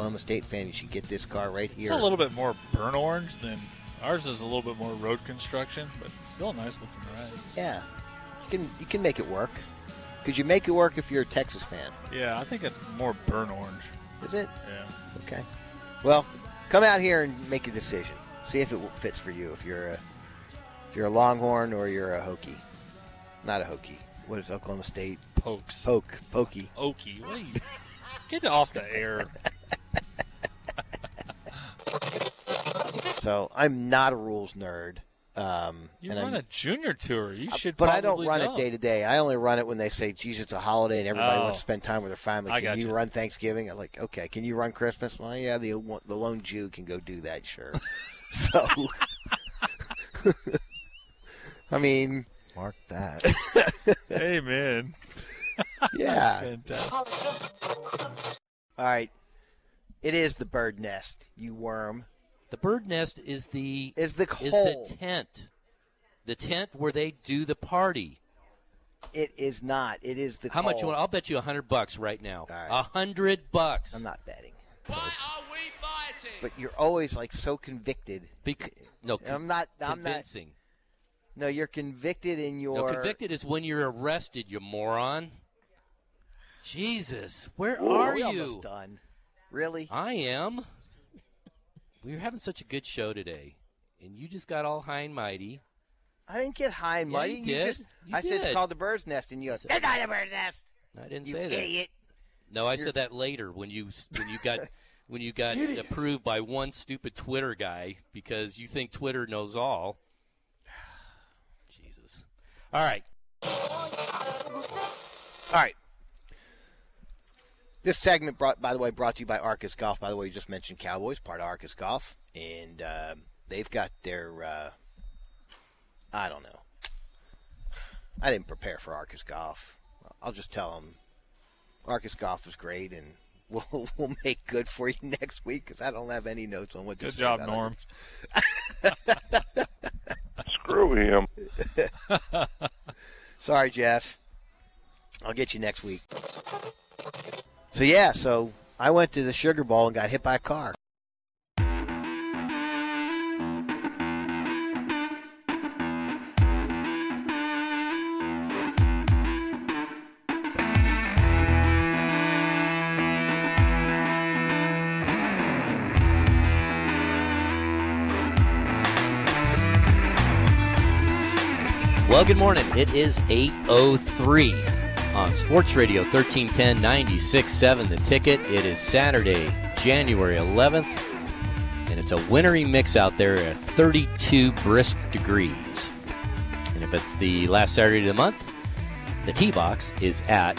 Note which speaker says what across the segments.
Speaker 1: I'm a state fan, you should get this car right here.
Speaker 2: It's a little bit more burnt orange than ours is a little bit more road construction, but it's still a nice looking ride.
Speaker 1: Yeah, you can you can make it work. Could you make it work if you're a Texas fan?
Speaker 2: Yeah, I think it's more burnt orange.
Speaker 1: Is it?
Speaker 2: Yeah.
Speaker 1: Okay. Well, come out here and make a decision. See if it w- fits for you. If you're a if you're a Longhorn or you're a Hokie, not a Hokie. What is Oklahoma State?
Speaker 2: Pokes.
Speaker 1: Poke, Pokey.
Speaker 2: Okie. What are you? Get off the air.
Speaker 1: So I'm not a rules nerd. Um,
Speaker 2: You
Speaker 1: and
Speaker 2: run
Speaker 1: I'm,
Speaker 2: a junior tour. You should
Speaker 1: but I don't
Speaker 2: probably
Speaker 1: run
Speaker 2: go.
Speaker 1: it day to day. I only run it when they say, "Geez, it's a holiday and everybody
Speaker 2: Oh.
Speaker 1: wants to spend time with their family."
Speaker 2: I
Speaker 1: Can you
Speaker 2: gotcha.
Speaker 1: run Thanksgiving? I'm like, okay. Can you run Christmas? Well, yeah, the one- the lone Jew can go do that, sure. so, I mean,
Speaker 3: Mark that.
Speaker 2: Hey, man. That's
Speaker 1: yeah.
Speaker 2: fantastic.
Speaker 1: All right. It is the bird nest, you worm.
Speaker 4: The bird nest is the
Speaker 1: Is the
Speaker 4: is
Speaker 1: hole?
Speaker 4: the tent, the tent where they do the party.
Speaker 1: It is not. It is the.
Speaker 4: How much you
Speaker 1: coal.
Speaker 4: want? I'll bet you a hundred bucks right now.
Speaker 1: All right.
Speaker 4: A hundred bucks.
Speaker 1: I'm not betting.
Speaker 5: Why are we fighting?
Speaker 1: But you're always like so convicted.
Speaker 4: Bec- no, con-
Speaker 1: I'm not. I'm not.
Speaker 4: convincing.
Speaker 1: No, you're convicted in your.
Speaker 4: no, convicted is when you're arrested. You moron. Jesus, where are
Speaker 1: we
Speaker 4: you?
Speaker 1: Almost done. Really?
Speaker 4: I am. We were having such a good show today, and you just got all high and mighty.
Speaker 1: I didn't get high and
Speaker 4: Yeah,
Speaker 1: mighty.
Speaker 4: you did.
Speaker 1: just,
Speaker 4: You
Speaker 1: I said it's
Speaker 4: did.
Speaker 1: called the bird's nest, and you go,
Speaker 4: said-
Speaker 1: "That's not a bird's nest."
Speaker 4: I didn't
Speaker 1: You
Speaker 4: say that.
Speaker 1: idiot.
Speaker 4: No, I
Speaker 1: You're-
Speaker 4: said that later when you when you got when you got approved by one stupid Twitter guy because you think Twitter knows all. Jesus. All right.
Speaker 1: All right. This segment, brought by the way, brought to you by Arcus Golf. By the way, you just mentioned Cowboys, part of Arcus Golf, and um they've got their. Uh, I don't know. I didn't prepare for Arcus Golf. I'll just tell them Arcus Golf is great, and we'll we'll make good for you next week because I don't have any notes on what. to
Speaker 2: Good
Speaker 1: say
Speaker 2: job,
Speaker 1: about
Speaker 2: Norm.
Speaker 1: Arcus.
Speaker 6: Screw him.
Speaker 1: Sorry, Jeff. I'll get you next week. So yeah, so I went to the Sugar Bowl and got hit by a car.
Speaker 4: Well, good morning. It is 8:03 on Sports Radio 1310 96.7 The Ticket. It is Saturday, January 11th, and it's a wintry mix out there at 32 brisk degrees. And if it's the last Saturday of the month, the tee box is at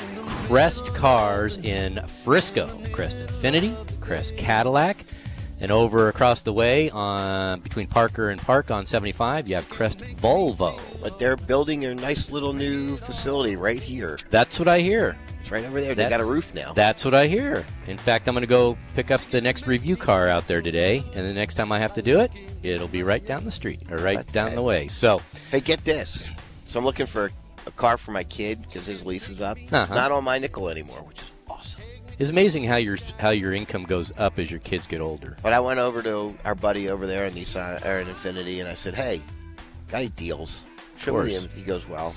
Speaker 4: Crest Cars in Frisco. Crest Infinity, Crest Cadillac. And over across the way, on between Parker and Park on 75, you have Crest Volvo.
Speaker 1: But they're building a nice little new facility right here.
Speaker 4: That's what I hear.
Speaker 1: It's right over there. they
Speaker 4: That's-
Speaker 1: got a roof now.
Speaker 4: That's what I hear. In fact, I'm going to go pick up the next review car out there today, and the next time I have to do it, it'll be right down the street or right
Speaker 1: Okay.
Speaker 4: down the way. So,
Speaker 1: hey, get this. So I'm looking for a car for my kid because his lease is up. It's
Speaker 4: Uh-huh.
Speaker 1: not on my nickel anymore, which is awesome.
Speaker 4: it's amazing how your how your income goes up as your kids get older.
Speaker 1: But I went over to our buddy over there in Nissan or in Infinity, and I said, "Hey, got any deals?" Trim
Speaker 4: course.
Speaker 1: him. He goes, "Well."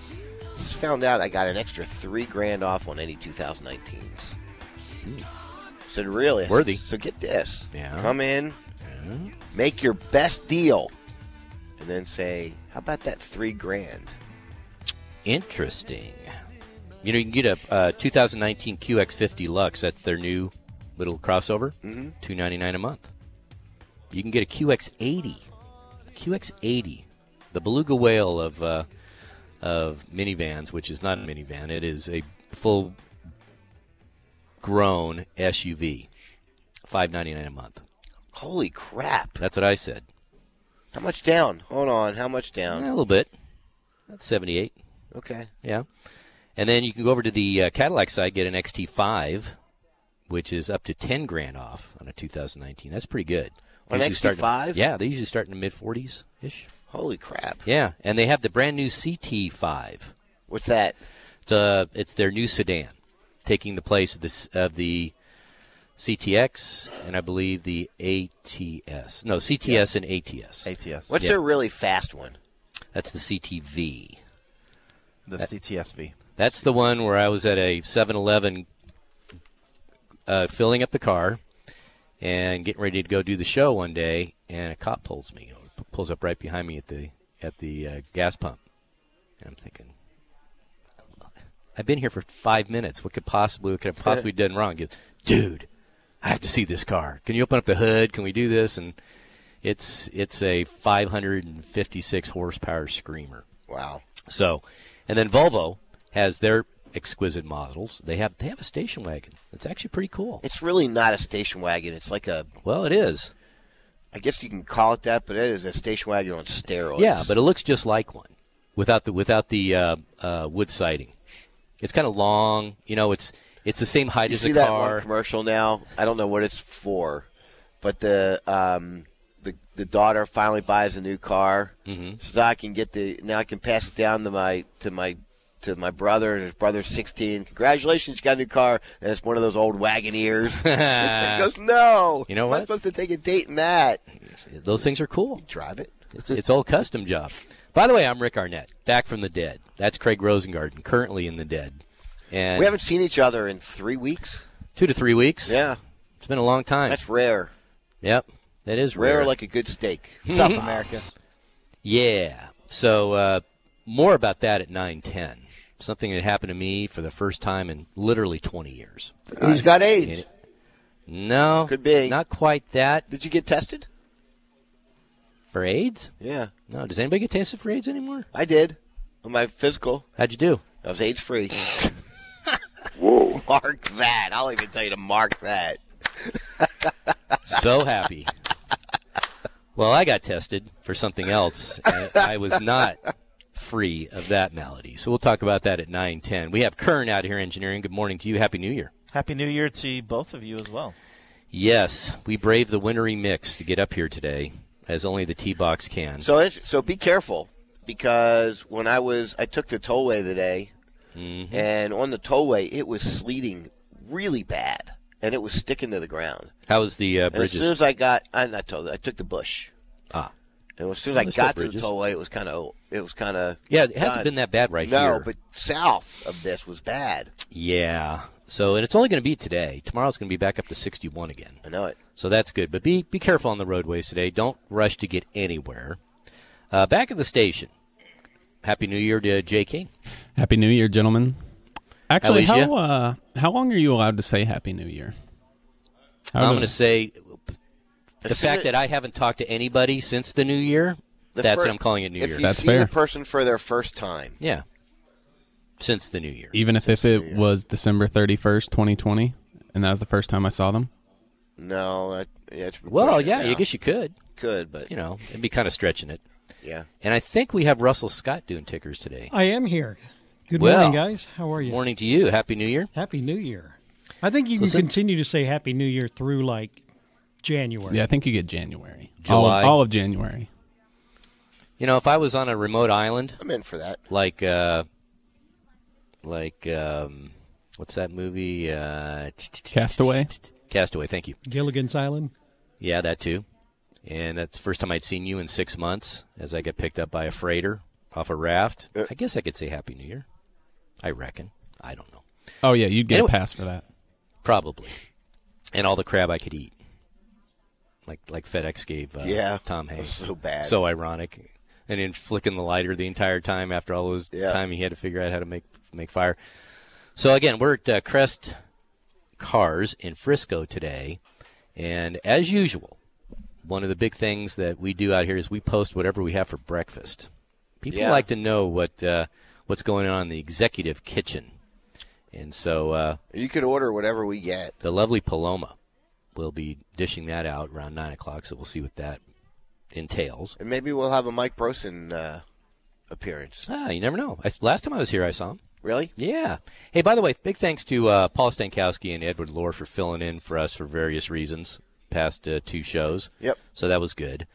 Speaker 1: Just found out I got an extra three grand off on any 2019s. Said really I said,
Speaker 4: Hmm. Worthy.
Speaker 1: so get this.
Speaker 4: Yeah.
Speaker 1: Come in, make your best deal, and then say, "How about that three grand?"
Speaker 4: Interesting. You know, you can get a uh, 2019 QX50 Lux. That's their new little crossover.
Speaker 1: Mhm.
Speaker 4: 299 a month. You can get a QX80. A QX80, the beluga whale of uh, of minivans, which is not a minivan. It is a full grown SUV. 599 a month.
Speaker 1: Holy crap!
Speaker 4: That's what I said.
Speaker 1: How much down? Hold on. How much
Speaker 4: Eh,
Speaker 1: down?
Speaker 4: a little bit. That's 78.
Speaker 1: Okay.
Speaker 4: Yeah. And then you can go over to the uh, Cadillac side, get an XT5, which is up to 10 grand off on a 2019. That's pretty good.
Speaker 1: On
Speaker 4: Usually starting-
Speaker 1: XT5?
Speaker 4: yeah, they usually start in the mid 40s ish.
Speaker 1: Holy crap!
Speaker 4: Yeah, and they have the brand new CT5.
Speaker 1: What's that?
Speaker 4: It's, uh, it's their new sedan, taking the place of, this, of the CTX, and I believe the ATS. No, CTS and ATS.
Speaker 3: ATS.
Speaker 1: What's
Speaker 4: Yeah.
Speaker 1: their really fast one?
Speaker 4: That's the CTV.
Speaker 3: The CTSV.
Speaker 4: That's the one where I was at a 7 Eleven uh, filling up the car and getting ready to go do the show one day, and a cop pulls me, over- pulls up right behind me at the at the uh, gas pump. And I'm thinking, I've been here for five minutes. What could possibly, what could I possibly have done wrong? He goes, Dude, I have to see this car. Can you open up the hood? Can we do this? And it's it's a 556 horsepower screamer.
Speaker 1: Wow.
Speaker 4: So, and then Volvo has their exquisite models. They have they have a station wagon. It's actually pretty cool.
Speaker 1: It's really not a station wagon. It's like a,
Speaker 4: Well, it is.
Speaker 1: I guess you can call it that, but it is a station wagon on steroids.
Speaker 4: Yeah, but it looks just like one without the without the uh, uh, wood siding. It's kind of long. You know, it's it's the same height
Speaker 1: you
Speaker 4: as
Speaker 1: see
Speaker 4: a
Speaker 1: that
Speaker 4: car.
Speaker 1: one commercial now. I don't know what it's for, but the um, the the daughter finally buys a new car, mm-hmm. so I can get the now I can pass it down to my to my to my brother and his brother's 16. Congratulations, you got a new car, and it's one of those old Wagoneers. he goes, no,
Speaker 4: You know
Speaker 1: am I
Speaker 4: what?
Speaker 1: supposed to take a date in that?
Speaker 4: Those things are cool.
Speaker 1: Drive it.
Speaker 4: It's it's all custom job. By the way, I'm Rick Arnett, back from the dead. That's Craig Rosengarten, currently in the dead. And
Speaker 1: We haven't seen each other in three weeks.
Speaker 4: two to three weeks.
Speaker 1: Yeah,
Speaker 4: it's been a long time.
Speaker 1: that's rare.
Speaker 4: yep, that is
Speaker 1: Rare,
Speaker 4: rare.
Speaker 1: like a good steak. What's up, America?
Speaker 4: Yeah. So uh, more about that at nine ten. Something that happened to me for the first time in literally twenty years.
Speaker 6: Who's got AIDS?
Speaker 4: No,
Speaker 1: Could be.
Speaker 4: not quite that
Speaker 1: Did you get tested?
Speaker 4: for AIDS.
Speaker 1: Yeah,
Speaker 4: No, does anybody get tested for AIDS anymore?
Speaker 1: I did. On my physical.
Speaker 4: How'd you do?
Speaker 1: I was AIDS free. Whoa. Mark that. I'll even tell you to mark that.
Speaker 4: So happy. well, I got tested for something else. and I was not free of that malady. So we'll talk about that at nine ten. We have Kern out here engineering. Good morning to you. Happy New Year.
Speaker 3: Happy New Year to both of you as well.
Speaker 4: Yes, we brave the wintry mix to get up here today, as only the T box can.
Speaker 1: So it- so be careful because when I was I took the tollway today
Speaker 4: Mm-hmm.
Speaker 1: and on the tollway it was sleeting really bad and it was sticking to the ground.
Speaker 4: How was the uh,
Speaker 1: And as
Speaker 4: bridges?
Speaker 1: soon as I got I not told I took the bush.
Speaker 4: ah,
Speaker 1: And as soon as
Speaker 4: Well,
Speaker 1: I
Speaker 4: there's
Speaker 1: got
Speaker 4: still
Speaker 1: to the
Speaker 4: bridges.
Speaker 1: tollway it was kind of it was kind of
Speaker 4: yeah, it hasn't
Speaker 1: God.
Speaker 4: been that bad right
Speaker 1: No,
Speaker 4: here.
Speaker 1: but south of this was bad.
Speaker 4: yeah. So, and it's only going to be today. Tomorrow's going to be back up to 61 again.
Speaker 1: I know it.
Speaker 4: So that's good. But be be careful on the roadways today. Don't rush to get anywhere. Uh, back at the station. Happy New Year to Jay King.
Speaker 7: Happy New Year, gentlemen. Actually,
Speaker 4: is ya?
Speaker 7: how uh, how long are you allowed to say Happy New Year? How
Speaker 4: I'm
Speaker 7: do-
Speaker 4: going to say the
Speaker 1: As soon
Speaker 4: fact
Speaker 1: as-
Speaker 4: that I haven't talked to anybody since the New Year.
Speaker 1: The
Speaker 4: that's
Speaker 1: fir-
Speaker 4: what I'm calling it New
Speaker 1: If
Speaker 4: Year.
Speaker 1: you
Speaker 7: That's
Speaker 1: see
Speaker 7: fair.
Speaker 1: the person for their first time,
Speaker 4: yeah, since the New Year.
Speaker 7: even if, if it was December thirty first, twenty twenty, and that was the first time I saw them.
Speaker 1: no, that, yeah, it's
Speaker 4: Well,
Speaker 1: recorded
Speaker 4: yeah,
Speaker 1: now.
Speaker 4: I guess you could.
Speaker 1: could, but
Speaker 4: You know, it'd be kind of stretching it.
Speaker 1: yeah.
Speaker 4: And I think we have Russell Scott doing tickers today.
Speaker 8: I am here. Good
Speaker 4: Well,
Speaker 8: morning, guys. How are you?
Speaker 4: Morning to you. Happy New Year.
Speaker 8: Happy New Year. I think you can
Speaker 4: Listen-
Speaker 8: continue to say Happy New Year through like January.
Speaker 7: Yeah, I think you get January, all
Speaker 4: July.
Speaker 7: of, all of January.
Speaker 4: You know, if I was on a remote island,
Speaker 1: I'm in for that.
Speaker 4: like, uh, like, um, what's that movie? Uh,
Speaker 7: Castaway?
Speaker 4: Castaway. Thank you.
Speaker 8: Gilligan's Island.
Speaker 4: Yeah, that too. And that's the first time I'd seen you in six months as I got picked up by a freighter off a raft.
Speaker 1: Uh.
Speaker 4: I guess I could say Happy New Year. I reckon. I don't know.
Speaker 7: Oh yeah, you'd get
Speaker 4: Anyway.
Speaker 7: a pass for that.
Speaker 4: Probably. And all the crab I could eat. Like like FedEx gave uh,
Speaker 1: Yeah.
Speaker 4: Tom
Speaker 1: That was
Speaker 4: Hanks.
Speaker 1: so bad.
Speaker 4: So ironic. And then flicking the lighter the entire time after all his
Speaker 1: Yeah.
Speaker 4: time he had to figure out how to make make fire. So again, we're at uh, Crest Cars in Frisco today. And as usual, one of the big things that we do out here is we post whatever we have for breakfast. People
Speaker 1: Yeah.
Speaker 4: like to know what uh, what's going on in the executive kitchen. And so uh,
Speaker 1: You could order whatever we get.
Speaker 4: the lovely Paloma will be dishing that out around nine o'clock. So we'll see what that entails.
Speaker 1: And maybe we'll have a Mike Broson uh, appearance.
Speaker 4: Ah, you never know. I, last time I was here, I saw him.
Speaker 1: Really?
Speaker 4: Yeah. Hey, by the way, big thanks to uh, Paul Stankowski and Edward Lohr for filling in for us for various reasons past uh, two shows.
Speaker 1: Yep.
Speaker 4: So that was good,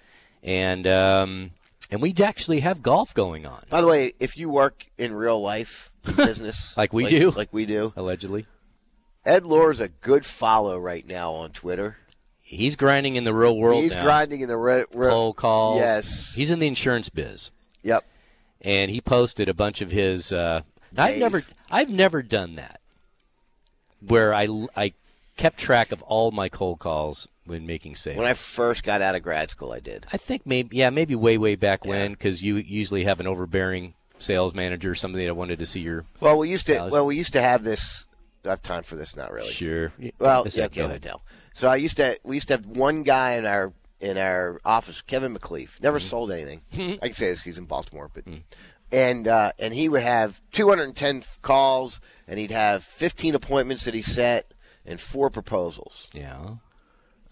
Speaker 4: and um, and we actually have golf going on
Speaker 1: By the way, if you work in real life business
Speaker 4: Like we do?
Speaker 1: like we do,
Speaker 4: allegedly.
Speaker 1: Ed Lore's a good follow right now on Twitter.
Speaker 4: He's grinding in the real world
Speaker 1: He's
Speaker 4: now.
Speaker 1: grinding in the re- re-
Speaker 4: Cold calls.
Speaker 1: Yes.
Speaker 4: He's in the insurance biz.
Speaker 1: Yep.
Speaker 4: and he posted a bunch of his. Uh, and I've
Speaker 1: Days.
Speaker 4: never, I've never done that, where I I kept track of all my cold calls when making sales.
Speaker 1: When I first got out of grad school, I did.
Speaker 4: I think maybe yeah, maybe way way back when, 'cause when because you usually have an overbearing sales manager, somebody that wanted to see your
Speaker 1: Well, we used to.
Speaker 4: Dollars.
Speaker 1: Well, we used to have this. I have time for this, not really.
Speaker 4: sure.
Speaker 1: Well,
Speaker 4: Yes,
Speaker 1: yeah,
Speaker 4: go
Speaker 1: okay,
Speaker 4: ahead.
Speaker 1: hotel. So I used to. We used to have one guy in our in our office, Kevin McLeaf. Never sold anything. I can say this. 'cause He's in Baltimore, but and uh, and he would have 210 calls, and he'd have 15 appointments that he set, and four proposals.
Speaker 4: Yeah,
Speaker 1: I was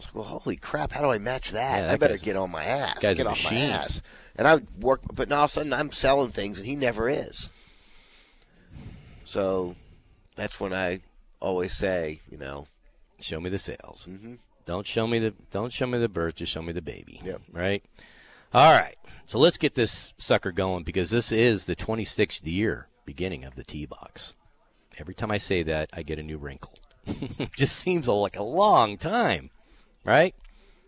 Speaker 1: like, well, holy crap! How do I match that?
Speaker 4: Yeah, that
Speaker 1: I better
Speaker 4: guy's a-
Speaker 1: get on my ass.
Speaker 4: guy's a
Speaker 1: get off my
Speaker 4: machine.
Speaker 1: ass. And I would work, but now all of a sudden I'm selling things, and he never is. So that's when I always say, you know,
Speaker 4: show me the sales. Don't show me the don't show me the birth, just show me the baby.
Speaker 1: Yep.
Speaker 4: Right. All right. So let's get this sucker going because this is the 26th year beginning of the T box. Every time I say that, I get a new wrinkle. it just seems like a long time, right?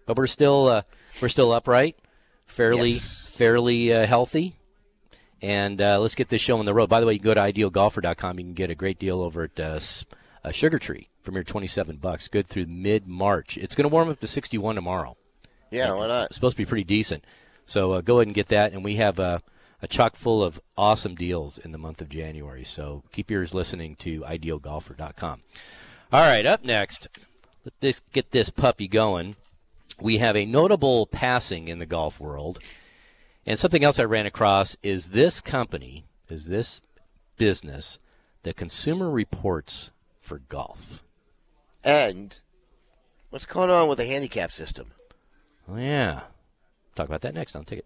Speaker 4: But we're still uh, we're still upright, fairly
Speaker 1: Yes.
Speaker 4: fairly uh, healthy. And uh, let's get this show on the road. By the way, you can go to idealgolfer.com. You can get a great deal over at uh, S- uh, Sugar Tree for mere 27 bucks. Good through mid March. It's going to warm up to 61 tomorrow.
Speaker 1: yeah, why not?
Speaker 4: It's supposed to be pretty decent. So uh, go ahead and get that. And we have uh, a chock full of awesome deals in the month of January. So keep yours listening to idealgolfer.com. All right, up next, let this get this puppy going. We have a notable passing in the golf world. And something else I ran across is this company, is this business, the Consumer Reports for golf.
Speaker 1: And what's going on with the handicap system?
Speaker 4: Oh, yeah. Talk about that next on Ticket.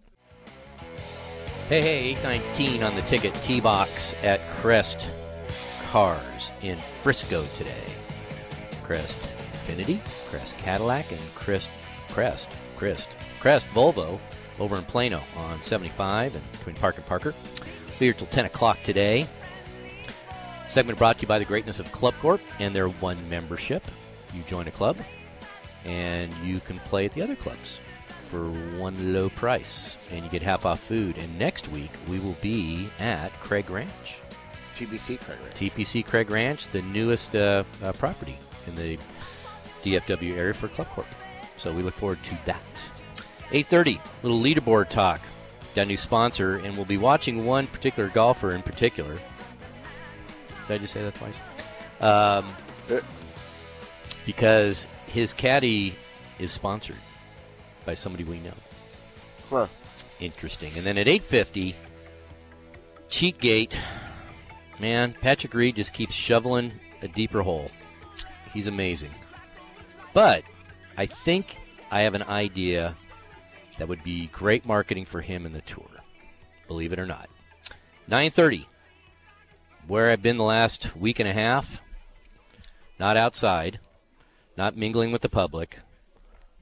Speaker 4: Hey, hey, 819 on the Ticket T Box at Crest Cars in Frisco today. Crest Infinity, Crest Cadillac, and Crest, Crest, Crest, Crest Volvo over in Plano on 75 and between Park and Parker. We're here till 10 o'clock today. Segment brought to you by the greatness of Club Corp and their one membership. You join a club, and you can play at the other clubs for one low price and you get half off food and next week we will be at craig ranch
Speaker 1: TBC credit.
Speaker 4: tpc craig ranch the newest uh, uh, property in the dfw area for club corp so we look forward to that 8.30 little leaderboard talk got a new sponsor and we'll be watching one particular golfer in particular did i just say that twice um,
Speaker 1: Eh.
Speaker 4: because his caddy is sponsored by somebody we know
Speaker 1: Huh.
Speaker 4: interesting. And then at 8:50, cheat gate. Man, Patrick Reed just keeps shoveling a deeper hole. He's amazing. But I think I have an idea that would be great marketing for him in the tour. Believe it or not. 9:30. Where I've been the last week and a half. Not outside, not mingling with the public,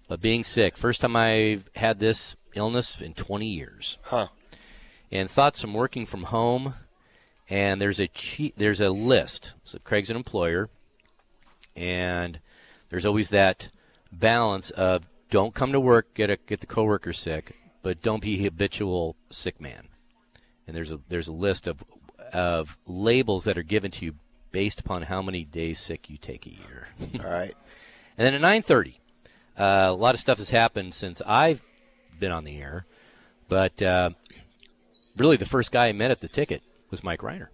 Speaker 4: but being sick. First time I've had this illness in 20 years
Speaker 1: Huh.
Speaker 4: and thoughts from working from home. And there's a che- there's a list. So Craig's an employer, and there's always that balance of don't come to work get a, get the coworker sick, but don't be habitual sick man. And there's a there's a list of of labels that are given to you based upon how many days sick you take a year.
Speaker 1: All right.
Speaker 4: And then at 9:30, uh, a lot of stuff has happened since I've been on the air, but uh, really the first guy I met at the ticket was Mike Reiner.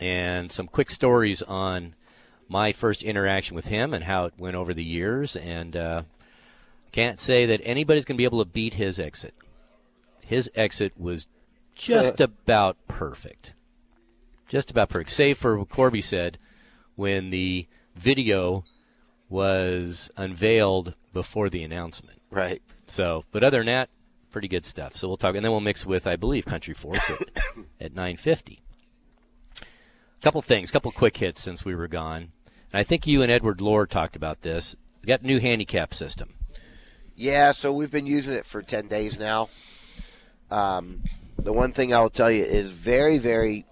Speaker 4: And some quick stories on my first interaction with him and how it went over the years. And uh, can't say that anybody's going to be able to beat his exit. His exit was just about perfect just about perfect, save for what Corby said when the video was unveiled before the announcement.
Speaker 1: Right.
Speaker 4: So, but other than that, pretty good stuff. So we'll talk, and then we'll mix with, I believe, Country Force at, at 9:50. A couple things, couple quick hits since we were gone, and I think you and Edward Lore talked about this. We got a new handicap system.
Speaker 1: Yeah, so we've been using it for 10 days now. Um, the one thing I'll tell you is very, very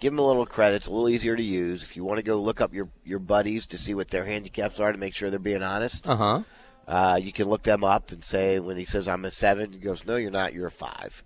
Speaker 1: Give them a little credit. It's a little easier to use. If you want to go look up your, your buddies to see what their handicaps are to make sure they're being honest,
Speaker 4: Uh huh.
Speaker 1: uh, you can look them up and say, when he says, I'm a seven, he goes, No, you're not. You're a five.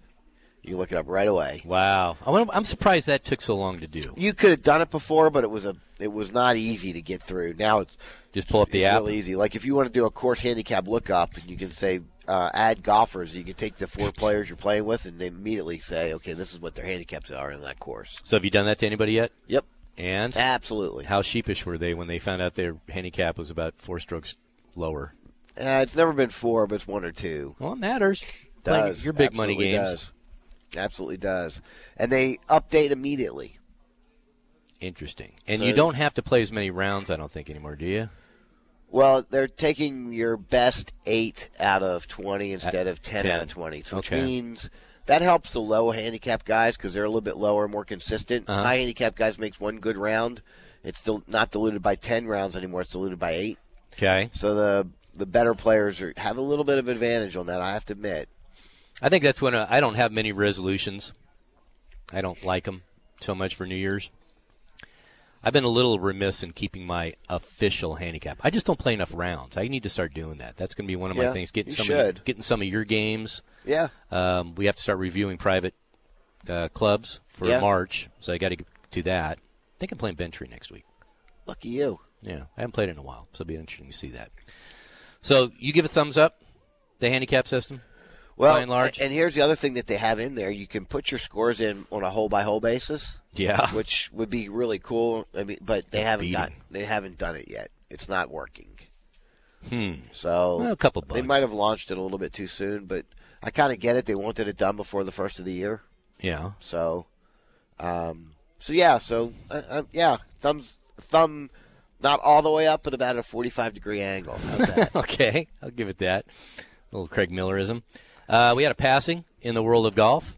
Speaker 1: You look it up right away.
Speaker 4: Wow. I wonder, I'm surprised that took so long to do.
Speaker 1: You could have done it before, but it was a it was not easy to get through. Now it's
Speaker 4: Just pull up the
Speaker 1: it's
Speaker 4: app.
Speaker 1: real easy. Like if you want to do a course handicap lookup, and you can say uh, add golfers, you can take the four players you're playing with, and they immediately say, okay, this is what their handicaps are in that course.
Speaker 4: So have you done that to anybody yet?
Speaker 1: Yep,
Speaker 4: And
Speaker 1: absolutely. Uh,
Speaker 4: how sheepish were they when they found out their handicap was about four strokes lower?
Speaker 1: Uh, it's never been four, but it's one or two.
Speaker 4: Well, it matters. Playing
Speaker 1: Does
Speaker 4: your big money
Speaker 1: absolutely
Speaker 4: games.
Speaker 1: does. absolutely does, and they update immediately.
Speaker 4: Interesting. And
Speaker 1: So-
Speaker 4: you don't have to play as many rounds, I don't think, anymore, do you?
Speaker 1: Well, they're taking your best eight out of 20 instead of 10, out
Speaker 4: 10.
Speaker 1: of 20, so which
Speaker 4: Uh, Okay.
Speaker 1: means that helps the low handicap guys because they're a little bit lower, more consistent.
Speaker 4: Uh-huh.
Speaker 1: High handicap guys makes one good round. It's still not diluted by 10 rounds anymore. It's diluted by eight.
Speaker 4: Okay.
Speaker 1: So the the better players are, have a little bit of advantage on that. I have to admit.
Speaker 4: I think that's when uh, I don't have many resolutions. I don't like them so much for New Year's. I've been a little remiss in keeping my official handicap. I just don't play enough rounds. I need to start doing that. That's going to be one of my
Speaker 1: Yeah,
Speaker 4: things. Getting
Speaker 1: you
Speaker 4: some
Speaker 1: should.
Speaker 4: Of, getting some of your games.
Speaker 1: Yeah.
Speaker 4: Um, we have to start reviewing private uh, clubs for
Speaker 1: Yeah.
Speaker 4: March, so I got to do that. I think I'm playing Bentry next week.
Speaker 1: Lucky you.
Speaker 4: Yeah, I haven't played it in a while, so it'll be interesting to see that. So you give a thumbs up, the handicap system.
Speaker 1: Well,
Speaker 4: By and large.
Speaker 1: a- and here's the other thing that they have in there: you can put your scores in on a hole by hole basis.
Speaker 4: Yeah.
Speaker 1: which would be really cool. I mean, but they haven't
Speaker 4: Beating.
Speaker 1: got they haven't done it yet. It's not working. Hmm. So
Speaker 4: Well, a couple
Speaker 1: They
Speaker 4: bugs.
Speaker 1: might have launched it a little bit too soon, but I kind of get it. They wanted it done before the first of the year.
Speaker 4: Yeah.
Speaker 1: So, um, so yeah. So uh, uh, yeah, thumbs thumb, not all the way up, but about a forty-five degree angle. How's that?
Speaker 4: Okay, I'll give it that. A little Craig Millerism. Uh, we had a passing in the world of golf.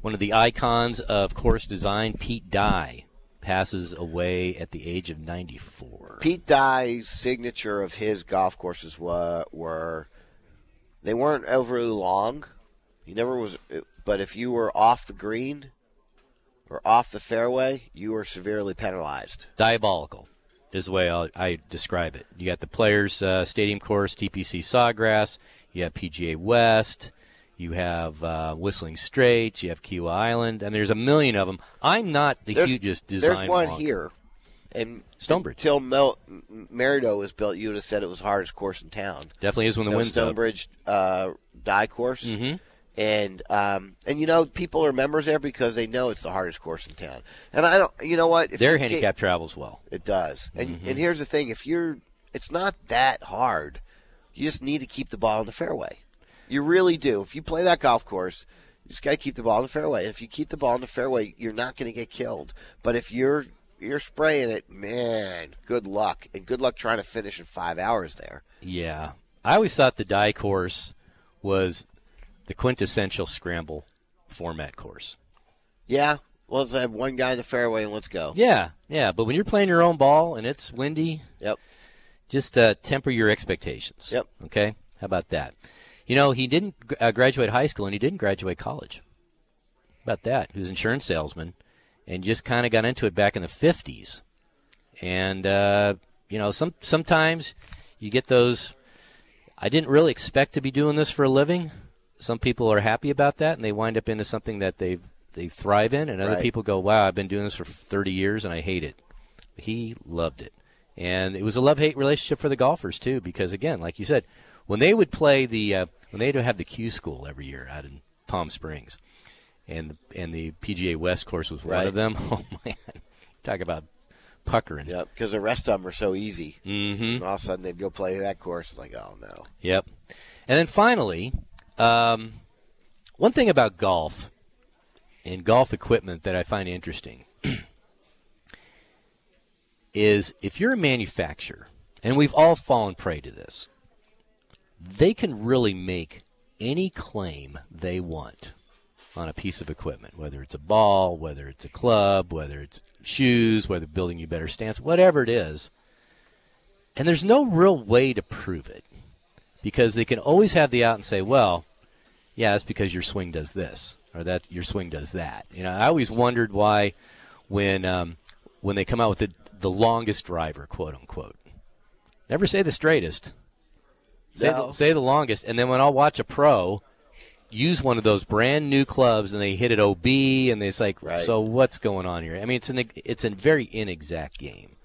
Speaker 4: One of the icons of course design, Pete Dye, passes away at the age of 94.
Speaker 1: Pete Dye's signature of his golf courses were, were they weren't overly long. He never was, but if you were off the green or off the fairway, you were severely penalized.
Speaker 4: Diabolical is the way I'll, I describe it. You got the players' uh, stadium course, TPC Sawgrass. You have PGA West. You have uh, Whistling Straits. You have Kiwa Island. And there's a million of them. I'm not the
Speaker 1: There's-
Speaker 4: hugest design.
Speaker 1: There's one
Speaker 4: wonk.
Speaker 1: here, and
Speaker 4: Stonebridge.
Speaker 1: Till Mel- M- Merido was built, you would have said it was the hardest course in town.
Speaker 4: Definitely is when the
Speaker 1: That was
Speaker 4: wind's up.
Speaker 1: Stonebridge uh, die course. And um, and you know people are members there because they know it's the hardest course in town. And I don't, you know what? If
Speaker 4: Their
Speaker 1: you get-
Speaker 4: handicap travels well.
Speaker 1: It does. And
Speaker 4: Mm-hmm.
Speaker 1: and here's the thing: if you're, it's not that hard. You just need to keep the ball in the fairway. You really do. If you play that golf course, you just got to keep the ball in the fairway. If you keep the ball in the fairway, you're not going to get killed. But if you're you're spraying it, man, good luck, and good luck trying to finish in five hours there.
Speaker 4: Yeah. I always thought the die course was the quintessential scramble format course.
Speaker 1: Yeah. Well, let's have one guy in the fairway and let's go.
Speaker 4: Yeah, yeah. But when you're playing your own ball and it's windy,
Speaker 1: Yep.
Speaker 4: just uh, temper your expectations.
Speaker 1: Yep.
Speaker 4: Okay. How about that? You know, he didn't gr- uh, graduate high school and he didn't graduate college. How about that? He was an insurance salesman and just kind of got into it back in the 50s. And, uh, you know, some sometimes you get those. I didn't really expect to be doing this for a living. Some people are happy about that and they wind up into something that they they thrive in, and other
Speaker 1: Right.
Speaker 4: people go, wow, I've been doing this for 30 years and I hate it he loved it. And it was a love hate relationship for the golfers too, because again, like you said, when they would play the uh, when they'd have the Q school every year out in Palm Springs, and and the PGA West course was one
Speaker 1: Right.
Speaker 4: of them. Oh man, talk about puckering.
Speaker 1: Yep. Because the rest of them are so easy.
Speaker 4: Mm-hmm.
Speaker 1: And all of a sudden they'd go play that course. It's like, oh no.
Speaker 4: Yep. And then finally, um, one thing about golf and golf equipment that I find interesting is if you're a manufacturer, and we've all fallen prey to this, they can really make any claim they want on a piece of equipment, whether it's a ball, whether it's a club, whether it's shoes, whether building you better stance, whatever it is. And there's no real way to prove it because they can always have the out and say, well, yeah, that's because your swing does this or that your swing does that. You know, I always wondered why when um, when they come out with the the longest driver, quote unquote, never say the straightest. Say, the, say the longest, and then when I'll watch a pro use one of those brand new clubs and they hit it OB, and it's like,
Speaker 1: Right.
Speaker 4: so what's going on here? I mean, it's an it's a very inexact game,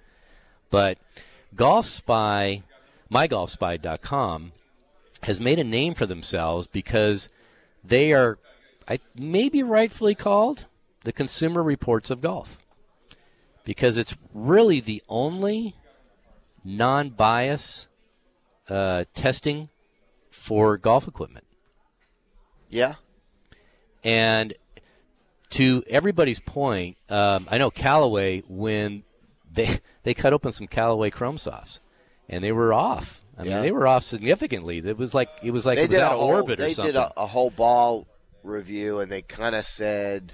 Speaker 4: but Golf Spy, mygolfspy.com has made a name for themselves because they are, I maybe rightfully called the Consumer Reports of golf, because it's really the only non-bias uh, testing for golf equipment.
Speaker 1: Yeah.
Speaker 4: And to everybody's point, um, I know Callaway when they they cut open some Callaway Chrome Softs, and they were off. I
Speaker 1: Yeah.
Speaker 4: mean, they were off significantly. It was like it was like
Speaker 1: they
Speaker 4: it was
Speaker 1: did
Speaker 4: out
Speaker 1: a
Speaker 4: of
Speaker 1: whole,
Speaker 4: orbit or
Speaker 1: they
Speaker 4: something.
Speaker 1: did a, a whole ball review, and they kind of said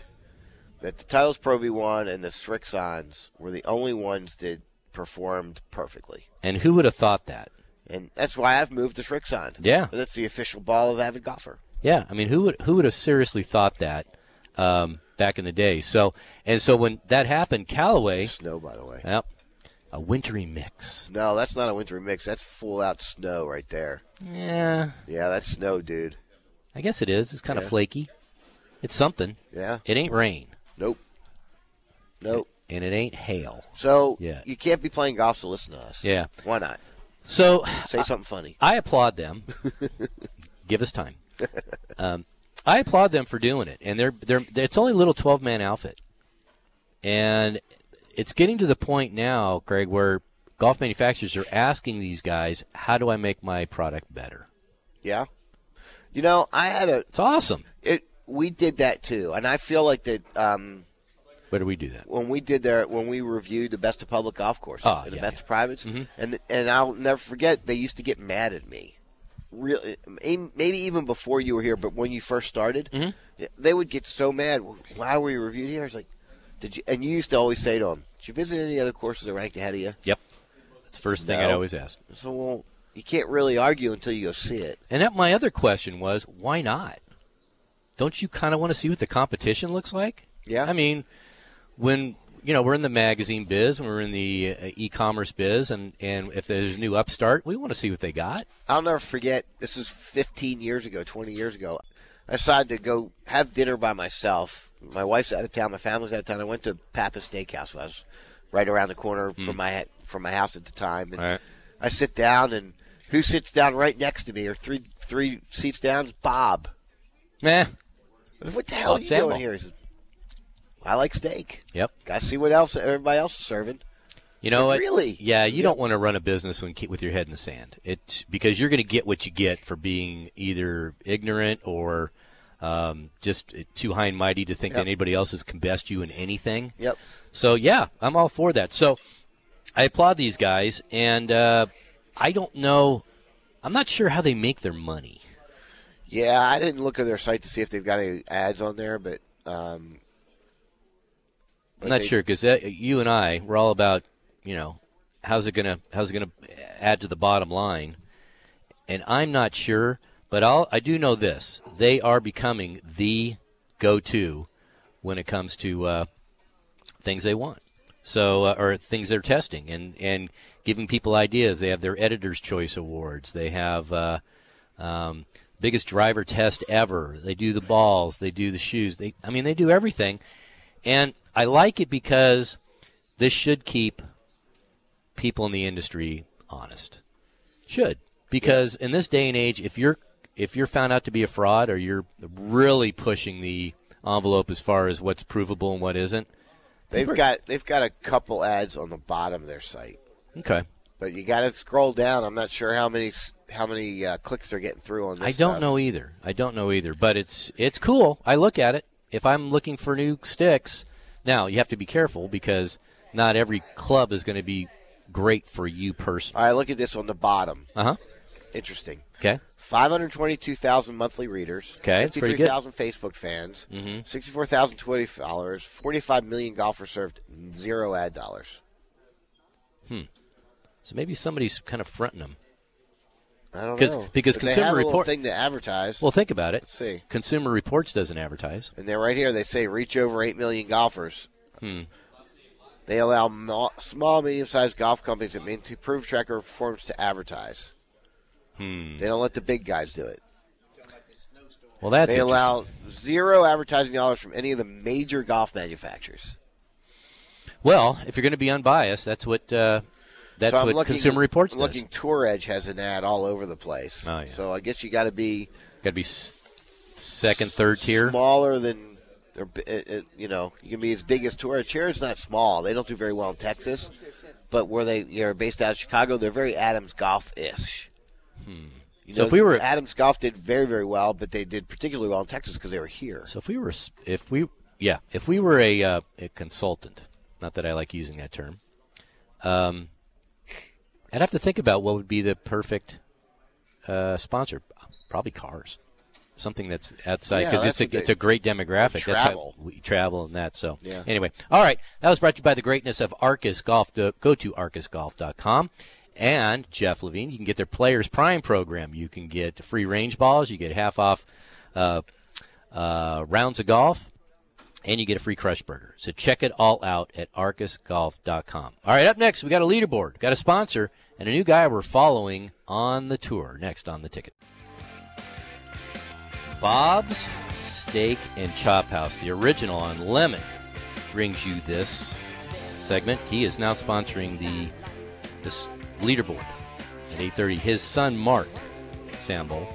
Speaker 1: that the Titles Pro V1 and the Strixons were the only ones that performed perfectly.
Speaker 4: and who would have thought that?
Speaker 1: And that's why I've moved to Strixon.
Speaker 4: Yeah.
Speaker 1: That's the official ball of Avid Golfer.
Speaker 4: Yeah, I mean, who would who would have seriously thought that um, back in the day? So and so when that happened, Callaway,
Speaker 1: Snow, by the way.
Speaker 4: yep, a wintry mix.
Speaker 1: No, that's not a wintry mix. That's full out snow right there.
Speaker 4: Yeah,
Speaker 1: Yeah, that's snow, dude.
Speaker 4: I guess it is. It's kind
Speaker 1: Yeah.
Speaker 4: of flaky. It's something.
Speaker 1: Yeah.
Speaker 4: It ain't rain,
Speaker 1: Nope. Nope.
Speaker 4: and it ain't hail.
Speaker 1: So
Speaker 4: Yeah.
Speaker 1: you can't be playing golf to listen to us.
Speaker 4: Yeah.
Speaker 1: Why not?
Speaker 4: So
Speaker 1: Say something funny.
Speaker 4: I applaud them. Give us time. Um, I applaud them for doing it, and they're they're it's only a little twelve man outfit, and it's getting to the point now, Greg, where golf manufacturers are asking these guys, "How do I make my product better?"
Speaker 1: Yeah. You know, I had a
Speaker 4: It's awesome.
Speaker 1: it. We did that too, and I feel like that um,
Speaker 4: Where do we do that?
Speaker 1: when we did their when we reviewed the best of public golf courses
Speaker 4: Ah,
Speaker 1: and the
Speaker 4: yeah,
Speaker 1: best
Speaker 4: yeah.
Speaker 1: of privates, and and I'll never forget they used to get mad at me. Really, in- maybe even before you were here, but when you first started,
Speaker 4: Mm-hmm.
Speaker 1: they would get so mad. Why were you reviewed here? I was like, did you? And you used to always say to them, "Did you visit any other courses that ranked ahead of you?"
Speaker 4: Yep, it's the first thing
Speaker 1: No.
Speaker 4: I always ask.
Speaker 1: So well, you can't really argue until you go see it.
Speaker 4: And that my other question was, why not? Don't you kind of want to see what the competition looks like?
Speaker 1: Yeah.
Speaker 4: I mean, when you know we're in the magazine biz, when we're in the uh, e-commerce biz, and and if there's a new upstart, we want to see what they got.
Speaker 1: I'll never forget. This is 15 years ago, 20 years ago. I decided to go have dinner by myself. My wife's out of town. My family's out of town. I went to Papa Steakhouse. I was right around the corner from my from my house at the time. And
Speaker 4: Hmm. Right.
Speaker 1: I sit down, and who sits down right next to me, or three three seats down, is Bob.
Speaker 4: Meh.
Speaker 1: What the hell are
Speaker 4: Bob
Speaker 1: you
Speaker 4: Samuel.
Speaker 1: doing here? He says, I like steak.
Speaker 4: Yep.
Speaker 1: Got to see what else everybody else is serving.
Speaker 4: You know what?
Speaker 1: Really?
Speaker 4: Yeah, you don't want to run a business when, with your head in the sand. It's because you're going to get what you get for being either ignorant or um, just too high and mighty to think that anybody else is can best you in anything.
Speaker 1: Yep.
Speaker 4: So yeah, I'm all for that. So I applaud these guys, and uh, I don't know. I'm not sure how they make their money.
Speaker 1: Yeah, I didn't look at their site to see if they've got any ads on there, but um, but
Speaker 4: I'm not
Speaker 1: they-
Speaker 4: sure because you and I we're all about you know how's it gonna how's it gonna add to the bottom line, and I'm not sure, but I'll I do know this: they are becoming the go-to when it comes to uh, things they want. So uh, or things they're testing and and giving people ideas. They have their editors' choice awards. They have. Uh, um, biggest driver test ever. They do the balls, they do the shoes. They, I mean, they do everything, and I like it because this should keep people in the industry honest. Should because in this day and age, if you're if you're found out to be a fraud or you're really pushing the envelope as far as what's provable and what isn't,
Speaker 1: They've got they've got a couple ads on the bottom of their site,
Speaker 4: okay.
Speaker 1: but you got to scroll down. I'm not sure how many s- how many uh, clicks they're getting through on this.
Speaker 4: I don't
Speaker 1: stuff.
Speaker 4: know either. I don't know either, but it's it's cool. I look at it. If I'm looking for new sticks, now you have to be careful because not every club is going to be great for you personally.
Speaker 1: All right, look at this on the bottom.
Speaker 4: Uh huh.
Speaker 1: Interesting.
Speaker 4: Okay.
Speaker 1: 522,000 monthly readers.
Speaker 4: Okay, that's pretty good.
Speaker 1: 53,000 Facebook fans. Mm-hmm. 64,000 Twitter followers. 45 million golfers served. Zero ad dollars.
Speaker 4: So maybe somebody's kind of fronting them.
Speaker 1: I don't
Speaker 4: 'Cause-
Speaker 1: know
Speaker 4: because
Speaker 1: But they
Speaker 4: Consumer
Speaker 1: have a little
Speaker 4: Report-
Speaker 1: thing to advertise.
Speaker 4: Well, think about it.
Speaker 1: let's see.
Speaker 4: Consumer Reports doesn't advertise.
Speaker 1: And they're right here. They say reach over 8 million golfers.
Speaker 4: Hmm.
Speaker 1: They allow mo- small, medium sized golf companies that mean to improve tracker performance to advertise.
Speaker 4: Hmm.
Speaker 1: They don't let the big guys do it.
Speaker 4: Well, that's
Speaker 1: they
Speaker 4: interesting.
Speaker 1: allow zero advertising dollars from any of the major golf manufacturers.
Speaker 4: Well, if you're going to be unbiased, that's what uh, that's
Speaker 1: so I'm
Speaker 4: what
Speaker 1: looking,
Speaker 4: Consumer Reports
Speaker 1: I'm
Speaker 4: does.
Speaker 1: looking Tour Edge has an ad all over the place.
Speaker 4: Oh, yeah.
Speaker 1: So I guess you got to be
Speaker 4: Got to be s- second, third tier.
Speaker 1: smaller than, or, b- it, it- you know, you can be as big as Tour Edge. Tour Edge is not small. They don't do very well in Texas, but where they you know, are based out of Chicago, they're very Adams Golf ish. You
Speaker 4: Hmm. So if we were-
Speaker 1: Adams Golf did very very well, but they did particularly well in Texas because they were here.
Speaker 4: So if we were, s- if we, yeah, if we were a, uh, a consultant, not that I like using that term, um, I'd have to think about what would be the perfect uh, sponsor. Probably cars, something that's outside
Speaker 1: Yeah,
Speaker 4: because
Speaker 1: that's
Speaker 4: it's a
Speaker 1: what they-
Speaker 4: it's a great demographic.
Speaker 1: they
Speaker 4: That's how
Speaker 1: travel.
Speaker 4: we travel and that. So
Speaker 1: Yeah.
Speaker 4: anyway, all right, that was brought to you by the greatness of Arcus Golf. Go go to arcusgolf.com. And Jeff Levine, you can get their Players Prime program. You can get free range balls. You get half off uh, uh, rounds of golf, and you get a free crush burger. So check it all out at arcusgolf.com. All right, up next, we got a leaderboard, got a sponsor, and a new guy we're following on the tour. Next on the ticket. Bob's Steak and Chop House, the original on Lemon, brings you this segment. He is now sponsoring the this leaderboard at 8:30. His son Mark Samble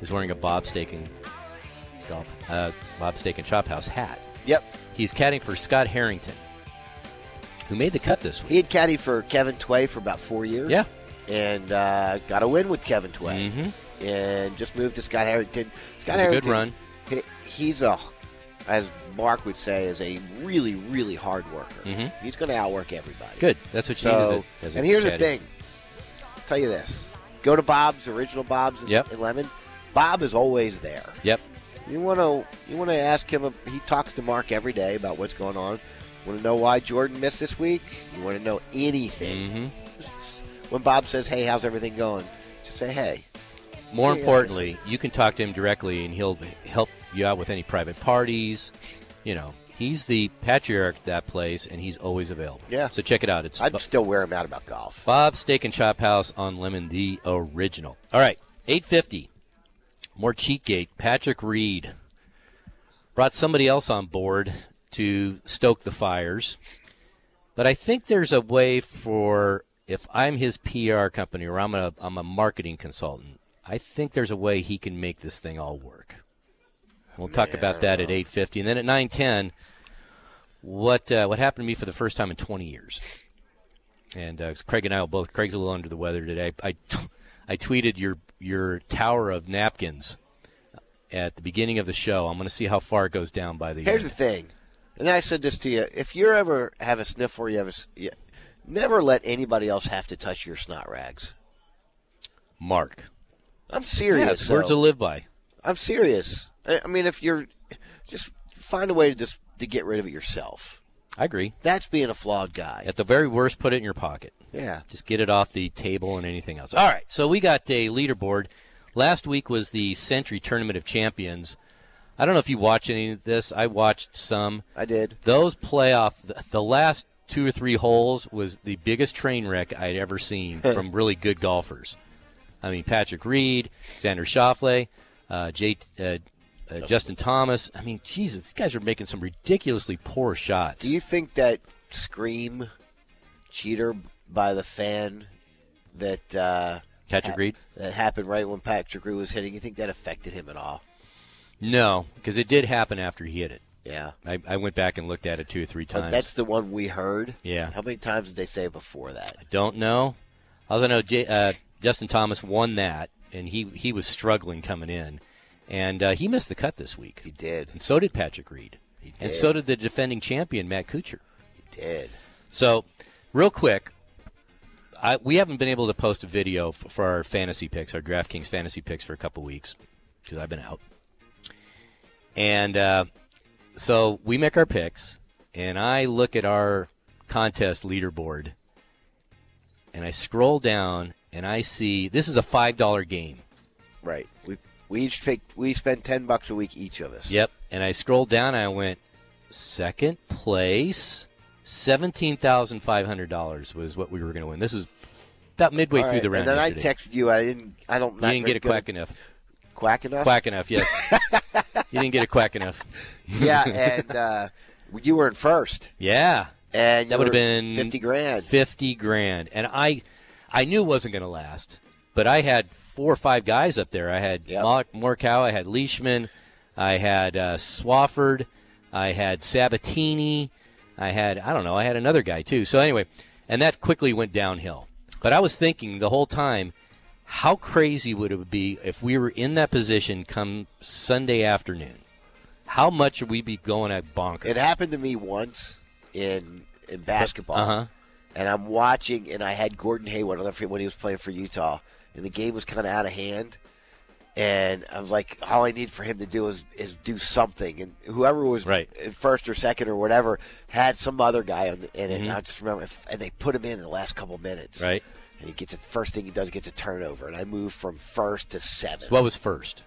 Speaker 4: is wearing a Bob Steak and golf, uh, Bob Steak and Chop House hat.
Speaker 1: Yep,
Speaker 4: He's caddying for Scott Harrington, who made the cut this week.
Speaker 1: he had caddy for Kevin Tway for about four years.
Speaker 4: Yeah,
Speaker 1: and uh, got a win with Kevin Tway,
Speaker 4: Mhm.
Speaker 1: and just moved to Scott Harrington. Scott
Speaker 4: It was a
Speaker 1: Harrington,
Speaker 4: good run.
Speaker 1: he- he's a, as Mark would say, is a really, really hard worker.
Speaker 4: Mhm.
Speaker 1: He's going to outwork everybody.
Speaker 4: good. That's what she is.
Speaker 1: So,
Speaker 4: as a
Speaker 1: and here's the
Speaker 4: caddy.
Speaker 1: thing. I'll tell you this: go to Bob's original Bob's in-
Speaker 4: Yep.
Speaker 1: in Lemon. Bob is always there.
Speaker 4: Yep.
Speaker 1: You want to you want to ask him. a- He talks to Mark every day about what's going on. Want to know why Jordan missed this week? You want to know anything?
Speaker 4: hmm
Speaker 1: When Bob says, "Hey, how's everything going?" Just say, "Hey."
Speaker 4: More
Speaker 1: Yeah.
Speaker 4: importantly, you can talk to him directly, and he'll help you out with any private parties. You know, he's the patriarch of that place, and he's always available.
Speaker 1: Yeah.
Speaker 4: So check it out. It's
Speaker 1: I'd
Speaker 4: Bo-
Speaker 1: still wear him out about golf.
Speaker 4: Bob's Steak and Chop House on Lemon, the original. All right, eight fifty. More Cheatgate. Patrick Reed brought somebody else on board to stoke the fires, but I think there's a way for if I'm his PR company or I'm a I'm a marketing consultant, I think there's a way he can make this thing all work. We'll talk about that at eight fifty, and then at nine ten. What uh, what happened to me for the first time in 20 years? and uh, Craig and I will both. Craig's a little under the weather today. I, I tweeted your your tower of napkins at the beginning of the show. I'm going to see how far it goes down by the
Speaker 1: Here's the
Speaker 4: end.
Speaker 1: thing, and I said this to you: if you ever have a sniff or you have a, s- you- never let anybody else have to touch your snot rags.
Speaker 4: Mark.
Speaker 1: I'm serious.
Speaker 4: Yeah, it's
Speaker 1: though.
Speaker 4: words to live by.
Speaker 1: I'm serious. I, I mean, if you're just find a way to just to get rid of it yourself.
Speaker 4: I agree.
Speaker 1: That's being a flawed guy.
Speaker 4: At the very worst, put it in your pocket.
Speaker 1: Yeah.
Speaker 4: Just get it off the table and anything else. All right, so we got a leaderboard. Last week was the Century Tournament of Champions. I don't know if you watch any of this. I watched some.
Speaker 1: I did.
Speaker 4: Those playoff, the, the last two or three holes was the biggest train wreck I'd ever seen from really good golfers. I mean, Patrick Reed, Xander Schauffele, uh, J, uh, uh, Justin Thomas. I mean, Jesus, these guys are making some ridiculously poor shots.
Speaker 1: Do you think that scream, cheater by the fan, that uh,
Speaker 4: Patrick
Speaker 1: hap-
Speaker 4: Reed?
Speaker 1: that happened right when Patrick Reed was hitting? You think that affected him at all?
Speaker 4: No, because it did happen after he hit it.
Speaker 1: Yeah.
Speaker 4: I, I went back and looked at it two or three
Speaker 1: But
Speaker 4: times.
Speaker 1: that's the one we heard.
Speaker 4: Yeah.
Speaker 1: How many times did they say before that?
Speaker 4: Don't know. Also, know J- uh, Justin Thomas won that, and he, he was struggling coming in, and uh, he missed the cut this week.
Speaker 1: He did.
Speaker 4: And so did Patrick Reed.
Speaker 1: He
Speaker 4: And
Speaker 1: did.
Speaker 4: so did the defending champion, Matt Kuchar.
Speaker 1: He did.
Speaker 4: So, real quick, I, we haven't been able to post a video f- for our fantasy picks, our DraftKings fantasy picks for a couple weeks because I've been out. And uh, so we make our picks, and I look at our contest leaderboard, and I scroll down, and I see this is a five dollar game.
Speaker 1: Right. We we each picked we spent ten bucks a week each of us.
Speaker 4: Yep. And I scrolled down and I went, second place, $17,500 was what we were going to win. This was about midway
Speaker 1: All
Speaker 4: through
Speaker 1: right,
Speaker 4: the round.
Speaker 1: And then
Speaker 4: yesterday.
Speaker 1: I texted you. I didn't. I don't.
Speaker 4: You didn't get a quack enough.
Speaker 1: Quack enough.
Speaker 4: Quack enough, yes. you didn't get a quack enough.
Speaker 1: yeah, and uh, you were in first,
Speaker 4: Yeah.
Speaker 1: and
Speaker 4: That
Speaker 1: would
Speaker 4: would have been
Speaker 1: fifty grand.
Speaker 4: 50 grand. And I I knew it wasn't going to last, but I had four or five guys up there. I had
Speaker 1: Yep.
Speaker 4: Mo- Morikawa, I had Leishman, I had uh, Swafford, I had Sabatini, I had, I don't know, I had another guy too. So anyway, and that quickly went downhill. But I was thinking the whole time, how crazy would it be if we were in that position come Sunday afternoon? How much would we be going at bonkers?
Speaker 1: It happened to me once in in basketball,
Speaker 4: Uh-huh.
Speaker 1: and I'm watching, and I had Gordon Hayward. I don't know when he was playing for Utah, and the game was kind of out of hand. And I was like, all I need for him to do is, is do something. And whoever was
Speaker 4: Right.
Speaker 1: in first or second or whatever had some other guy on the, in it. And
Speaker 4: Mhm.
Speaker 1: I just remember, if, and they put him in, the last couple minutes.
Speaker 4: Right.
Speaker 1: And he gets it. First thing he does, he gets a turnover. And I moved from first to seventh.
Speaker 4: So what was first?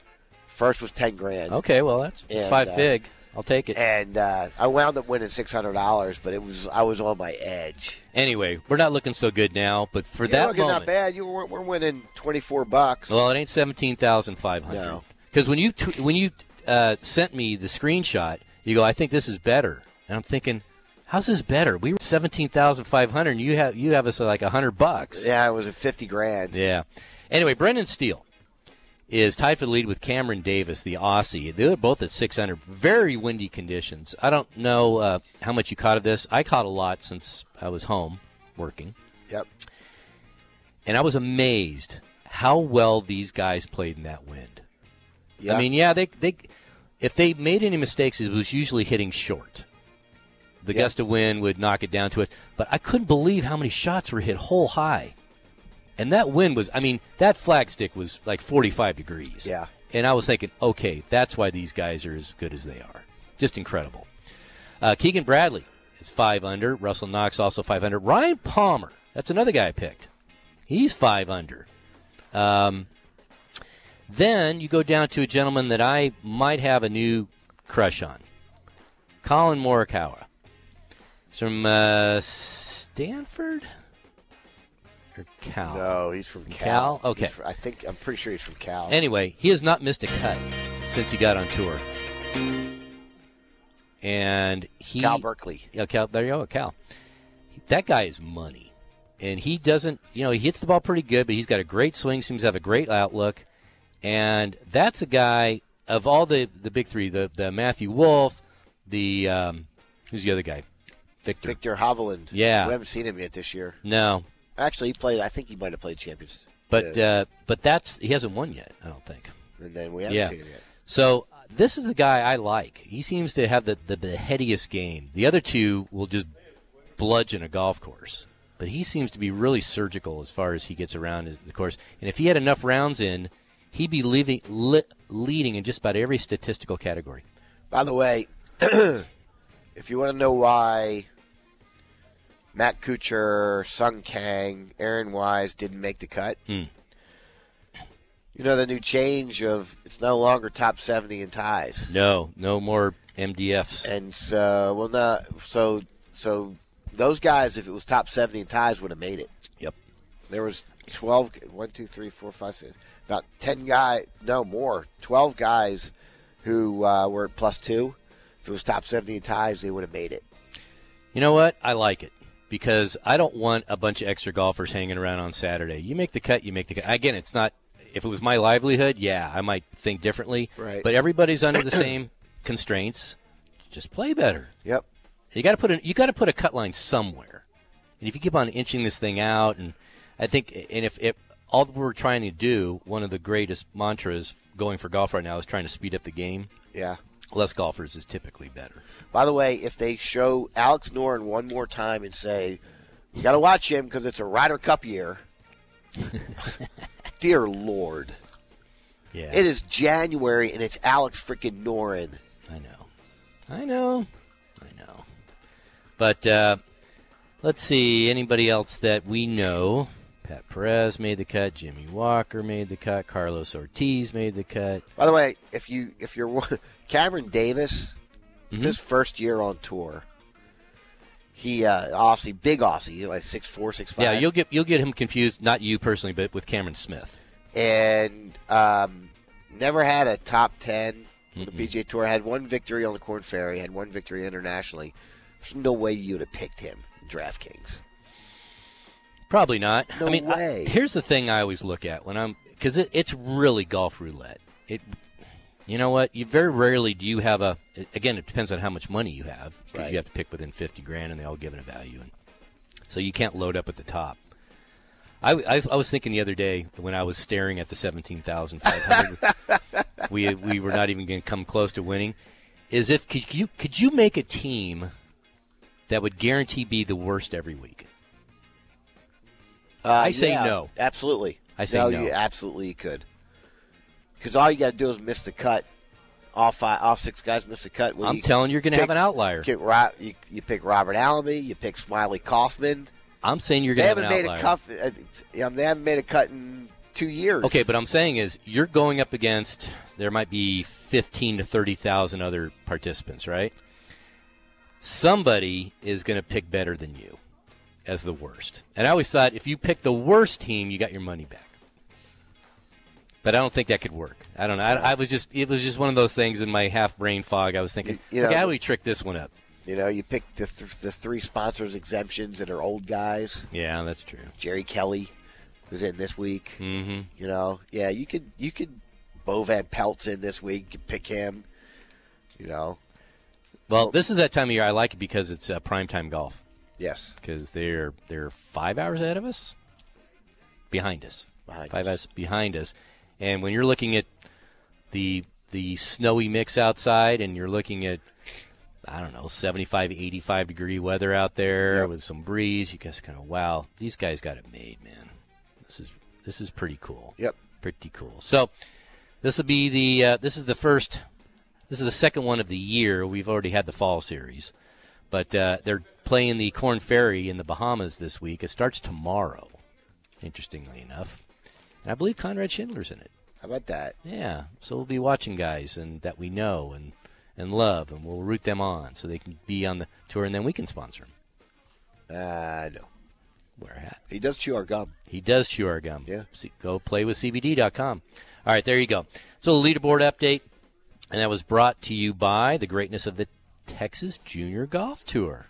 Speaker 1: first was ten grand.
Speaker 4: Okay, well that's, that's
Speaker 1: And,
Speaker 4: five
Speaker 1: uh,
Speaker 4: fig. I'll take it.
Speaker 1: and uh, I wound up winning six hundred dollars, but it was I was on my edge.
Speaker 4: Anyway, we're not looking so good now, but for
Speaker 1: You're
Speaker 4: that
Speaker 1: looking
Speaker 4: moment,
Speaker 1: not bad. You were, we're winning twenty four bucks.
Speaker 4: well, it ain't seventeen thousand five hundred.
Speaker 1: No.
Speaker 4: Because when you t- when you uh, sent me the screenshot, you go, "I think this is better," and I'm thinking, "How's this better?" We were seventeen thousand five hundred, and you have you have us at like hundred bucks.
Speaker 1: yeah, it was at fifty grand.
Speaker 4: Yeah. Anyway, Brendan Steele is tied for the lead with Cameron Davis, the Aussie. They're both at 600. Very windy conditions. I don't know uh, how much you caught of this. I caught a lot since I was home working,
Speaker 1: Yep.
Speaker 4: and I was amazed how well these guys played in that wind.
Speaker 1: Yeah.
Speaker 4: I mean, yeah, they they if they made any mistakes, it was usually hitting short. The
Speaker 1: Yeah.
Speaker 4: gust of wind would knock it down to it, but I couldn't believe how many shots were hit hole high, and that wind was. I mean, that flagstick was like 45 degrees.
Speaker 1: Yeah.
Speaker 4: and I was thinking, okay, that's why these guys are as good as they are. Just incredible. Uh, Keegan Bradley is five under. Russell Knox also five under. Ryan Palmer, that's another guy I picked. He's five under. Um, then you go down to a gentleman that I might have a new crush on, Colin Morikawa. He's from uh, Stanford or Cal.
Speaker 1: no, he's from
Speaker 4: Cal?
Speaker 1: Cal.
Speaker 4: Okay.
Speaker 1: He's fr- I think I'm pretty sure he's from Cal.
Speaker 4: Anyway, he has not missed a cut since he got on tour, and he
Speaker 1: Cal Berkeley.
Speaker 4: Yeah, Cal. There you go, Cal. That guy is money, and he doesn't. You know, he hits the ball pretty good, but he's got a great swing. Seems to have a great outlook, and that's a guy of all the the big three: the the Matthew Wolf, the um, who's the other guy, Victor.
Speaker 1: Victor Hovland.
Speaker 4: Yeah.
Speaker 1: We haven't seen him yet this year.
Speaker 4: No,
Speaker 1: Actually, he played. I think he might have played champions.
Speaker 4: but
Speaker 1: uh,
Speaker 4: uh, but that's he hasn't won yet. I don't think.
Speaker 1: and then we haven't
Speaker 4: yeah.
Speaker 1: seen him yet.
Speaker 4: So uh, this is the guy I like. He seems to have the, the, the headiest game. The other two will just bludgeon a golf course. But he seems to be really surgical as far as he gets around the course. And if he had enough rounds in, he'd be leaving, li- leading in just about every statistical category.
Speaker 1: By the way, if you want to know why Matt Kuchar, Sung Kang, Aaron Wise didn't make the cut,
Speaker 4: Hmm.
Speaker 1: you know the new change of it's no longer top 70 in ties.
Speaker 4: No, no more MDFs.
Speaker 1: And so, well, no, so, so those guys, if it was top 70 in ties, would have made it.
Speaker 4: Yep.
Speaker 1: There was 12, 1, 2, 3, 4, 5, 6, about 10 guy, no more, 12 guys who uh, were at plus two. If it was top 70 in ties, they would have made it.
Speaker 4: You know what? I like it because I don't want a bunch of extra golfers hanging around on Saturday. You make the cut, you make the cut. Again, it's not. If it was my livelihood, yeah, I might think differently.
Speaker 1: Right.
Speaker 4: But everybody's under the same constraints. Just play better.
Speaker 1: Yep.
Speaker 4: You got to put an, you got to put a cut line somewhere. And if you keep on inching this thing out, and I think, and if, if all we're trying to do, one of the greatest mantras going for golf right now is trying to speed up the game.
Speaker 1: Yeah.
Speaker 4: Less golfers is typically better.
Speaker 1: By the way, if they show Alex Noren one more time and say, you got to watch him because it's a Ryder Cup year. Dear Lord.
Speaker 4: Yeah.
Speaker 1: It is January and it's Alex freaking Noren.
Speaker 4: I know. I know. I know. But uh, let's see anybody else that we know. Pat Perez made the cut. Jimmy Walker made the cut. Carlos Ortiz made the cut.
Speaker 1: By the way, if you if you're Cameron Davis, it's
Speaker 4: Mhm.
Speaker 1: his first year on tour. He uh, Aussie, big Aussie, like six four, six five.
Speaker 4: Yeah, you'll get you'll get him confused. Not you personally, but with Cameron Smith.
Speaker 1: and um, never had a top 10 on the
Speaker 4: Mm-mm.
Speaker 1: PGA Tour. Had one victory on the Corn Ferry, had one victory internationally. There's no way you'd have picked him in DraftKings.
Speaker 4: Probably not.
Speaker 1: No
Speaker 4: I mean, I-
Speaker 1: way.
Speaker 4: here's the thing I always look at when I'm because it, it's really golf roulette. It, you know what? You very rarely do you have a. Again, it depends on how much money you have because
Speaker 1: Right.
Speaker 4: you have to pick within fifty grand, and they all give it a value, and so you can't load up at the top. I, I, I was thinking the other day when I was staring at the seventeen thousand five hundred, we we were not even going to come close to winning. Is if could you could you make a team that would guarantee be the worst every week?
Speaker 1: Uh,
Speaker 4: I say no.
Speaker 1: Absolutely.
Speaker 4: I say no.
Speaker 1: You absolutely could. Because all you got to do is miss the cut. All five, all six guys miss the cut. Well,
Speaker 4: I'm
Speaker 1: you
Speaker 4: telling you, you're going to have
Speaker 1: pick-
Speaker 4: an outlier.
Speaker 1: Get Ro- you, you pick Robert Allenby. You pick Smiley Kaufman.
Speaker 4: I'm saying you're
Speaker 1: They
Speaker 4: going to have
Speaker 1: haven't
Speaker 4: an
Speaker 1: made
Speaker 4: outlier.
Speaker 1: a cut. Uh, yeah, they haven't made a cut in two years.
Speaker 4: Okay, but I'm saying is you're going up against there might be 15 to 30,000 other participants, right? Somebody is going to pick better than you as the worst. And I always thought if you pick the worst team, you got your money back. But I don't think that could work. I don't know. I, I was just it was just one of those things in my half brain fog. I was thinking,
Speaker 1: You- you know-
Speaker 4: okay, how do we trick this one up?
Speaker 1: You know, you pick the th- the three sponsors exemptions that are old guys.
Speaker 4: Yeah, that's true.
Speaker 1: Jerry Kelly was in this week.
Speaker 4: hmm
Speaker 1: You know, yeah, you could you could Bovan Pelt's in this week. You pick him. You know,
Speaker 4: Well, this is that time of year I like it because it's uh, prime time golf.
Speaker 1: yes,
Speaker 4: because they're they're five hours ahead of us, behind us,
Speaker 1: Behind
Speaker 4: five
Speaker 1: us.
Speaker 4: hours behind us, and when you're looking at the the snowy mix outside, and you're looking at I don't know 75, 85 degree weather out there with some breeze, you guys kind of wow, these guys got it made, man. This is this is pretty cool.
Speaker 1: Yep.
Speaker 4: pretty cool. So this will be the uh, this is the first. This is the second one of the year. We've already had the fall series but uh, they're playing the Corn Ferry in the Bahamas this week. It starts tomorrow, interestingly enough, and I believe Conrad Schindler's in it.
Speaker 1: how about that?
Speaker 4: Yeah, so we'll be watching guys and that we know and and love, and we'll root them on so they can be on the tour, and then we can sponsor them.
Speaker 1: Uh, no,
Speaker 4: Wear a hat.
Speaker 1: he does chew our gum.
Speaker 4: He does chew our gum.
Speaker 1: Yeah.
Speaker 4: See, go play with CBD.com. All right, there you go. So, the leaderboard update, and that was brought to you by the greatness of the Texas Junior Golf Tour.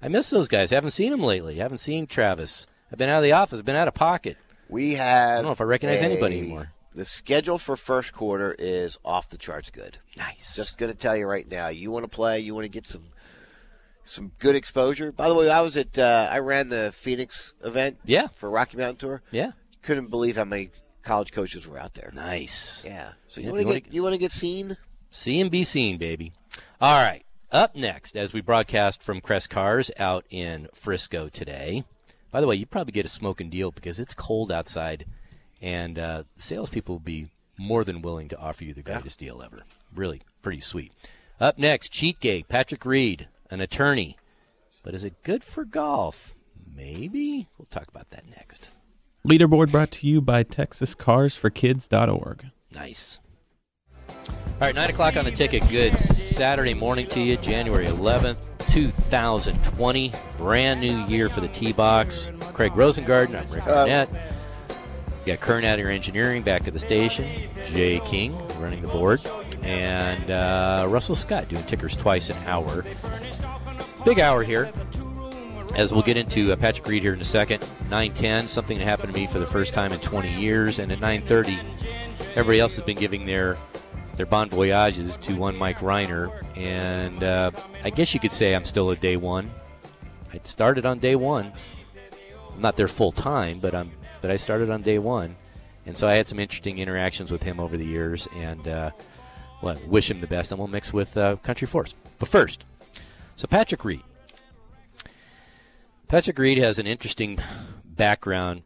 Speaker 4: I miss those guys. Haven't seen them lately. Haven't seen Travis. I've been out of the office. Been out of pocket.
Speaker 1: We have. I
Speaker 4: don't know if I recognize anybody anymore.
Speaker 1: The schedule for first quarter is off the charts good.
Speaker 4: Nice.
Speaker 1: Just going to tell you right now. You want to play. You want to get some some good exposure. By the way, I was at. Uh, I ran the Phoenix event.
Speaker 4: Yeah.
Speaker 1: For Rocky Mountain Tour.
Speaker 4: yeah.
Speaker 1: Couldn't believe how many college coaches were out there.
Speaker 4: Nice.
Speaker 1: Yeah. So
Speaker 4: Yeah,
Speaker 1: you want to
Speaker 4: if you wanna-
Speaker 1: get you want to get seen?
Speaker 4: See and be seen, baby. All right. Up next, as we broadcast from Crest Cars out in Frisco today. By the way, you probably get a smoking deal because it's cold outside, and uh, salespeople will be more than willing to offer you the greatest deal ever. Really, pretty sweet. Up next, Cheatgate, Patrick Reed, an attorney. But is it good for golf? Maybe. We'll talk about that next.
Speaker 7: Leaderboard brought to you by TexasCarsForKids.org.
Speaker 4: Nice. All right, 9 o'clock on the ticket. Good Saturday morning to you, January 11th, 2020. Brand new year for the T Box. Craig Rosengarten, I'm Rick Arnett. You got Kern out here engineering back at the station. Jay King running the board. And uh, Russell Scott doing tickers twice an hour. Big hour here as we'll get into uh, Patrick Reed here in a second. 9:10, something that happened to me for the first time in 20 years, and at 9:30, everybody else has been giving their their bon voyages to one Mike Reiner, and uh, I guess you could say I'm still a day one. I started on day one. I'm not there full time, but I'm but I started on day one, and so I had some interesting interactions with him over the years, and uh, well, wish him the best. And we'll mix with uh, Country Force, but first, so Patrick Reed. Patrick Reed has an interesting background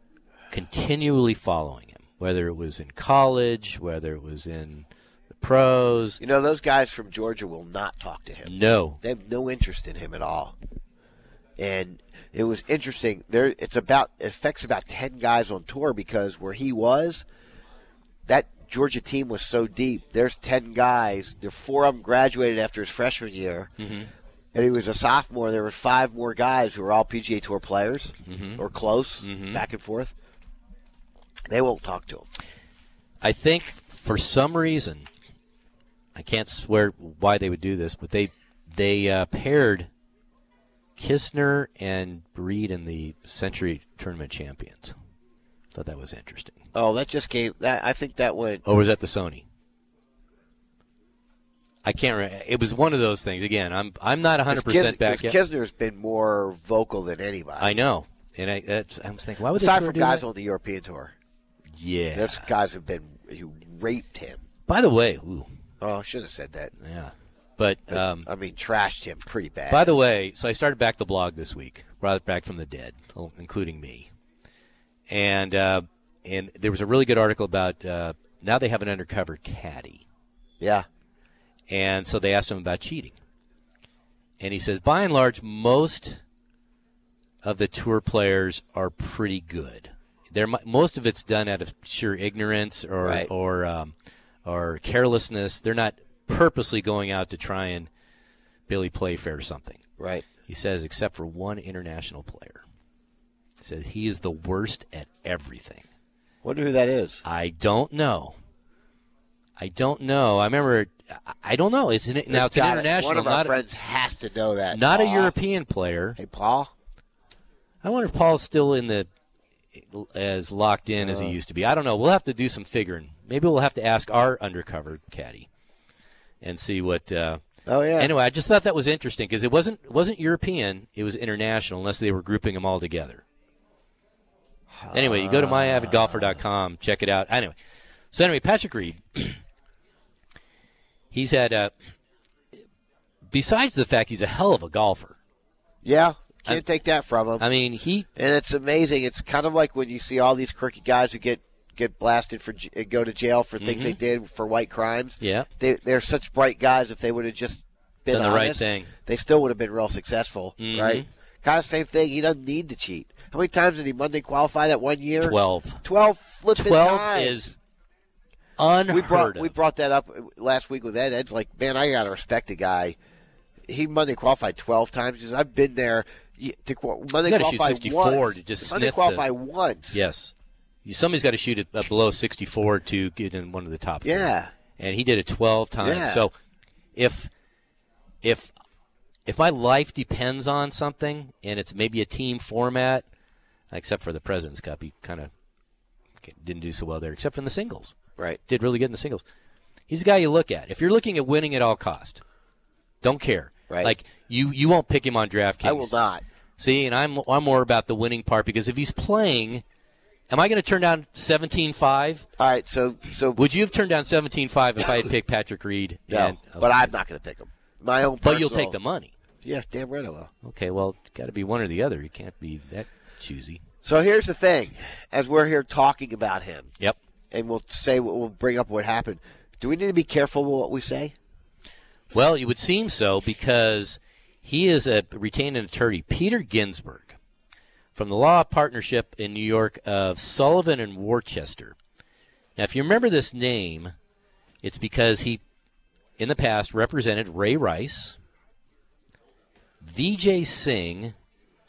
Speaker 4: continually following him, whether it was in college, whether it was in the pros.
Speaker 1: You know those guys from Georgia will not talk to him.
Speaker 4: No,
Speaker 1: They have no interest in him at all. and it was interesting. There, it's about it affects about ten guys on tour because where he was, that Georgia team was so deep. There's ten guys. The four of them graduated after his freshman year,
Speaker 4: Mm-hmm.
Speaker 1: and he was a sophomore. There were five more guys who were all PGA Tour players
Speaker 4: Mm-hmm.
Speaker 1: or close, back and forth. They won't talk to him.
Speaker 4: I think for some reason, I can't swear why they would do this, but they they uh, paired Kistner and Reed in the Century Tournament champions. Thought that was interesting.
Speaker 1: Oh, that just gave that. I think that went.
Speaker 4: Or was that the Sony? I can't. Re- it was one of those things. Again, I'm I'm not 100 percent back yet.
Speaker 1: Kisner's been more vocal than anybody.
Speaker 4: I know, and I that's, I was thinking, why would they
Speaker 1: Aside
Speaker 4: tour
Speaker 1: from
Speaker 4: do
Speaker 1: guys
Speaker 4: that?
Speaker 1: on the European tour,
Speaker 4: Yeah.
Speaker 1: there's guys who've been who raped him.
Speaker 4: By the way, ooh,
Speaker 1: Oh, I should have said that.
Speaker 4: yeah. But um,
Speaker 1: I mean, trashed him pretty bad.
Speaker 4: By the way, so I started back the blog this week, brought it back from the dead, oh, including me. And uh, and there was a really good article about uh, now they have an undercover caddy,
Speaker 1: yeah,
Speaker 4: and so they asked him about cheating, and he says by and large most of the tour players are pretty good. They're, mi- most of it's done out of sheer ignorance or
Speaker 1: Right.
Speaker 4: or um, or carelessness. They're not purposely going out to try and Billy Playfair something.
Speaker 1: right.
Speaker 4: He says, except for one international player. He says he is the worst at everything.
Speaker 1: Wonder who that is.
Speaker 4: I don't know. I don't know. I remember. I- I don't know. It's an, now it's an
Speaker 1: Gotta-
Speaker 4: international,
Speaker 1: One of our
Speaker 4: not,
Speaker 1: friends has to know that.
Speaker 4: not a
Speaker 1: Paul.
Speaker 4: European player.
Speaker 1: Hey, Paul.
Speaker 4: I wonder if Paul's still in the as locked in
Speaker 1: Uh.
Speaker 4: as he used to be. I don't know. We'll have to do some figuring. Maybe we'll have to ask our undercover caddy and see what. Uh,
Speaker 1: Oh yeah.
Speaker 4: Anyway, I just thought that was interesting because it wasn't it wasn't European; it was international, unless they were grouping them all together. Anyway, you go
Speaker 1: Uh,
Speaker 4: to myavidgolfer.com, check it out. Anyway, so anyway, Patrick Reed, he's had uh, besides the fact he's a hell of a golfer.
Speaker 1: yeah. Can't
Speaker 4: I'm-
Speaker 1: take that from him.
Speaker 4: I mean, he
Speaker 1: and it's amazing. It's kind of like when you see all these crooked guys who get get blasted for j- and go to jail for things they did for white crimes.
Speaker 4: Mm-hmm. yeah,
Speaker 1: They they're such bright guys. If they would have just been
Speaker 4: done the right
Speaker 1: honest,
Speaker 4: thing.
Speaker 1: they still would have been real successful,
Speaker 4: Mhm.
Speaker 1: right? Kind of same thing. He doesn't need to cheat. How many times did he Monday qualify that one year?
Speaker 4: Twelve.
Speaker 1: Twelve flipping
Speaker 4: Twelve
Speaker 1: times.
Speaker 4: is unheard
Speaker 1: we brought
Speaker 4: of.
Speaker 1: we brought that up uh, last week with Ed. Ed's like, man, I gotta respect the guy. He Monday qualified twelve times. He says, I've been there. You- To, qual- Monday
Speaker 4: You gotta shoot
Speaker 1: qualify
Speaker 4: 64
Speaker 1: once.
Speaker 4: to just
Speaker 1: Monday
Speaker 4: sniff the-
Speaker 1: qualify once.
Speaker 4: Yes. You- Somebody's got to shoot it uh, below 64 to get in one of the top. four.
Speaker 1: Yeah.
Speaker 4: And he did it 12 times.
Speaker 1: Yeah.
Speaker 4: So if if if my life depends on something and it's maybe a team format, except for the President's Cup, he kind of didn't do so well there, except for in the singles.
Speaker 1: Right.
Speaker 4: Did really good in the singles. He's a guy you look at. If you're looking at winning at all cost, don't care.
Speaker 1: Right.
Speaker 4: Like you, you won't pick him on DraftKings.
Speaker 1: I will not.
Speaker 4: See, and I'm I'm more about the winning part because if he's playing, am I going to turn down 17-5?
Speaker 1: All right. So so
Speaker 4: Would you have turned down 17-5 if I had picked Patrick Reed?
Speaker 1: no,
Speaker 4: and-
Speaker 1: but I'm not gonna pick him. My own.
Speaker 4: But you'll
Speaker 1: personal-
Speaker 4: take the money.
Speaker 1: Yeah, damn right I will.
Speaker 4: Okay, well, got to be one or the other. You can't be that choosy.
Speaker 1: So here's the thing. As we're here talking about him,
Speaker 4: Yep.
Speaker 1: and we'll say we'll bring up what happened. Do we need to be careful with what we say?
Speaker 4: Well, you would seem so because he is a retained an attorney, Peter Ginsburg, from the Law Partnership in New York of Sullivan and Worcester. Now, if you remember this name, it's because he, in the past, represented Ray Rice, Vijay Singh,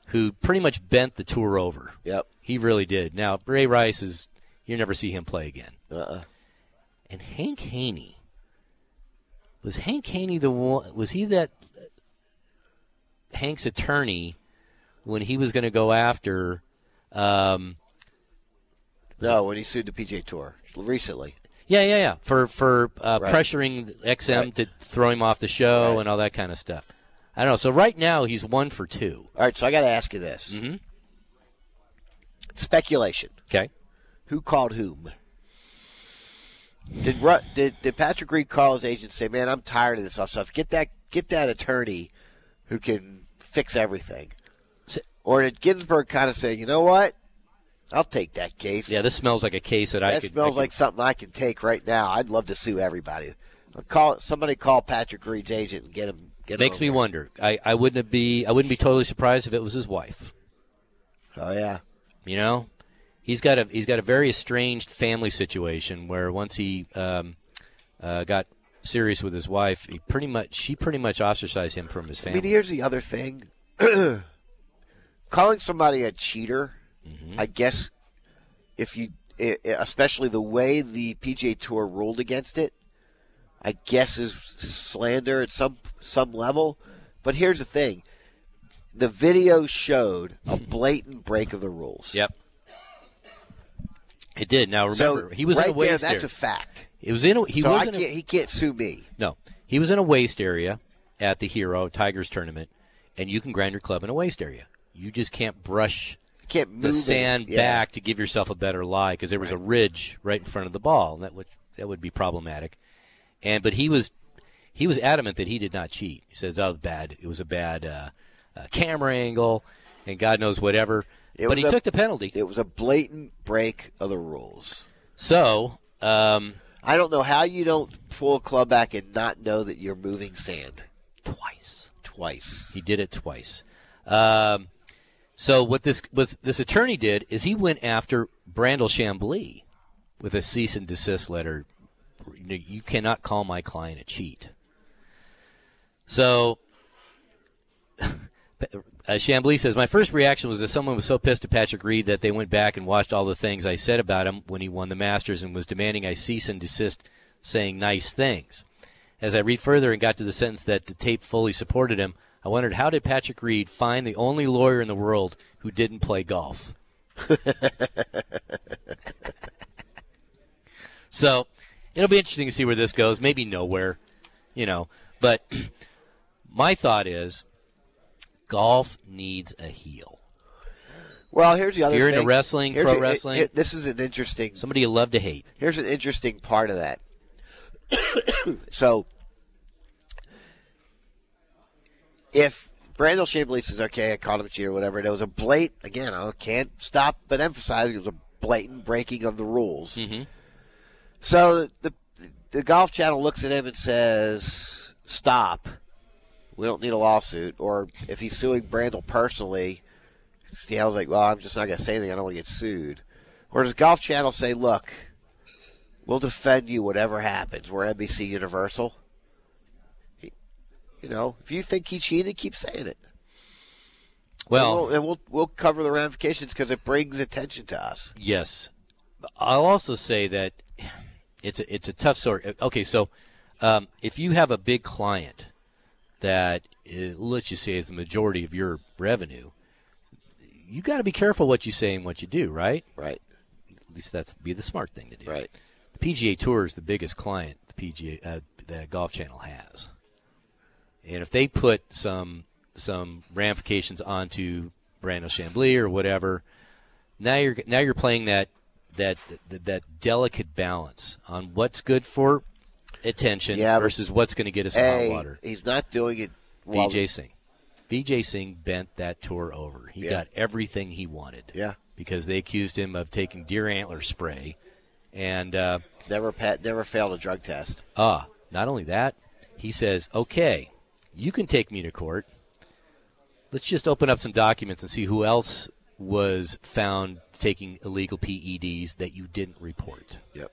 Speaker 4: who pretty much bent the tour over.
Speaker 1: Yep.
Speaker 4: He really did. Now, Ray Rice is, you never see him play again
Speaker 1: Uh-uh.
Speaker 4: and Hank Haney. Was Hank Haney the one? Was he that Hank's attorney when he was going to go after? Um,
Speaker 1: No, when he sued the PJ Tour recently.
Speaker 4: yeah, yeah, yeah. For for uh,
Speaker 1: Right.
Speaker 4: pressuring XM to throw him off the show
Speaker 1: Right.
Speaker 4: and all that kind of stuff. I don't know. So right now he's one for two.
Speaker 1: All right, so I got to ask you this.
Speaker 4: Mhm.
Speaker 1: Speculation.
Speaker 4: Okay.
Speaker 1: Who called whom? Did Ru- did did Patrick Reed call his agent and say, "Man, I'm tired of this off stuff. Get that get that attorney who can fix everything,"
Speaker 4: S-
Speaker 1: or did Ginsburg kind of say, "You know what? I'll take that case.
Speaker 4: Yeah, this smells like a case that I
Speaker 1: that
Speaker 4: could. I
Speaker 1: smells
Speaker 4: could-
Speaker 1: like something I can take right now. I'd love to sue everybody. I'll call somebody call Patrick Reed's agent and get him Get
Speaker 4: Makes me
Speaker 1: over
Speaker 4: wonder. I, I wouldn't be I wouldn't be totally surprised if it was his wife.
Speaker 1: it. Oh yeah.
Speaker 4: You know, he's got a he's got a very estranged family situation where once he um, uh, got serious with his wife, he pretty much she pretty much ostracized him from his
Speaker 1: I
Speaker 4: family.
Speaker 1: mean, here's the other thing. Calling somebody a cheater,
Speaker 4: Mm-hmm.
Speaker 1: I guess, if you, i- i- especially the way the PGA Tour ruled against it, I guess is slander at some some level. But here's the thing: the video showed a blatant break of the rules.
Speaker 4: Yep. It did. Now
Speaker 1: So
Speaker 4: remember, he was
Speaker 1: right
Speaker 4: in a waste
Speaker 1: there.
Speaker 4: area.
Speaker 1: That's a fact.
Speaker 4: It was in a, he
Speaker 1: so
Speaker 4: was
Speaker 1: I
Speaker 4: in
Speaker 1: can't,
Speaker 4: a,
Speaker 1: he can't sue me.
Speaker 4: no, he was in a waste area at the Hero Tigers tournament, and you can grind your club in a waste area. You just can't brush
Speaker 1: He can't move
Speaker 4: the
Speaker 1: it.
Speaker 4: sand
Speaker 1: Yeah.
Speaker 4: back to give yourself a better lie because there was a ridge right in front of the ball, and that would that would be problematic. And but he was he was adamant that he did not cheat. He says, "Oh, bad. It was a bad uh, uh, camera angle, and God knows whatever."
Speaker 1: It
Speaker 4: but
Speaker 1: was
Speaker 4: he
Speaker 1: a-
Speaker 4: took the penalty.
Speaker 1: It was a blatant break of the rules.
Speaker 4: so um,
Speaker 1: I don't know how you don't pull a club back and not know that you're moving sand
Speaker 4: twice.
Speaker 1: twice.
Speaker 4: He did it twice. Um, so what this what this attorney did is he went after Brandel Chambly with a cease and desist letter. You know, You cannot call my client a cheat. So uh, Chambly says, My first reaction was that someone was so pissed at Patrick Reed that they went back and watched all the things I said about him when he won the Masters and was demanding I cease and desist saying nice things. As I read further and got to the sentence that the tape fully supported him, I wondered how did Patrick Reed find the only lawyer in the world who didn't play golf? so it'll be interesting to see where this goes. Maybe nowhere, you know. But my thought is golf needs a heel.
Speaker 1: Well, here's the other.
Speaker 4: you're
Speaker 1: thing.
Speaker 4: into wrestling,
Speaker 1: Here's
Speaker 4: pro
Speaker 1: a- it-
Speaker 4: wrestling-
Speaker 1: it- this is an interesting.
Speaker 4: Somebody you love to hate.
Speaker 1: Here's an interesting part of that. so, if Brandel Chamblee says, "Okay, I caught him cheating," or whatever, and it was a blatant again. I can't stop but emphasize it was a blatant breaking of the rules.
Speaker 4: Mhm.
Speaker 1: So the the Golf Channel looks at him and says, "Stop. We don't need a lawsuit." Or if he's suing Brandel personally, see, I was like, "Well, I'm just not going to say anything. I don't want to get sued." Or does Golf Channel say, "Look, we'll defend you whatever happens. We're NBC Universal." He- You know, if you think he cheated, keep saying it.
Speaker 4: Well,
Speaker 1: and we'll and we'll, we'll cover the ramifications because it brings attention to us.
Speaker 4: Yes, I'll also say that it's a, it's a tough sort. Okay, so um, if you have a big client that is, let's just say is the majority of your revenue, you got to be careful what you say and what you do, right?
Speaker 1: Right.
Speaker 4: At least that's be the smart thing to do.
Speaker 1: Right.
Speaker 4: The PGA Tour is the biggest client the PGA uh, the Golf Channel has, and if they put some some ramifications onto Brandon Chambly or whatever, now you're now you're playing that that that, that delicate balance on what's good for attention
Speaker 1: Yeah, but-
Speaker 4: versus what's going to get us in hot
Speaker 1: Hey,
Speaker 4: water.
Speaker 1: he's not doing it. While
Speaker 4: VJ Singh, VJ Singh bent that tour over. He
Speaker 1: Yeah.
Speaker 4: got everything he wanted.
Speaker 1: Yeah.
Speaker 4: because they accused him of taking deer antler spray, and. Uh,
Speaker 1: Never pat, never failed a drug test.
Speaker 4: Ah, not only that, he says, okay, you can take me to court. Let's just open up some documents and see who else was found taking illegal PEDs that you didn't report.
Speaker 1: Yep.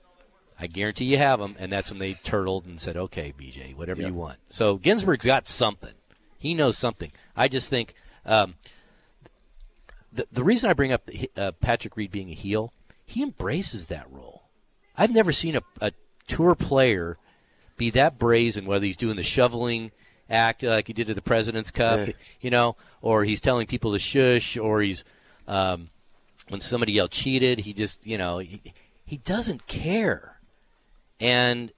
Speaker 4: I guarantee you have them. And that's when they turtled and said, okay, BJ, whatever
Speaker 1: Yeah.
Speaker 4: you want. So Ginsburg's got something. He knows something. I just think um, the, the reason I bring up uh, Patrick Reed being a heel, he embraces that role. I've never seen a, a tour player be that brazen, whether he's doing the shoveling act like he did at the President's Cup, you know, or he's telling people to shush, or he's um, when somebody else cheated, he just, you know, he, he doesn't care. And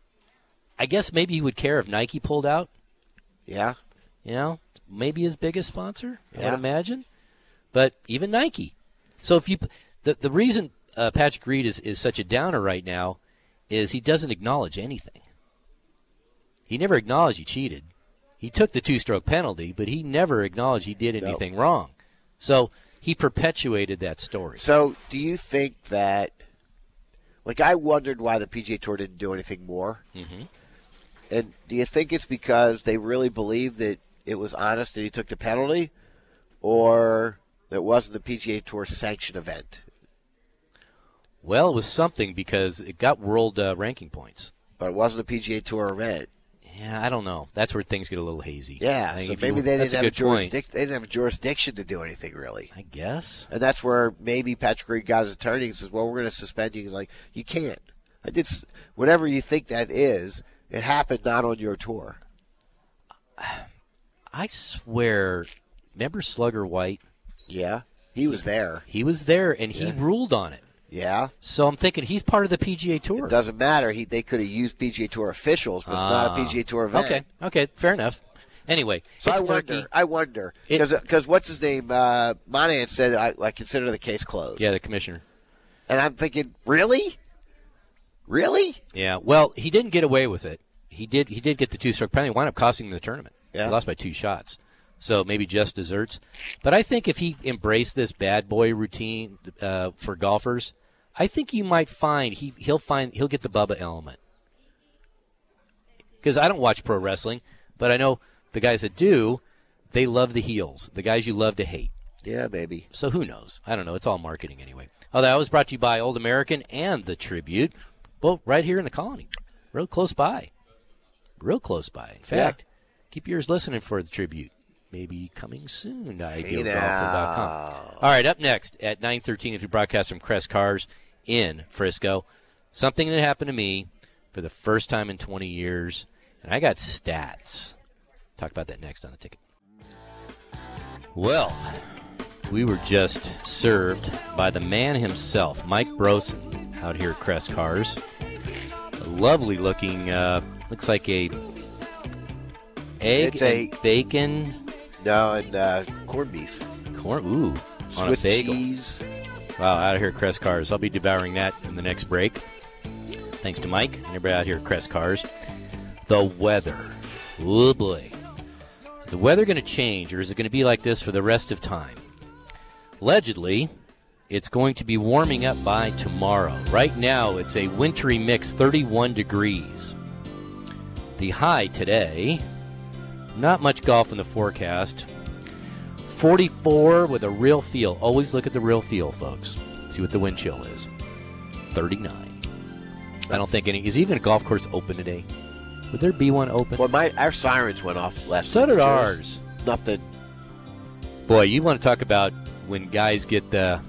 Speaker 4: I guess maybe he would care if Nike pulled out,
Speaker 1: Yeah.
Speaker 4: you know, maybe his biggest sponsor, I
Speaker 1: Yeah.
Speaker 4: would imagine. But even Nike. So if you, the, the reason uh, Patrick Reed is, is such a downer right now is he doesn't acknowledge anything. He never acknowledged he cheated. He took the two stroke penalty, but he never acknowledged he did anything wrong. So he perpetuated that story.
Speaker 1: So, do you think that, like, I wondered why the PGA Tour didn't do anything more, mm-hmm. And do you think it's because they really believe that it was honest and he took the penalty, or that wasn't the PGA Tour sanctioned event?
Speaker 4: Well, it was something because it got world uh, ranking points.
Speaker 1: But it wasn't a PGA Tour event.
Speaker 4: Yeah, I don't know. That's where things get a little hazy.
Speaker 1: Yeah,
Speaker 4: I think
Speaker 1: so
Speaker 4: if you-
Speaker 1: maybe they
Speaker 4: that's
Speaker 1: didn't
Speaker 4: a
Speaker 1: have
Speaker 4: good point.
Speaker 1: jurisdiction. They didn't have jurisdiction to do anything really.
Speaker 4: I guess.
Speaker 1: And that's where maybe Patrick Reed got his attorney and says, "Well, we're going to suspend you." He's like, "You can't. I did s- whatever you think that is. It happened not on your tour."
Speaker 4: I swear. Remember Slugger White?
Speaker 1: Yeah, he was there.
Speaker 4: He was there and he ruled on it.
Speaker 1: Yeah,
Speaker 4: So I'm thinking he's part of the PGA Tour.
Speaker 1: it doesn't matter. He they could have used PGA Tour officials, but it's not a
Speaker 4: Ah.
Speaker 1: PGA Tour event.
Speaker 4: Okay, okay, fair enough. Anyway,
Speaker 1: So I
Speaker 4: it's
Speaker 1: wonder.
Speaker 4: murky.
Speaker 1: I wonder
Speaker 4: It-
Speaker 1: because what's his name? Uh, Monahan said I, I consider the case closed.
Speaker 4: Yeah, the commissioner.
Speaker 1: and I'm thinking, really, really?
Speaker 4: Yeah. Well, he didn't get away with it. He did. He did get the two-stroke penalty. Wound up costing him the tournament.
Speaker 1: Yeah.
Speaker 4: He lost by two shots. So maybe just desserts. But I think if he embraced this bad boy routine uh, for golfers, I think you might find he he'll find he'll get the Bubba element. Because I don't watch pro wrestling, but I know the guys that do, they love the heels. The guys you love to hate.
Speaker 1: Yeah, maybe.
Speaker 4: So who knows? I don't know. It's all marketing anyway. Oh, that was brought to you by Old American and the Tribute. Well, right here in the colony, real close by, real close by. In fact, keep yours listening for the Tribute. Maybe coming soon to idealgolfer.com. All right, up next at 9:13, if you broadcast from Crest Cars in Frisco, something that happened to me for the first time in 20 years, and I got stats. Talk about that next on the ticket. Well, we were just served by the man himself, Mike Broson, out here at Crest Cars. A lovely looking, uh, looks like a egg
Speaker 1: It's a-
Speaker 4: and bacon
Speaker 1: No, and uh, corned beef,
Speaker 4: corn. Ooh, on
Speaker 1: Swiss
Speaker 4: a bagel.
Speaker 1: cheese.
Speaker 4: Wow, out here at Crest Cars. I'll be devouring that in the next break. Thanks to Mike and everybody out here at Crest Cars. The weather. Oh boy. Is the weather going to change or is it going to be like this for the rest of time? Allegedly, it's going to be warming up by tomorrow. Right now, it's a wintry mix, 31 degrees. The high today, not much golf in the forecast, 44 with a real feel. Always look at the real feel, folks. See what the wind chill is. 39. I don't think any. Is even a golf course open today? Would there be one open?
Speaker 1: Well, my our sirens went off last.
Speaker 4: so
Speaker 1: night.
Speaker 4: did
Speaker 1: There was
Speaker 4: ours.
Speaker 1: Nothing.
Speaker 4: Boy, you want to talk about when guys get the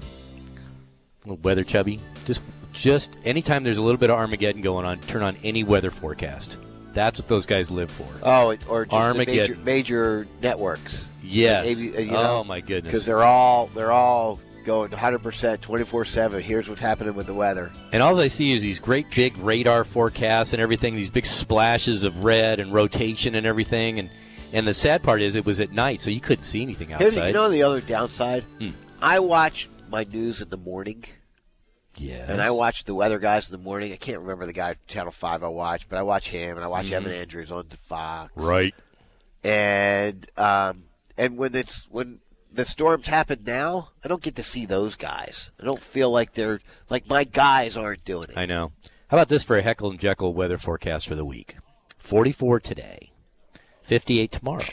Speaker 4: little weather chubby? Just, just anytime there's a little bit of Armageddon going on, turn on any weather forecast. That's what those guys live for.
Speaker 1: Oh, it- or just
Speaker 4: Armageddon.
Speaker 1: The major, major networks
Speaker 4: yes.
Speaker 1: maybe, uh, you
Speaker 4: oh
Speaker 1: know,
Speaker 4: my
Speaker 1: because
Speaker 4: goodness.
Speaker 1: they're all they're all going 100 percent 24 seven. Here's what's happening with the weather.
Speaker 4: And all I see is these great big radar forecasts and everything, these big splashes of red and rotation and everything. And and the sad part is it was at night, so you couldn't see anything outside.
Speaker 1: Here's you know the other downside.
Speaker 4: Hmm.
Speaker 1: I watch my news in the morning,
Speaker 4: yes.
Speaker 1: and I watch the weather guys in the morning. I can't remember the guy Channel Five I watch, but I watch him, and I watch Evan Andrews on the Fox.
Speaker 4: Mm-hmm. Right.
Speaker 1: and um, and when it's when the storms happen now, I don't get to see those guys. I don't feel like they're like my guys aren't doing it.
Speaker 4: I know. How about this for a Heckle and Jekyll weather forecast for the week? 44 today, 58 tomorrow,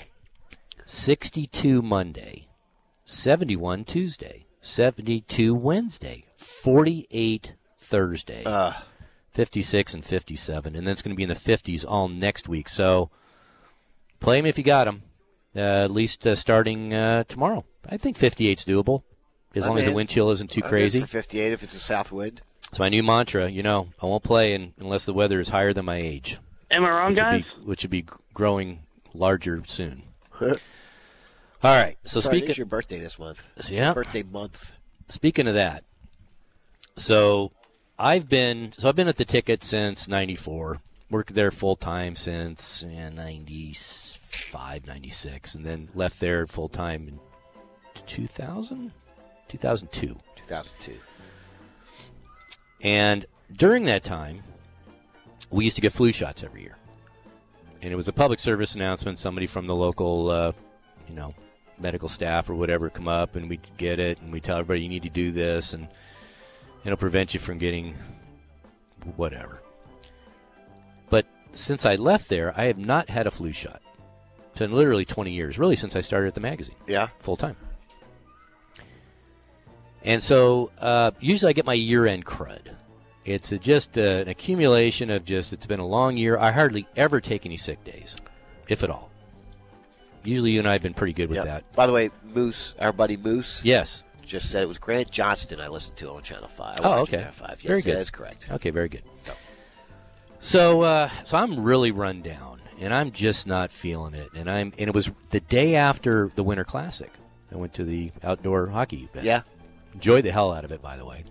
Speaker 4: 62 Monday, 71 Tuesday, 72 Wednesday, 48 Thursday.
Speaker 1: Ugh.
Speaker 4: 56 and 57, and then it's going to be in the 50s all next week. So play them if you got them, uh, at least uh, starting uh, tomorrow. I think 58's doable, as
Speaker 1: I'm
Speaker 4: long as the
Speaker 1: in.
Speaker 4: wind chill isn't too
Speaker 1: I'm in
Speaker 4: crazy.
Speaker 1: for 58 if it's a south wind.
Speaker 4: It's my new mantra. You know, I won't play in, unless the weather is higher than my age,
Speaker 9: Am I wrong,
Speaker 4: which will,
Speaker 9: guys?
Speaker 4: be, which will be growing larger soon. All right. So
Speaker 1: Sorry,
Speaker 4: speaking,
Speaker 1: it's your birthday this month. It's your
Speaker 4: Yeah.
Speaker 1: birthday month.
Speaker 4: speaking of that, so I've been so I've been at the ticket since '94. Worked there full time since eh, '95, '96, and then left there full time in 2000, 2002.
Speaker 1: 2002.
Speaker 4: And during that time, we used to get flu shots every year. And it was a public service announcement. Somebody from the local, uh, you know, medical staff or whatever come up and we'd get it and we tell everybody you need to do this and it'll prevent you from getting whatever. But since I left there, I have not had a flu shot. It's been literally 20 years, really, since I started at the magazine
Speaker 6: Yeah.
Speaker 4: full time. And so uh, usually I get my year end crud. It's a, just uh an accumulation of just, it's been a long year. I hardly ever take any sick days, if at all. Usually you and I have been pretty good with
Speaker 6: Yep.
Speaker 4: that.
Speaker 6: By the way, Moose, our buddy Moose,
Speaker 4: Yes.
Speaker 6: just said it was Grant Johnston. I listened to on Channel Five. I
Speaker 4: Oh,
Speaker 6: watched
Speaker 4: okay.
Speaker 6: Channel Five. Yes,
Speaker 4: Very good.
Speaker 6: That is correct.
Speaker 4: Okay, very good. So, uh, so I'm really run down, and I'm just not feeling it. And I'm, and it was the day after the Winter Classic. I went to the outdoor hockey event.
Speaker 6: Yeah.
Speaker 4: enjoyed the hell out of it, by the way.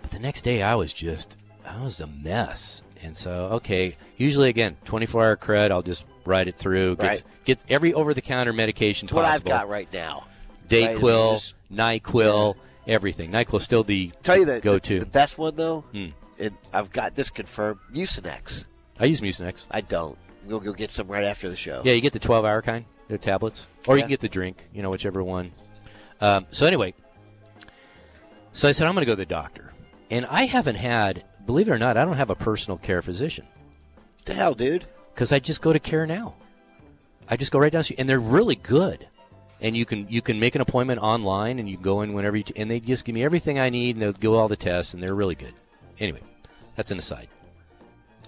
Speaker 4: But the next day, I was just, I was a mess. And so, okay, usually again, 24 hour cred, I'll just ride it through. Get,
Speaker 6: Right.
Speaker 4: get every over the counter medication
Speaker 6: It's what I've
Speaker 4: possible.
Speaker 6: got right now.
Speaker 4: Dayquil,
Speaker 6: Vitamins.
Speaker 4: NyQuil, everything. NyQuil's still the
Speaker 6: Tell you the
Speaker 4: go
Speaker 6: the,
Speaker 4: to.
Speaker 6: the best one though,
Speaker 4: Hmm.
Speaker 6: and I've got this confirmed. Mucinex.
Speaker 4: I use Mucinex.
Speaker 6: I don't. I'm gonna go get some right after the show.
Speaker 4: Yeah, you get the 12 hour kind, the tablets, or you
Speaker 6: Yeah.
Speaker 4: can get the drink, you know, whichever one. Um, so, anyway, so I said, I'm going to go to the doctor. And I haven't had, believe it or not, I don't have a personal care physician
Speaker 6: What the hell, dude?
Speaker 4: because I just go to Care Now. I just go right down the street, and they're really good. And you can you can make an appointment online, and you can go in whenever you. and they just give me everything I need, and they'll do all the tests, and they're really good. Anyway, that's an aside.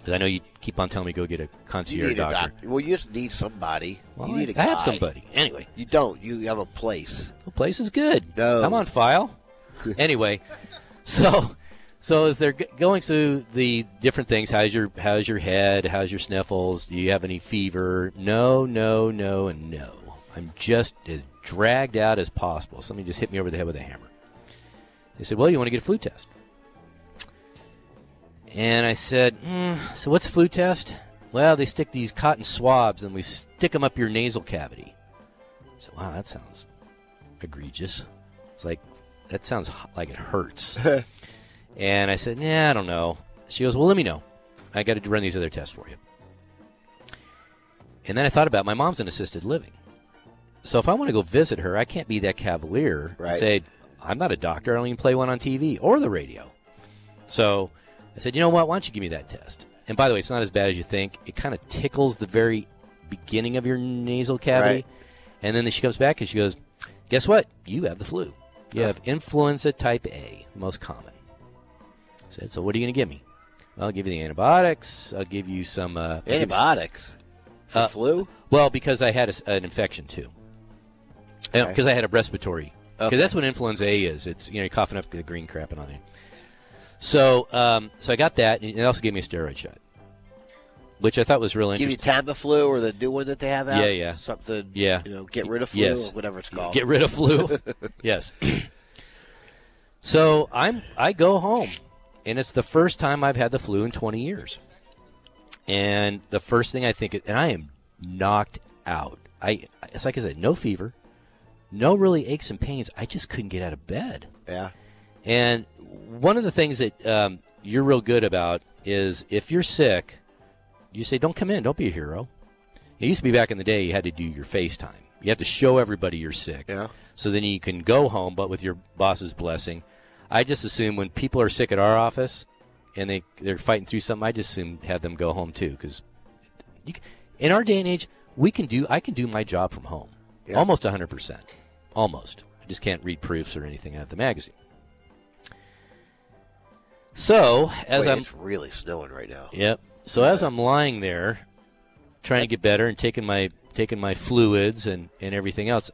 Speaker 4: 'Cause I know you keep on telling me go get a
Speaker 6: You
Speaker 4: concierge
Speaker 6: need
Speaker 4: doctor.
Speaker 6: a doctor. Well, you just need somebody.
Speaker 4: Well,
Speaker 6: you
Speaker 4: I-
Speaker 6: need a
Speaker 4: I have
Speaker 6: guy.
Speaker 4: somebody. Anyway,
Speaker 6: You don't. You have a place.
Speaker 4: the place is good.
Speaker 6: No.
Speaker 4: I'm on file. anyway, so so as they're g- going through the different things, how's your how's your head? How's your sniffles? Do you have any fever? No, no, no, and no. I'm just as dragged out as possible. Somebody just hit me over the head with a hammer. They said, "Well, you want to get a flu test?" And I said, mm, "So what's a flu test?" Well, they stick these cotton swabs and we stick them up your nasal cavity. So wow, that sounds egregious. It's like that sounds h- like it hurts. and I said, "Yeah, I don't know." She goes, "Well, let me know. I got to run these other tests for you." And then I thought about it. my mom's in assisted living, so if I want to go visit her, I can't be that cavalier
Speaker 6: Right.
Speaker 4: and say, "I'm not a doctor. I don't even play one on TV or the radio." So I said, "You know what? Why don't you give me that test?" And by the way, it's not as bad as you think. It kind of tickles the very beginning of your nasal cavity.
Speaker 6: Right.
Speaker 4: And then she comes back and she goes, Guess what? You have the flu. You have influenza type A, most common. I said, So what are you going to give me? Well, I'll give you the antibiotics. I'll give you some. Uh, I'll give you some-
Speaker 6: Antibiotics. For
Speaker 4: Uh,
Speaker 6: flu.
Speaker 4: well, because I had a s an infection too. Because
Speaker 6: Okay.
Speaker 4: I had a respiratory. Because
Speaker 6: Okay.
Speaker 4: that's what influenza A is. It's you know you're coughing up the green crap and all that. So um, so I got that, and it also gave me a steroid shot, which I thought was real
Speaker 6: Give you
Speaker 4: interesting.
Speaker 6: Tamiflu or the new one that they have out.
Speaker 4: Yeah, yeah.
Speaker 6: Something.
Speaker 4: Yeah.
Speaker 6: You know, get rid of flu
Speaker 4: Yes.
Speaker 6: or whatever it's called.
Speaker 4: Get rid of flu. yes. so I'm I go home, and it's the first time I've had the flu in 20 years. And the first thing I think, and I am knocked out. I it's like I said, no fever, no really aches and pains. I just couldn't get out of bed.
Speaker 6: yeah.
Speaker 4: And one of the things that um, you're real good about is if you're sick, you say, "Don't come in. Don't be a hero." It used to be back in the day you had to do your FaceTime. You have to show everybody you're sick.
Speaker 6: Yeah.
Speaker 4: So then you can go home, but with your boss's blessing. I just assume when people are sick at our office and they they're fighting through something, I just assume have them go home too because in our day and age, we can do I can do my job from home
Speaker 6: Yeah.
Speaker 4: almost 100 percent, almost. I just can't read proofs or anything out of the magazine. So as
Speaker 6: Wait,
Speaker 4: I'm
Speaker 6: it's really snowing right now.
Speaker 4: Yep. So as I'm lying there, trying to get better and taking my taking my fluids and and everything else,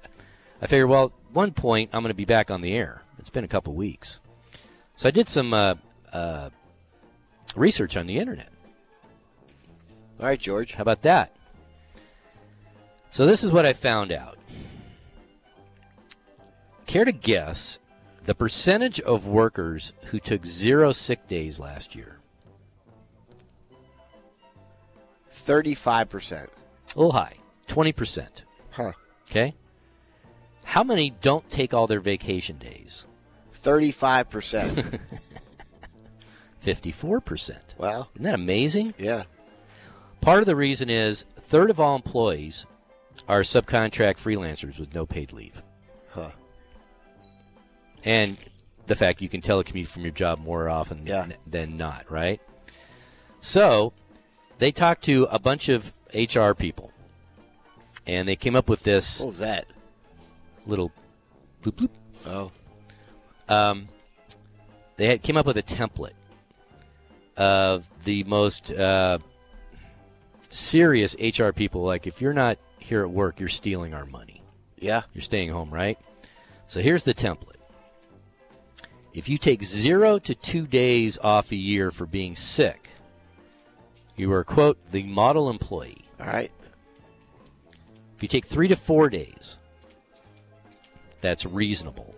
Speaker 4: I figure, well, at one point I'm going to be back on the air. It's been a couple weeks, so I did some uh, uh, research on the internet.
Speaker 6: All right, George.
Speaker 4: How about that? So this is what I found out. Care to guess the percentage of workers who took zero sick days last year?
Speaker 6: Thirty-five percent.
Speaker 4: A little high, twenty percent.
Speaker 6: Huh.
Speaker 4: Okay. How many don't take all their vacation days?
Speaker 6: Thirty-five percent.
Speaker 4: 54%.
Speaker 6: Wow.
Speaker 4: Isn't that amazing?
Speaker 6: Yeah.
Speaker 4: Part of the reason is a third of all employees are subcontract freelancers with no paid leave.
Speaker 6: Huh.
Speaker 4: And the fact you can telecommute from your job more often
Speaker 6: Yeah.
Speaker 4: than not, right? So, They talked to a bunch of HR people, and they came up with this
Speaker 1: What was that?
Speaker 4: little bloop bloop. Oh. Um, they had came up with a template of the most uh, serious HR people. Like, if you're not here at work, you're stealing our money.
Speaker 1: Yeah.
Speaker 4: You're staying home, right? So here's the template. If you take zero to two days off a year for being sick, you are, quote, the model employee.
Speaker 1: All right.
Speaker 4: If you take three to four days, that's reasonable.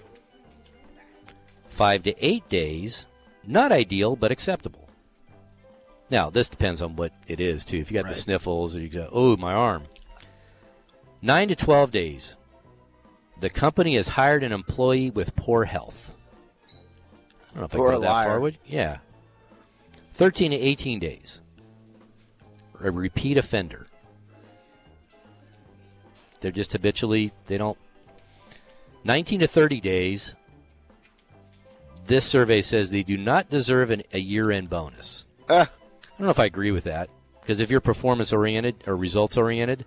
Speaker 4: Five to eight days, not ideal, but acceptable. Now, this depends on what it is, too. If you got the sniffles or you go, oh, my arm. Nine to 12 days, the company has hired an employee with poor health. I don't know if
Speaker 1: Or
Speaker 4: I
Speaker 1: a
Speaker 4: go that
Speaker 1: liar.
Speaker 4: far. Would yeah. 13 to 18 days, a repeat offender. They're just habitually, they don't. 19 to 30 days, this survey says they do not deserve an, a year end bonus.
Speaker 1: Uh,
Speaker 4: I don't know if I agree with that because if you're performance oriented or results oriented,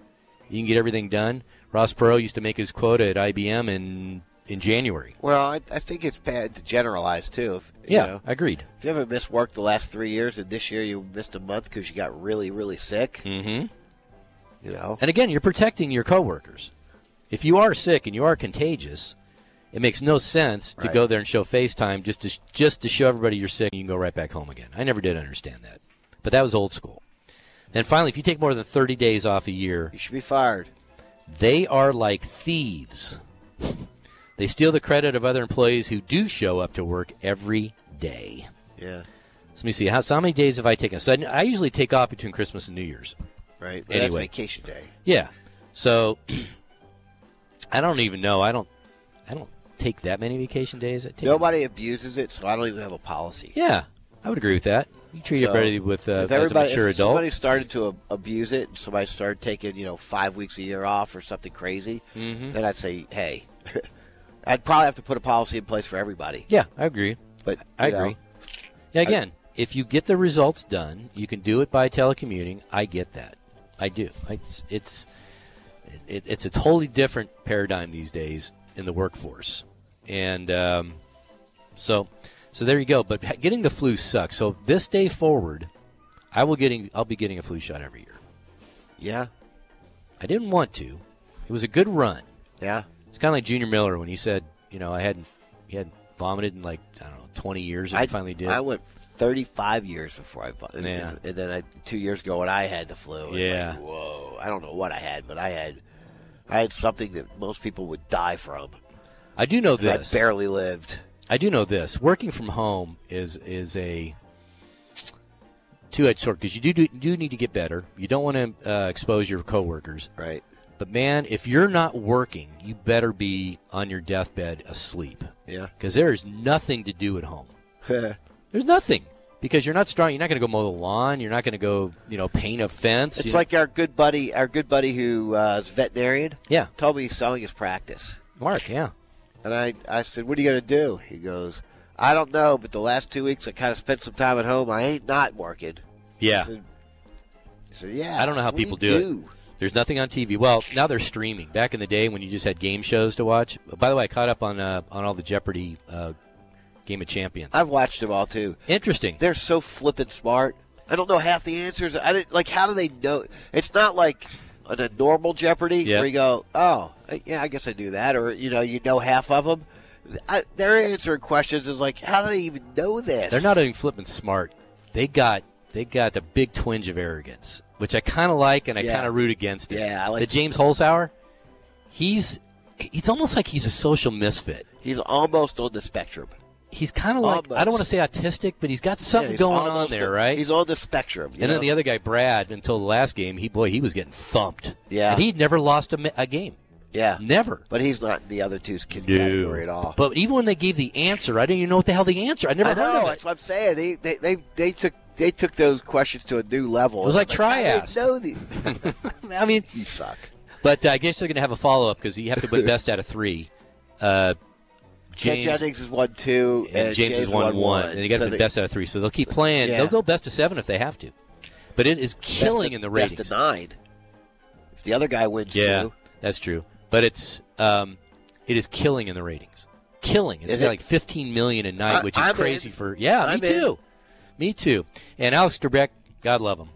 Speaker 4: you can get everything done. Ross Perot used to make his quota at IBM in in January.
Speaker 1: well, I, I think it's bad to generalize too. If, you
Speaker 4: Yeah,
Speaker 1: know,
Speaker 4: agreed.
Speaker 1: if you haven't missed work the last three years, and this year you missed a month because you got really, really sick,
Speaker 4: Mm-hmm.
Speaker 1: you know.
Speaker 4: And again, you're protecting your coworkers. If you are sick and you are contagious, it makes no sense to
Speaker 1: Right.
Speaker 4: go there and show FaceTime just to just to show everybody you're sick and you can go right back home again. I never did understand that. But that was old school. Then finally, if you take more than 30 days off a year,
Speaker 1: You should be fired.
Speaker 4: They are like thieves. They steal the credit of other employees who do show up to work every day.
Speaker 1: Yeah.
Speaker 4: So let me see. How, so how many days have I taken? So I, I usually take off between Christmas and New Year's.
Speaker 1: Right. But
Speaker 4: Anyway.
Speaker 1: That's vacation day.
Speaker 4: Yeah. So I don't even know. I don't. I don't take that many vacation days. I take
Speaker 1: Nobody abuses it, so I don't even have a policy.
Speaker 4: Yeah, I would agree with that. You treat
Speaker 1: So,
Speaker 4: everybody with uh,
Speaker 1: if
Speaker 4: as a
Speaker 1: everybody,
Speaker 4: mature
Speaker 1: if
Speaker 4: adult.
Speaker 1: somebody started to ab- abuse it, and somebody started taking, you know, five weeks a year off or something crazy,
Speaker 4: Mm-hmm.
Speaker 1: then I'd say, hey, I'd probably have to put a policy in place for everybody.
Speaker 4: Yeah, I agree.
Speaker 1: But
Speaker 4: I
Speaker 1: you know,
Speaker 4: agree. Yeah, again, if you get the results done, you can do it by telecommuting. I get that. I do. It's it's it, it's a totally different paradigm these days in the workforce, and um, so so there you go. But ha- getting the flu sucks. So this day forward, I will getting I'll be getting a flu shot every year.
Speaker 1: Yeah.
Speaker 4: I didn't want to. It was a good run.
Speaker 1: Yeah.
Speaker 4: It's kind of like Junior Miller when he said, you know, I hadn't he hadn't vomited in like I don't know twenty years. And I finally did.
Speaker 1: I went 35 years before I fu- and-
Speaker 4: Yeah.
Speaker 1: And then I, two years ago when I had the flu, it was
Speaker 4: Yeah.
Speaker 1: like, whoa. I don't know what I had, but I had I had something that most people would die from.
Speaker 4: I do know
Speaker 1: And I
Speaker 4: this.
Speaker 1: barely lived.
Speaker 4: I do know this. Working from home is is a two-edged sword because you do, do do need to get better. You don't want to uh, expose your coworkers,
Speaker 1: Right.
Speaker 4: but man, if you're not working, you better be on your deathbed asleep
Speaker 1: Yeah.
Speaker 4: because there is nothing to do at home. There's nothing because you're not strong. You're not going to go mow the lawn. You're not going to go you know paint a fence.
Speaker 1: It's
Speaker 4: You-
Speaker 1: like our good buddy, our good buddy who uh, is a veterinarian,
Speaker 4: yeah,
Speaker 1: told me he's selling his practice,
Speaker 4: Mark. Yeah,
Speaker 1: and I, I said, "What are you gonna do?" He goes, "I don't know, but the last two weeks I kind of spent some time at home. I ain't not working." I
Speaker 4: yeah.
Speaker 1: said, I said, "Yeah."
Speaker 4: I don't know how
Speaker 1: what
Speaker 4: people
Speaker 1: do,
Speaker 4: do
Speaker 1: you
Speaker 4: it. There's nothing on TV. Well, now they're streaming. Back in the day when you just had game shows to watch. By the way, I caught up on uh, on all the Jeopardy uh, Game of Champions.
Speaker 1: I've watched them all too.
Speaker 4: Interesting.
Speaker 1: They're so flippin' smart. I don't know half the answers. I didn't like. How do they know? It's not like on a normal Jeopardy
Speaker 4: Yeah.
Speaker 1: where you go, "Oh, I- yeah, I guess I do that," or you know, you know half of them. I, they're answering questions is like, how do they even know this?
Speaker 4: They're not even flipping smart. They got they got the big twinge of arrogance, which I kind of like and I
Speaker 1: Yeah.
Speaker 4: kind of root against it.
Speaker 1: Yeah, I like-
Speaker 4: the James Holzhauer. He's it's almost like he's a social misfit.
Speaker 1: He's almost on the spectrum.
Speaker 4: He's kind of like I
Speaker 1: Almost.
Speaker 4: don't want to say autistic, but he's got
Speaker 1: Yeah,
Speaker 4: something
Speaker 1: he's
Speaker 4: going on
Speaker 1: almost
Speaker 4: there, right?
Speaker 1: He's on the spectrum. you
Speaker 4: And then
Speaker 1: know?
Speaker 4: the other guy, Brad, until the last game, he boy, he was getting thumped.
Speaker 1: Yeah.
Speaker 4: and he'd never lost a, ma- a game,
Speaker 1: yeah,
Speaker 4: never.
Speaker 1: but he's not in the other two's kid
Speaker 4: No.
Speaker 1: category at all.
Speaker 4: But even when they gave the answer, I didn't even know what the hell the answer. I never
Speaker 1: I
Speaker 4: heard
Speaker 1: know
Speaker 4: of it.
Speaker 1: that's what I'm saying. They, they they they took they took those questions to a new level.
Speaker 4: It was like
Speaker 1: I'm how do
Speaker 4: Triasked.
Speaker 1: they know these?
Speaker 4: I mean,
Speaker 1: you suck.
Speaker 4: but uh, I guess they're going to have a follow up because you have to put best out of three. Uh, James
Speaker 1: Ken Jennings is one two,
Speaker 4: and James, is one one, and you got to
Speaker 1: so
Speaker 4: put
Speaker 1: they-
Speaker 4: best out of three. So they'll keep playing.
Speaker 1: Yeah.
Speaker 4: They'll go best of seven if they have to. But it is killing
Speaker 1: Best of-
Speaker 4: in the ratings.
Speaker 1: Best of nine. If the other guy wins
Speaker 4: yeah,
Speaker 1: two,
Speaker 4: that's true. But it's um, it is killing in the ratings. Killing. It's
Speaker 1: Is
Speaker 4: got
Speaker 1: it?
Speaker 4: like 15 million a night,
Speaker 1: I-
Speaker 4: which is
Speaker 1: I'm
Speaker 4: crazy
Speaker 1: in.
Speaker 4: for. Yeah,
Speaker 1: I'm
Speaker 4: me
Speaker 1: in.
Speaker 4: too. Me too. And Alex Trebek, God love him.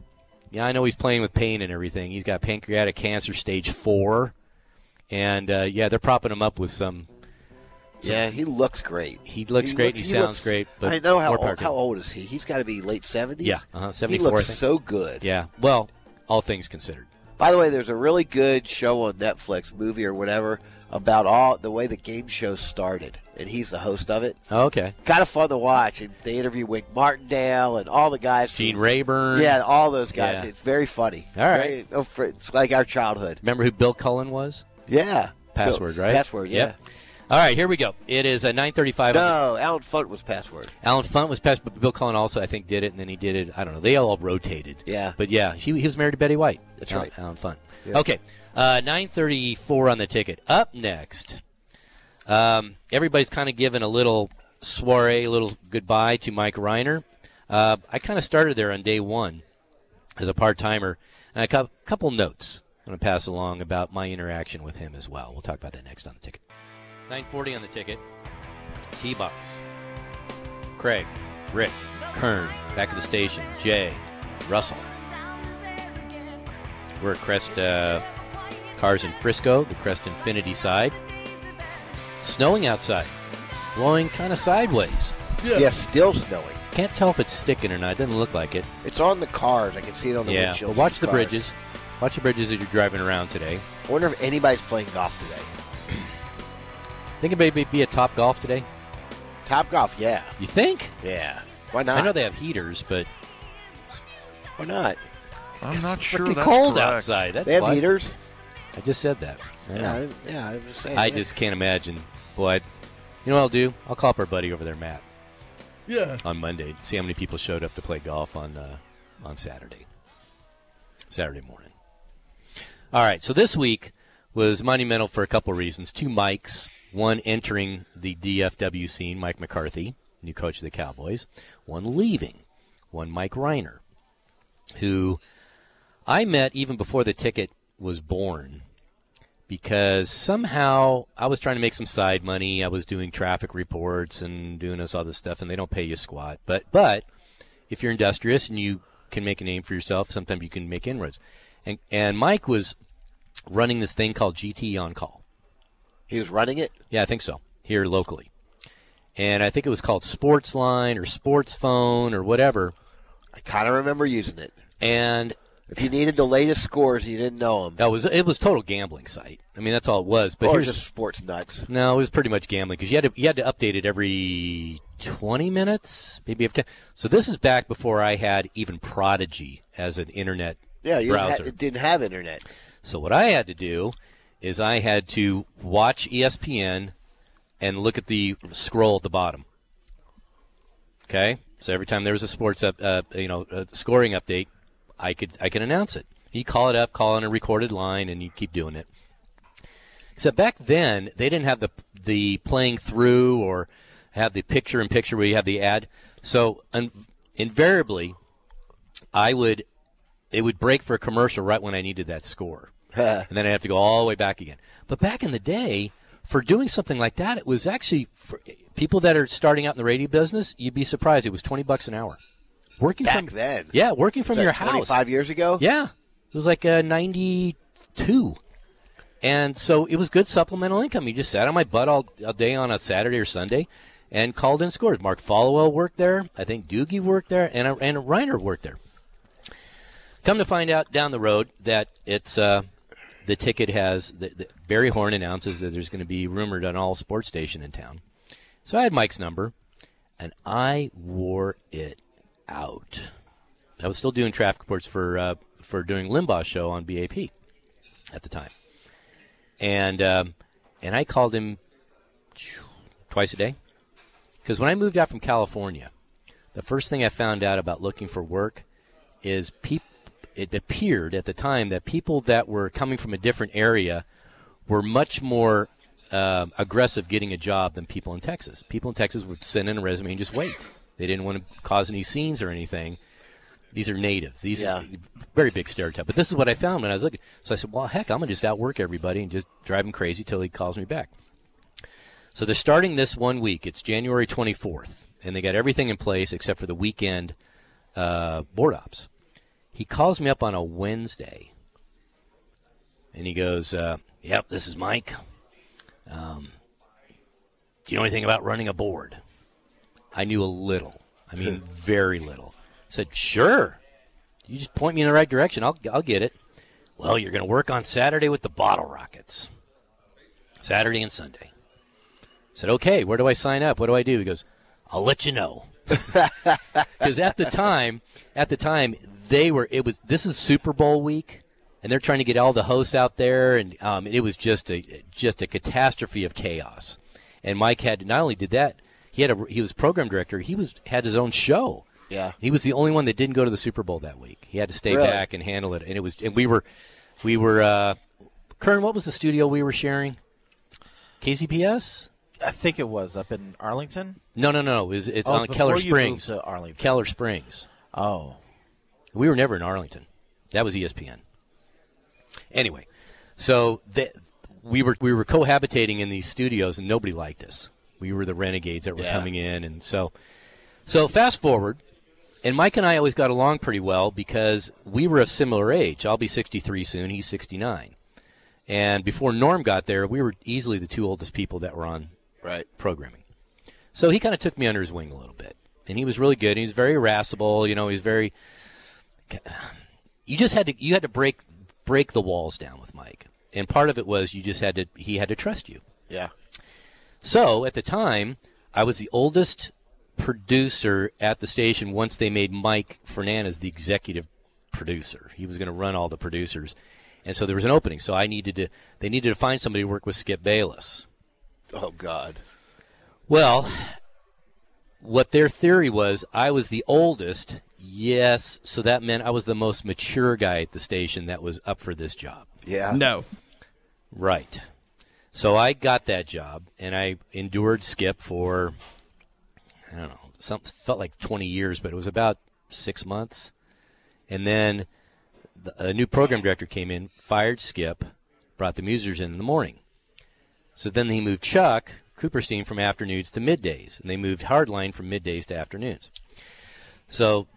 Speaker 4: Yeah, I know he's playing with pain and everything. He's got pancreatic cancer stage four, and uh, yeah, they're propping him up with some.
Speaker 1: yeah, he looks great.
Speaker 4: He looks great. he, sounds
Speaker 1: looks-
Speaker 4: great. But
Speaker 1: I know how
Speaker 4: more power
Speaker 1: old,
Speaker 4: to
Speaker 1: how
Speaker 4: him.
Speaker 1: old is he? He's got to be late seventies.
Speaker 4: Yeah, uh-huh,
Speaker 1: He
Speaker 4: 74, I
Speaker 1: looks
Speaker 4: think.
Speaker 1: so good.
Speaker 4: Yeah. Well, all things considered.
Speaker 1: By the way, there's a really good show on Netflix, movie or whatever, about all the way the game show started, and he's the host of it.
Speaker 4: Oh, okay.
Speaker 1: Kind of fun to watch. And they interview Wink Martindale and all the guys. from-
Speaker 4: Gene Rayburn.
Speaker 1: Yeah, all those guys.
Speaker 4: Yeah.
Speaker 1: It's very funny.
Speaker 4: All right.
Speaker 1: Very- oh, fr- it's like our childhood.
Speaker 4: Remember who Bill Cullen was?
Speaker 1: Yeah.
Speaker 4: Password,
Speaker 1: No,
Speaker 4: right?
Speaker 1: Password, yeah.
Speaker 4: Yep. All right, here we go. It is a 9:35.
Speaker 1: No, Alan Funt was password.
Speaker 4: Alan Funt was passed, but Bill Cullen also, I think, did it, and then he did it. I don't know. They all rotated.
Speaker 1: Yeah.
Speaker 4: But yeah, he, he was married to Betty White.
Speaker 1: That's
Speaker 4: Alan,
Speaker 1: right.
Speaker 4: Alan Funt.
Speaker 1: Yeah.
Speaker 4: Okay, uh, 9:34 on the ticket. Up next, um, everybody's kind of given a little soiree, a little goodbye to Mike Reiner. Uh, I kind of started there on day one as a part timer, and I got a couple notes I'm going to pass along about my interaction with him as well. We'll talk about that next on the ticket. 9:40 on the ticket. T box. Craig, Rick, Kern, back at the station. Jay, Russell. We're at Crest uh, Cars in Frisco, the Crest Infinity side. Snowing outside, blowing kind of sideways.
Speaker 1: Yeah. still snowing.
Speaker 4: Can't tell if it's sticking or not. It doesn't look like it.
Speaker 1: It's on the cars. I can see it on the
Speaker 4: yeah,
Speaker 1: windshield.
Speaker 4: but watch the
Speaker 1: of cars.
Speaker 4: bridges. Watch the bridges as you're driving around today.
Speaker 1: I wonder if anybody's playing golf today.
Speaker 4: Think it may be- be a top golf today.
Speaker 1: Top golf, yeah.
Speaker 4: You think?
Speaker 1: Yeah. Why not?
Speaker 4: I know they have heaters, but
Speaker 1: Why not?
Speaker 2: I'm not
Speaker 4: it's
Speaker 2: sure.
Speaker 4: freaking
Speaker 2: That's
Speaker 4: cold
Speaker 2: correct.
Speaker 4: outside. That's
Speaker 1: they have
Speaker 4: why.
Speaker 1: heaters.
Speaker 4: I just said that. I know.
Speaker 1: Yeah, I- yeah. I'm just saying.
Speaker 4: I
Speaker 1: yeah.
Speaker 4: just can't imagine. Boy, I'd- you know what I'll do? I'll call up our buddy over there, Matt. Yeah. On Monday, see how many people showed up to play golf on uh, on Saturday. Saturday morning. All right. So this week was monumental for a couple reasons. Two Mikes. One entering the DFW scene, Mike McCarthy, new coach of the Cowboys. One leaving. One Mike Reiner, who I met even before the ticket was born because somehow I was trying to make some side money. I was doing traffic reports and doing this all this stuff, and they don't pay you squat. But but if you're industrious and you can make a name for yourself, sometimes you can make inroads. And and Mike was running this thing called GT on call.
Speaker 1: He was running it.
Speaker 4: Yeah, I think so. Here locally, and I think it was called Sports Line or Sports Phone or whatever.
Speaker 1: I kind of remember using it.
Speaker 4: And
Speaker 1: If you needed the latest scores, and you didn't know them.
Speaker 4: that was it was total gambling site. I mean, that's all it was. But
Speaker 1: or
Speaker 4: here's
Speaker 1: just sports nuts.
Speaker 4: No, it was pretty much gambling because you had to you had to update it every twenty minutes, maybe if ten. So this is back before I had even Prodigy as an internet
Speaker 1: Yeah, you didn't ha-
Speaker 4: browser.
Speaker 1: it didn't have internet.
Speaker 4: so what I had to do is I had to watch E ESPN and look at the scroll at the bottom. Okay, so every time there was a sports up, uh, you know, uh scoring update, I could I could announce it. You call it up, call on a recorded line, and you keep doing it. Except back then, they didn't have the the playing through or have the picture in picture where you have the ad. So un- invariably, I would it would break for a commercial right when I needed that score, and then I'd have to go all the way back again. But back in the day, for doing something like that, it was actually for people that are starting out in the radio business. You'd be surprised; it was twenty bucks an hour. Working
Speaker 1: Back
Speaker 4: from
Speaker 1: then?
Speaker 4: yeah, working from
Speaker 1: Was that
Speaker 4: your house.
Speaker 1: 25 years ago.
Speaker 4: Yeah, it was like uh, ninety two, and so it was good supplemental income. You just sat on my butt all, all day on a Saturday or Sunday, and called in scores. Mark Followell worked there. I think Doogie worked there, and uh, and Reiner worked there. Come to find out down the road that it's uh, the ticket has the, the, Barry Horn announces that there's going to be rumored on all sports station in town. So I had Mike's number, and I wore it out. I was still doing traffic reports for uh, for doing Limbaugh's show on BAP at the time, and um, and I called him twice a day because when I moved out from California, the first thing I found out about looking for work is peop- it appeared at the time that people that were coming from a different area were much more um, aggressive getting a job than people in Texas. People in Texas would send in a resume and just wait. They didn't want to cause any scenes or anything These are natives. These
Speaker 6: Yeah.
Speaker 4: are very big stereotype. But this is what I found when I was looking. So I said, well, heck, I'm going to just outwork everybody and just drive him crazy till he calls me back. So they're starting this one week. It's January 24th, and they got everything in place except for the weekend uh, board ops. He calls me up on a Wednesday, and he goes, uh, "Yep, this is Mike. Um, do you know anything about running a board?" I knew a little. I mean, very little. I said, "Sure. You just point me in the right direction. I'll I'll get it." Well, you're going to work on Saturday with the bottle rockets. Saturday and Sunday. I said, okay, where do I sign up? What do I do? He goes, I'll let you know. Because at the time, at the time, they were, it was, this is Super Bowl week, and they're trying to get all the hosts out there, and um, it was just a, just a catastrophe of chaos. And Mike had, not only did that, he had a, he was program director, he was, had his own show.
Speaker 6: Yeah.
Speaker 4: He was the only one that didn't go to the Super Bowl that week. He had to stay
Speaker 6: Really?
Speaker 4: back and handle it. And it was, and we were, we were, uh, Kern, what was the studio we were sharing? KCPS?
Speaker 3: I think it was up in Arlington.
Speaker 4: No, no, no. It's, it's
Speaker 3: Oh,
Speaker 4: on Keller
Speaker 3: before you moved
Speaker 4: Springs.
Speaker 3: to Arlington.
Speaker 4: Keller Springs.
Speaker 3: Oh,
Speaker 4: We were never in Arlington. That was E ESPN. Anyway, so the, we were we were cohabitating in these studios, and nobody liked us. We were the renegades that were
Speaker 1: Yeah.
Speaker 4: coming in, and so so fast forward, and Mike and I always got along pretty well because we were of similar age. I'll be 63 soon. He's 69, and before Norm got there, we were easily the two oldest people that were on
Speaker 1: Right.
Speaker 4: programming. So he kind of took me under his wing a little bit, and he was really good. He was very irascible, you know. He was very. You just had to you had to break break the walls down with Mike, and part of it was you just had to he had to trust you.
Speaker 1: Yeah.
Speaker 4: So at the time, I was the oldest producer at the station once they made Mike Fernandez the executive producer. He was going to run all the producers. And so there was an opening. So I needed to they needed to find somebody to work with Skip Bayless.
Speaker 1: Oh God.
Speaker 4: Well, what their theory was, I was the oldest. Yes, so that meant I was the most mature guy at the station that was up for this job.
Speaker 6: Yeah.
Speaker 10: No.
Speaker 4: Right. So I got that job, and I endured Skip for I don't know, some felt like 20 years, but it was about six months. And then the, a new program director came in, fired Skip, brought the musers in in the morning. So then he moved Chuck Cooperstein from afternoons to middays, and they moved Hardline from middays to afternoons. So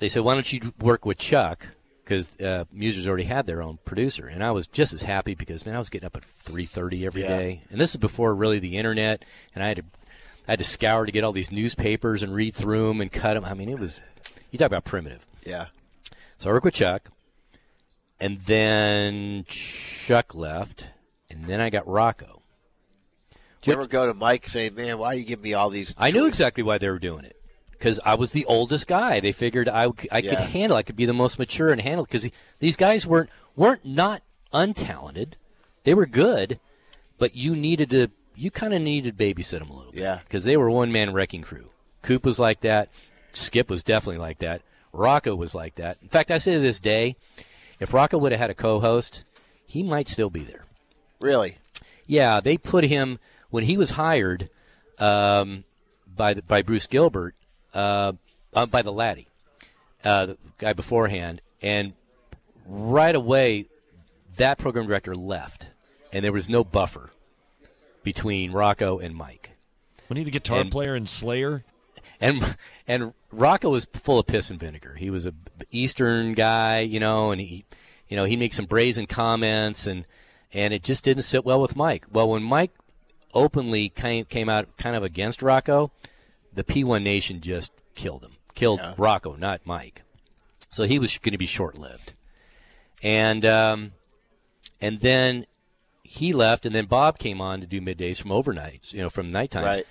Speaker 4: they said, "Why don't you work with Chuck?" Because uh, Musers already had their own producer, and I was just as happy because man, I was getting up at three thirty every day,
Speaker 1: Yeah.
Speaker 4: and this is before really the internet, and I had to, I had to scour to get all these newspapers and read through them and cut them. I mean, it was, you talk about primitive.
Speaker 1: Yeah.
Speaker 4: So I worked with Chuck, and then Chuck left, and then I got Rocco.
Speaker 6: Do you ever go to Mike saying, "Man, why you give me all these?"
Speaker 4: I knew exactly why they were doing it because I was the oldest guy. They figured I, I could
Speaker 1: Yeah.
Speaker 4: handle. I could be the most mature and handle because these guys weren't weren't not untalented. They were good, but you needed to you kind of needed to babysit them a little bit.
Speaker 1: Yeah.
Speaker 4: because they were one man wrecking crew. Coop was like that. Skip was definitely like that. Rocco was like that. In fact, I say to this day, if Rocco would have had a co-host, he might still be there.
Speaker 6: Really?
Speaker 4: Yeah, they put him when he was hired um, by the, by Bruce Gilbert, uh, uh, by the laddie, uh, the guy beforehand, and right away that program director left, and there was no buffer between Rocco and Mike,
Speaker 10: We need the guitar
Speaker 4: And-
Speaker 10: player in Slayer.
Speaker 4: and and Rocco was full of piss and vinegar. He was a Eastern guy, you know, and he, you know, he made some brazen comments, and and it just didn't sit well with Mike. Well, when Mike openly came, came out kind of against Rocco, the P1 Nation just killed him. Killed Rocco, not Mike. So he was going to be short lived. And um, and then he left, and then Bob came on to do middays from overnights, you know, from night times.
Speaker 1: Right.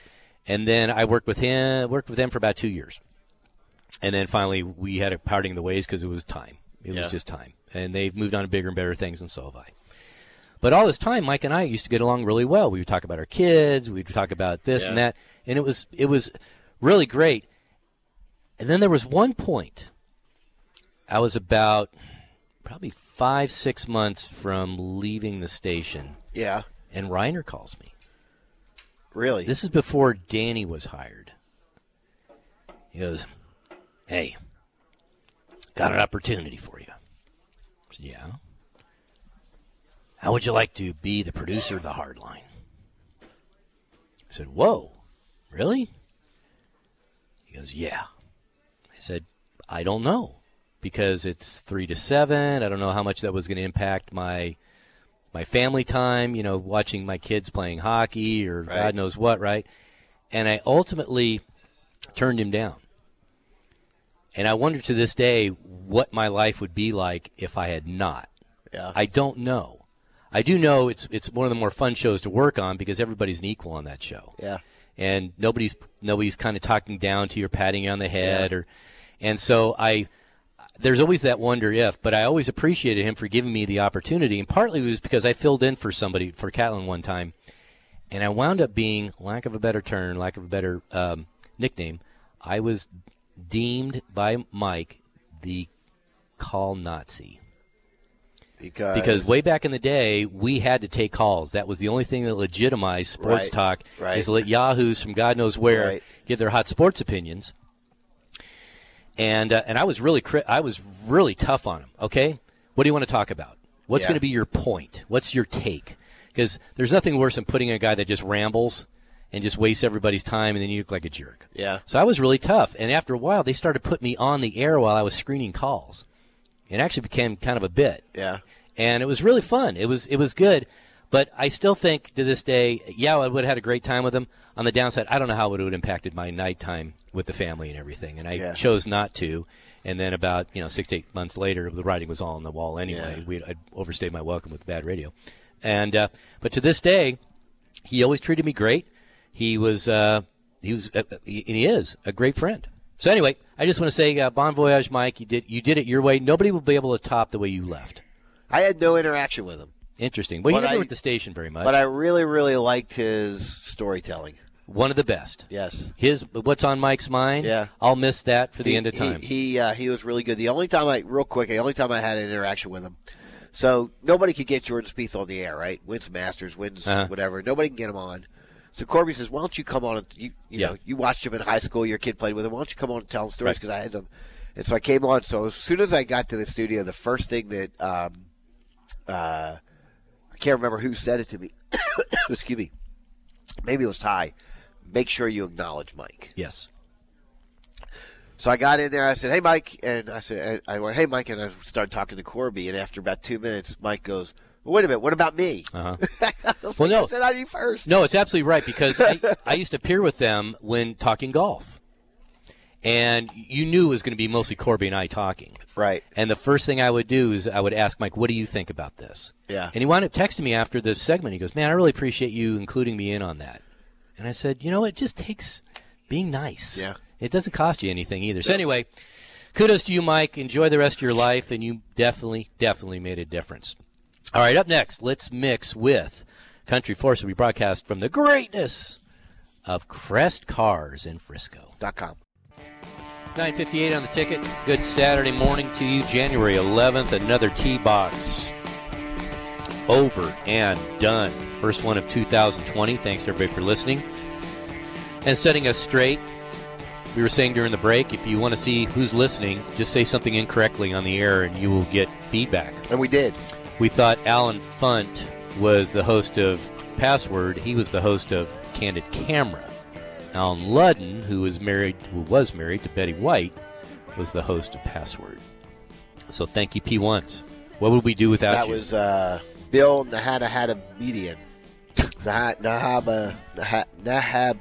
Speaker 4: And then I worked with him, worked with them for about two years, and then finally we had a parting of the ways because it was time. It
Speaker 1: Yeah.
Speaker 4: was just time, and they've moved on to bigger and better things, and so have I. But all this time, Mike and I used to get along really well. We would talk about our kids, we would talk about this and
Speaker 1: Yeah.
Speaker 4: that, and it was it was really great. And then there was one point. I was about probably five six months from leaving the station,
Speaker 1: Yeah.
Speaker 4: and Reiner calls me.
Speaker 1: Really.
Speaker 4: This is before Danny was hired. He goes, Hey, Got an opportunity for you. I said, yeah. How would you like to be the producer of the hard line? I said, Whoa, really? He goes, Yeah. I said, I don't know. Because it's three to seven. I don't know how much that was gonna impact my my family time, you know, watching my kids playing hockey or God knows what, right? And I ultimately turned him down. And I wonder to this day what my life would be like if I had not.
Speaker 1: Yeah.
Speaker 4: I don't know. I do know it's it's one of the more fun shows to work on because everybody's an equal on that show.
Speaker 1: Yeah.
Speaker 4: And nobody's nobody's kind of talking down to you or patting you on the head or and so I there's always that wonder if, but I always appreciated him for giving me the opportunity and partly it was because I filled in for somebody for Catlin one time and I wound up being, lack of a better term, lack of a better um, nickname, I was deemed by Mike the call Nazi
Speaker 1: because
Speaker 4: because way back in the day we had to take calls. That was the only thing that legitimized sports
Speaker 1: Right,
Speaker 4: talk.
Speaker 1: right.
Speaker 4: Is to let yahoos from God knows where
Speaker 1: Right.
Speaker 4: give their hot sports opinions. And uh, and I was really cri- I was really tough on him. Okay, what do you want to talk about? What's
Speaker 1: Yeah.
Speaker 4: going to be your point? What's your take? Because there's nothing worse than putting a guy that just rambles and just wastes everybody's time, and then you look like a jerk.
Speaker 1: Yeah.
Speaker 4: So I was really tough. And after a while, they started putting me on the air while I was screening calls. It actually became kind of a bit
Speaker 1: yeah,
Speaker 4: and it was really fun. It was it was good, but I still think to this day, yeah, I would have had a great time with them. On the downside, I don't know how it would have impacted my nighttime with the family and everything, and I
Speaker 1: Yeah.
Speaker 4: chose not to. And then about you know six to eight months later, the writing was all on the wall anyway.
Speaker 1: Yeah.
Speaker 4: We I'd overstayed my welcome with bad radio, and uh, but to this day, he always treated me great. He was uh, he was uh, he- and he is a great friend. So anyway, I just want to say uh, bon voyage, Mike. You did you did it your way. Nobody will be able to top the way you left.
Speaker 1: I had no interaction with him,
Speaker 4: Interesting. Well, you
Speaker 1: But
Speaker 4: never
Speaker 1: I-
Speaker 4: were at the station very much.
Speaker 1: but I really, really liked his storytelling.
Speaker 4: One of the best.
Speaker 1: Yes.
Speaker 4: His what's on Mike's mind.
Speaker 1: Yeah.
Speaker 4: I'll miss that for the end of
Speaker 1: he-
Speaker 4: time.
Speaker 1: He he, uh, he was really good. The only time I real quick, the only time I had an interaction with him. So nobody could get Jordan Spieth on the air, right? Wins Masters, wins
Speaker 4: Uh-huh.
Speaker 1: whatever. Nobody can get him on. So Corby says, "Why don't you come on? And, you you
Speaker 4: Yeah.
Speaker 1: know you watched him in high school. Your kid played with him. Why don't you come on and tell him stories? Because I had them." And so I came on. So as soon as I got to the studio, the first thing that um, uh, I can't remember who said it to me. Excuse me. Maybe it was Ty. Make sure you acknowledge Mike.
Speaker 4: yes.
Speaker 1: So I got in there. I said, "Hey, Mike," and I said, "I I went, hey, Mike," and I started talking to Corby. And after about two minutes, Mike goes, well, "Wait a minute, what about me?"
Speaker 4: Uh-huh.
Speaker 1: I was
Speaker 4: Well,
Speaker 1: like,
Speaker 4: no.
Speaker 1: I said I need first.
Speaker 4: No, it's absolutely right because I, I used to peer with them when talking golf, and you knew it was going to be mostly Corby and I talking.
Speaker 1: Right.
Speaker 4: And the first thing I would do is I would ask Mike, "What do you think about this?"
Speaker 1: Yeah.
Speaker 4: And he wound up texting me after the segment. He goes, "Man, I really appreciate you including me in on that." And I said, "You know, it just takes being nice.
Speaker 1: Yeah.
Speaker 4: It doesn't cost you anything either." So anyway, kudos to you, Mike. Enjoy the rest of your life, and you definitely, definitely made a difference. All right, up next, let's mix with Country Force. We broadcast from the greatness of Crest Cars in Frisco.
Speaker 1: Dot com.
Speaker 4: 958 on the ticket. Good Saturday morning to you, January 11th. Another tee box over and done. First one of 2020. Thanks to everybody for listening and setting us straight. We were saying during the break, if you want to see who's listening, just say something incorrectly on the air and you will get feedback.
Speaker 1: And we did.
Speaker 4: We thought Alan Funt was the host of Password. He was the host of Candid Camera. Alan Ludden, who is married, who was married to Betty White, was the host of Password. So thank you, P1s. What would we do without
Speaker 1: that
Speaker 4: you?
Speaker 1: was uh, Bill Nahada Hada Median. Nah- Nahaba Nah- Nahab.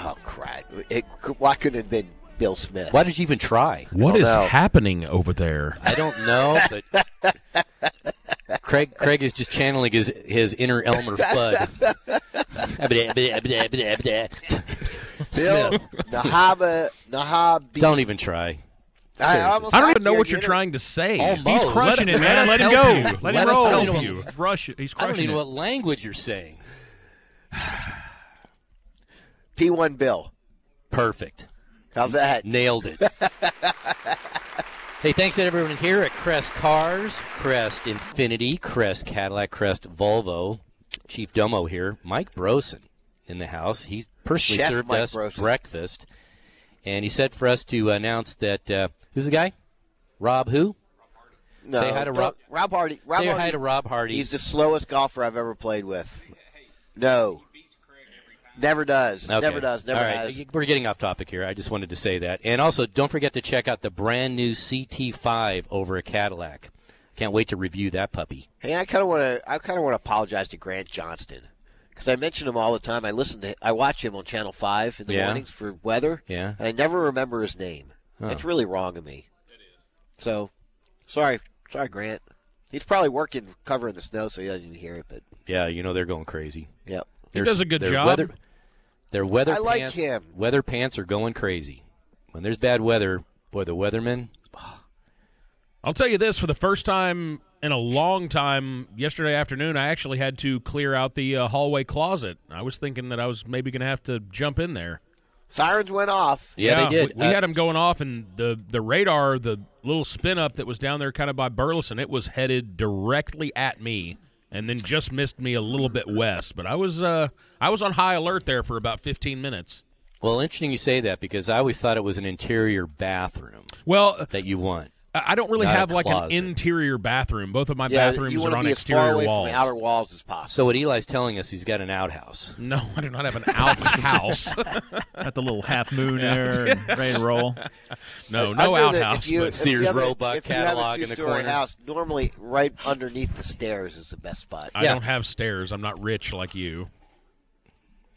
Speaker 1: Oh crap! It, why couldn't it have been Bill Smith?
Speaker 4: Why did you even try?
Speaker 7: What
Speaker 1: don't
Speaker 7: is
Speaker 1: know.
Speaker 7: happening over there?
Speaker 4: I don't know, but Craig Craig is just channeling his his inner Elmer Fudd.
Speaker 1: Bill
Speaker 4: Smith,
Speaker 1: Nahaba Nahab.
Speaker 4: don't even try. seriously.
Speaker 1: almost
Speaker 2: I don't
Speaker 1: got
Speaker 2: even know
Speaker 1: you
Speaker 2: what
Speaker 1: at
Speaker 2: you're
Speaker 1: the
Speaker 2: trying to say.
Speaker 4: Almost.
Speaker 2: He's
Speaker 4: Oh, Let
Speaker 2: crushing
Speaker 4: him-
Speaker 2: it, man.
Speaker 7: let
Speaker 2: Let,
Speaker 7: us
Speaker 2: him
Speaker 7: help
Speaker 2: go.
Speaker 7: you.
Speaker 2: Let,
Speaker 4: Let
Speaker 2: him
Speaker 4: us
Speaker 2: roll.
Speaker 4: help you.
Speaker 2: He's, rush, he's
Speaker 4: I don't
Speaker 2: crushing
Speaker 4: even know
Speaker 2: it.
Speaker 4: what language you're saying.
Speaker 1: inter- P1 Bill.
Speaker 4: Perfect.
Speaker 1: How's that?
Speaker 4: Nailed it. hey, thanks to everyone here at Crest Cars, Crest Infinity, Crest Cadillac, Crest Volvo. Chief Domo here, Mike Broson in the house. He personally
Speaker 1: Chef
Speaker 4: served
Speaker 1: Mike
Speaker 4: us
Speaker 1: Broson.
Speaker 4: breakfast, and he said for us to announce that uh, who's the guy? Rob who?
Speaker 1: No,
Speaker 4: Say hi to Rob-
Speaker 1: don't- Rob Hardy. Rob
Speaker 4: Say hi
Speaker 1: Hardy's-
Speaker 4: to Rob Hardy.
Speaker 1: He's the slowest golfer I've ever played with. No. Never does.
Speaker 4: Okay.
Speaker 1: Never does. Never
Speaker 4: All right.
Speaker 1: has.
Speaker 4: We're getting off topic here. I just wanted to say that. And also, don't forget to check out the brand new CT5 over at Cadillac. Can't wait to review that puppy.
Speaker 1: Hey, I kind of want to. I kind of want to apologize to Grant Johnston because I mention him all the time. I listen to. I watch him on Channel Five in the
Speaker 4: Yeah.
Speaker 1: mornings for weather.
Speaker 4: Yeah.
Speaker 1: And I never remember his name.
Speaker 4: Huh.
Speaker 1: That's really wrong of me. So, sorry, sorry, Grant. He's probably working covering the snow, so he doesn't even hear it. But
Speaker 4: Yeah, you know they're going crazy.
Speaker 1: yep.
Speaker 4: Their-
Speaker 2: does a good
Speaker 4: their
Speaker 2: job.
Speaker 4: Weather, their weather.
Speaker 1: I like
Speaker 4: pants,
Speaker 1: him.
Speaker 4: Weather pants are going crazy. When there's bad weather, boy, the weathermen.
Speaker 11: I'll tell you this for the first time in a long time yesterday afternoon, I actually had to clear out the uh, hallway closet. I was thinking that I was maybe going to have to jump in there.
Speaker 1: Sirens went off.
Speaker 4: Yeah, they did.
Speaker 11: We, we
Speaker 4: Uh,
Speaker 11: had them going off, and the, the radar, the little spin up that was down there kind of by Burleson, it was headed directly at me and then just missed me a little bit west. But I was uh, I was on high alert there for about 15 minutes.
Speaker 4: Well, interesting you say that because I always thought it was an interior bathroom
Speaker 11: Well,
Speaker 4: that you want.
Speaker 11: I I don't really
Speaker 4: Not a
Speaker 11: have like an
Speaker 4: closet.
Speaker 11: interior bathroom. Both of my
Speaker 1: Yeah, you
Speaker 11: bathrooms
Speaker 1: want
Speaker 11: are
Speaker 1: to
Speaker 11: on
Speaker 1: be as far
Speaker 11: exterior
Speaker 1: away
Speaker 11: walls.
Speaker 1: from the outer walls as possible.
Speaker 4: So what Eli's telling us, he's got an outhouse.
Speaker 11: No, I do not have an outhouse.
Speaker 2: Got the little half moon there, and ready to roll.
Speaker 11: no,
Speaker 1: I
Speaker 11: no
Speaker 1: know that
Speaker 11: outhouse.
Speaker 1: If you,
Speaker 4: but
Speaker 1: if you
Speaker 4: Sears
Speaker 1: have a-
Speaker 4: Roebuck
Speaker 1: if you have a
Speaker 4: catalog in the
Speaker 1: two-story
Speaker 4: corner.
Speaker 1: House, normally, right underneath the stairs is the best spot.
Speaker 11: but I
Speaker 4: Yeah.
Speaker 11: don't have stairs. I'm not rich like you.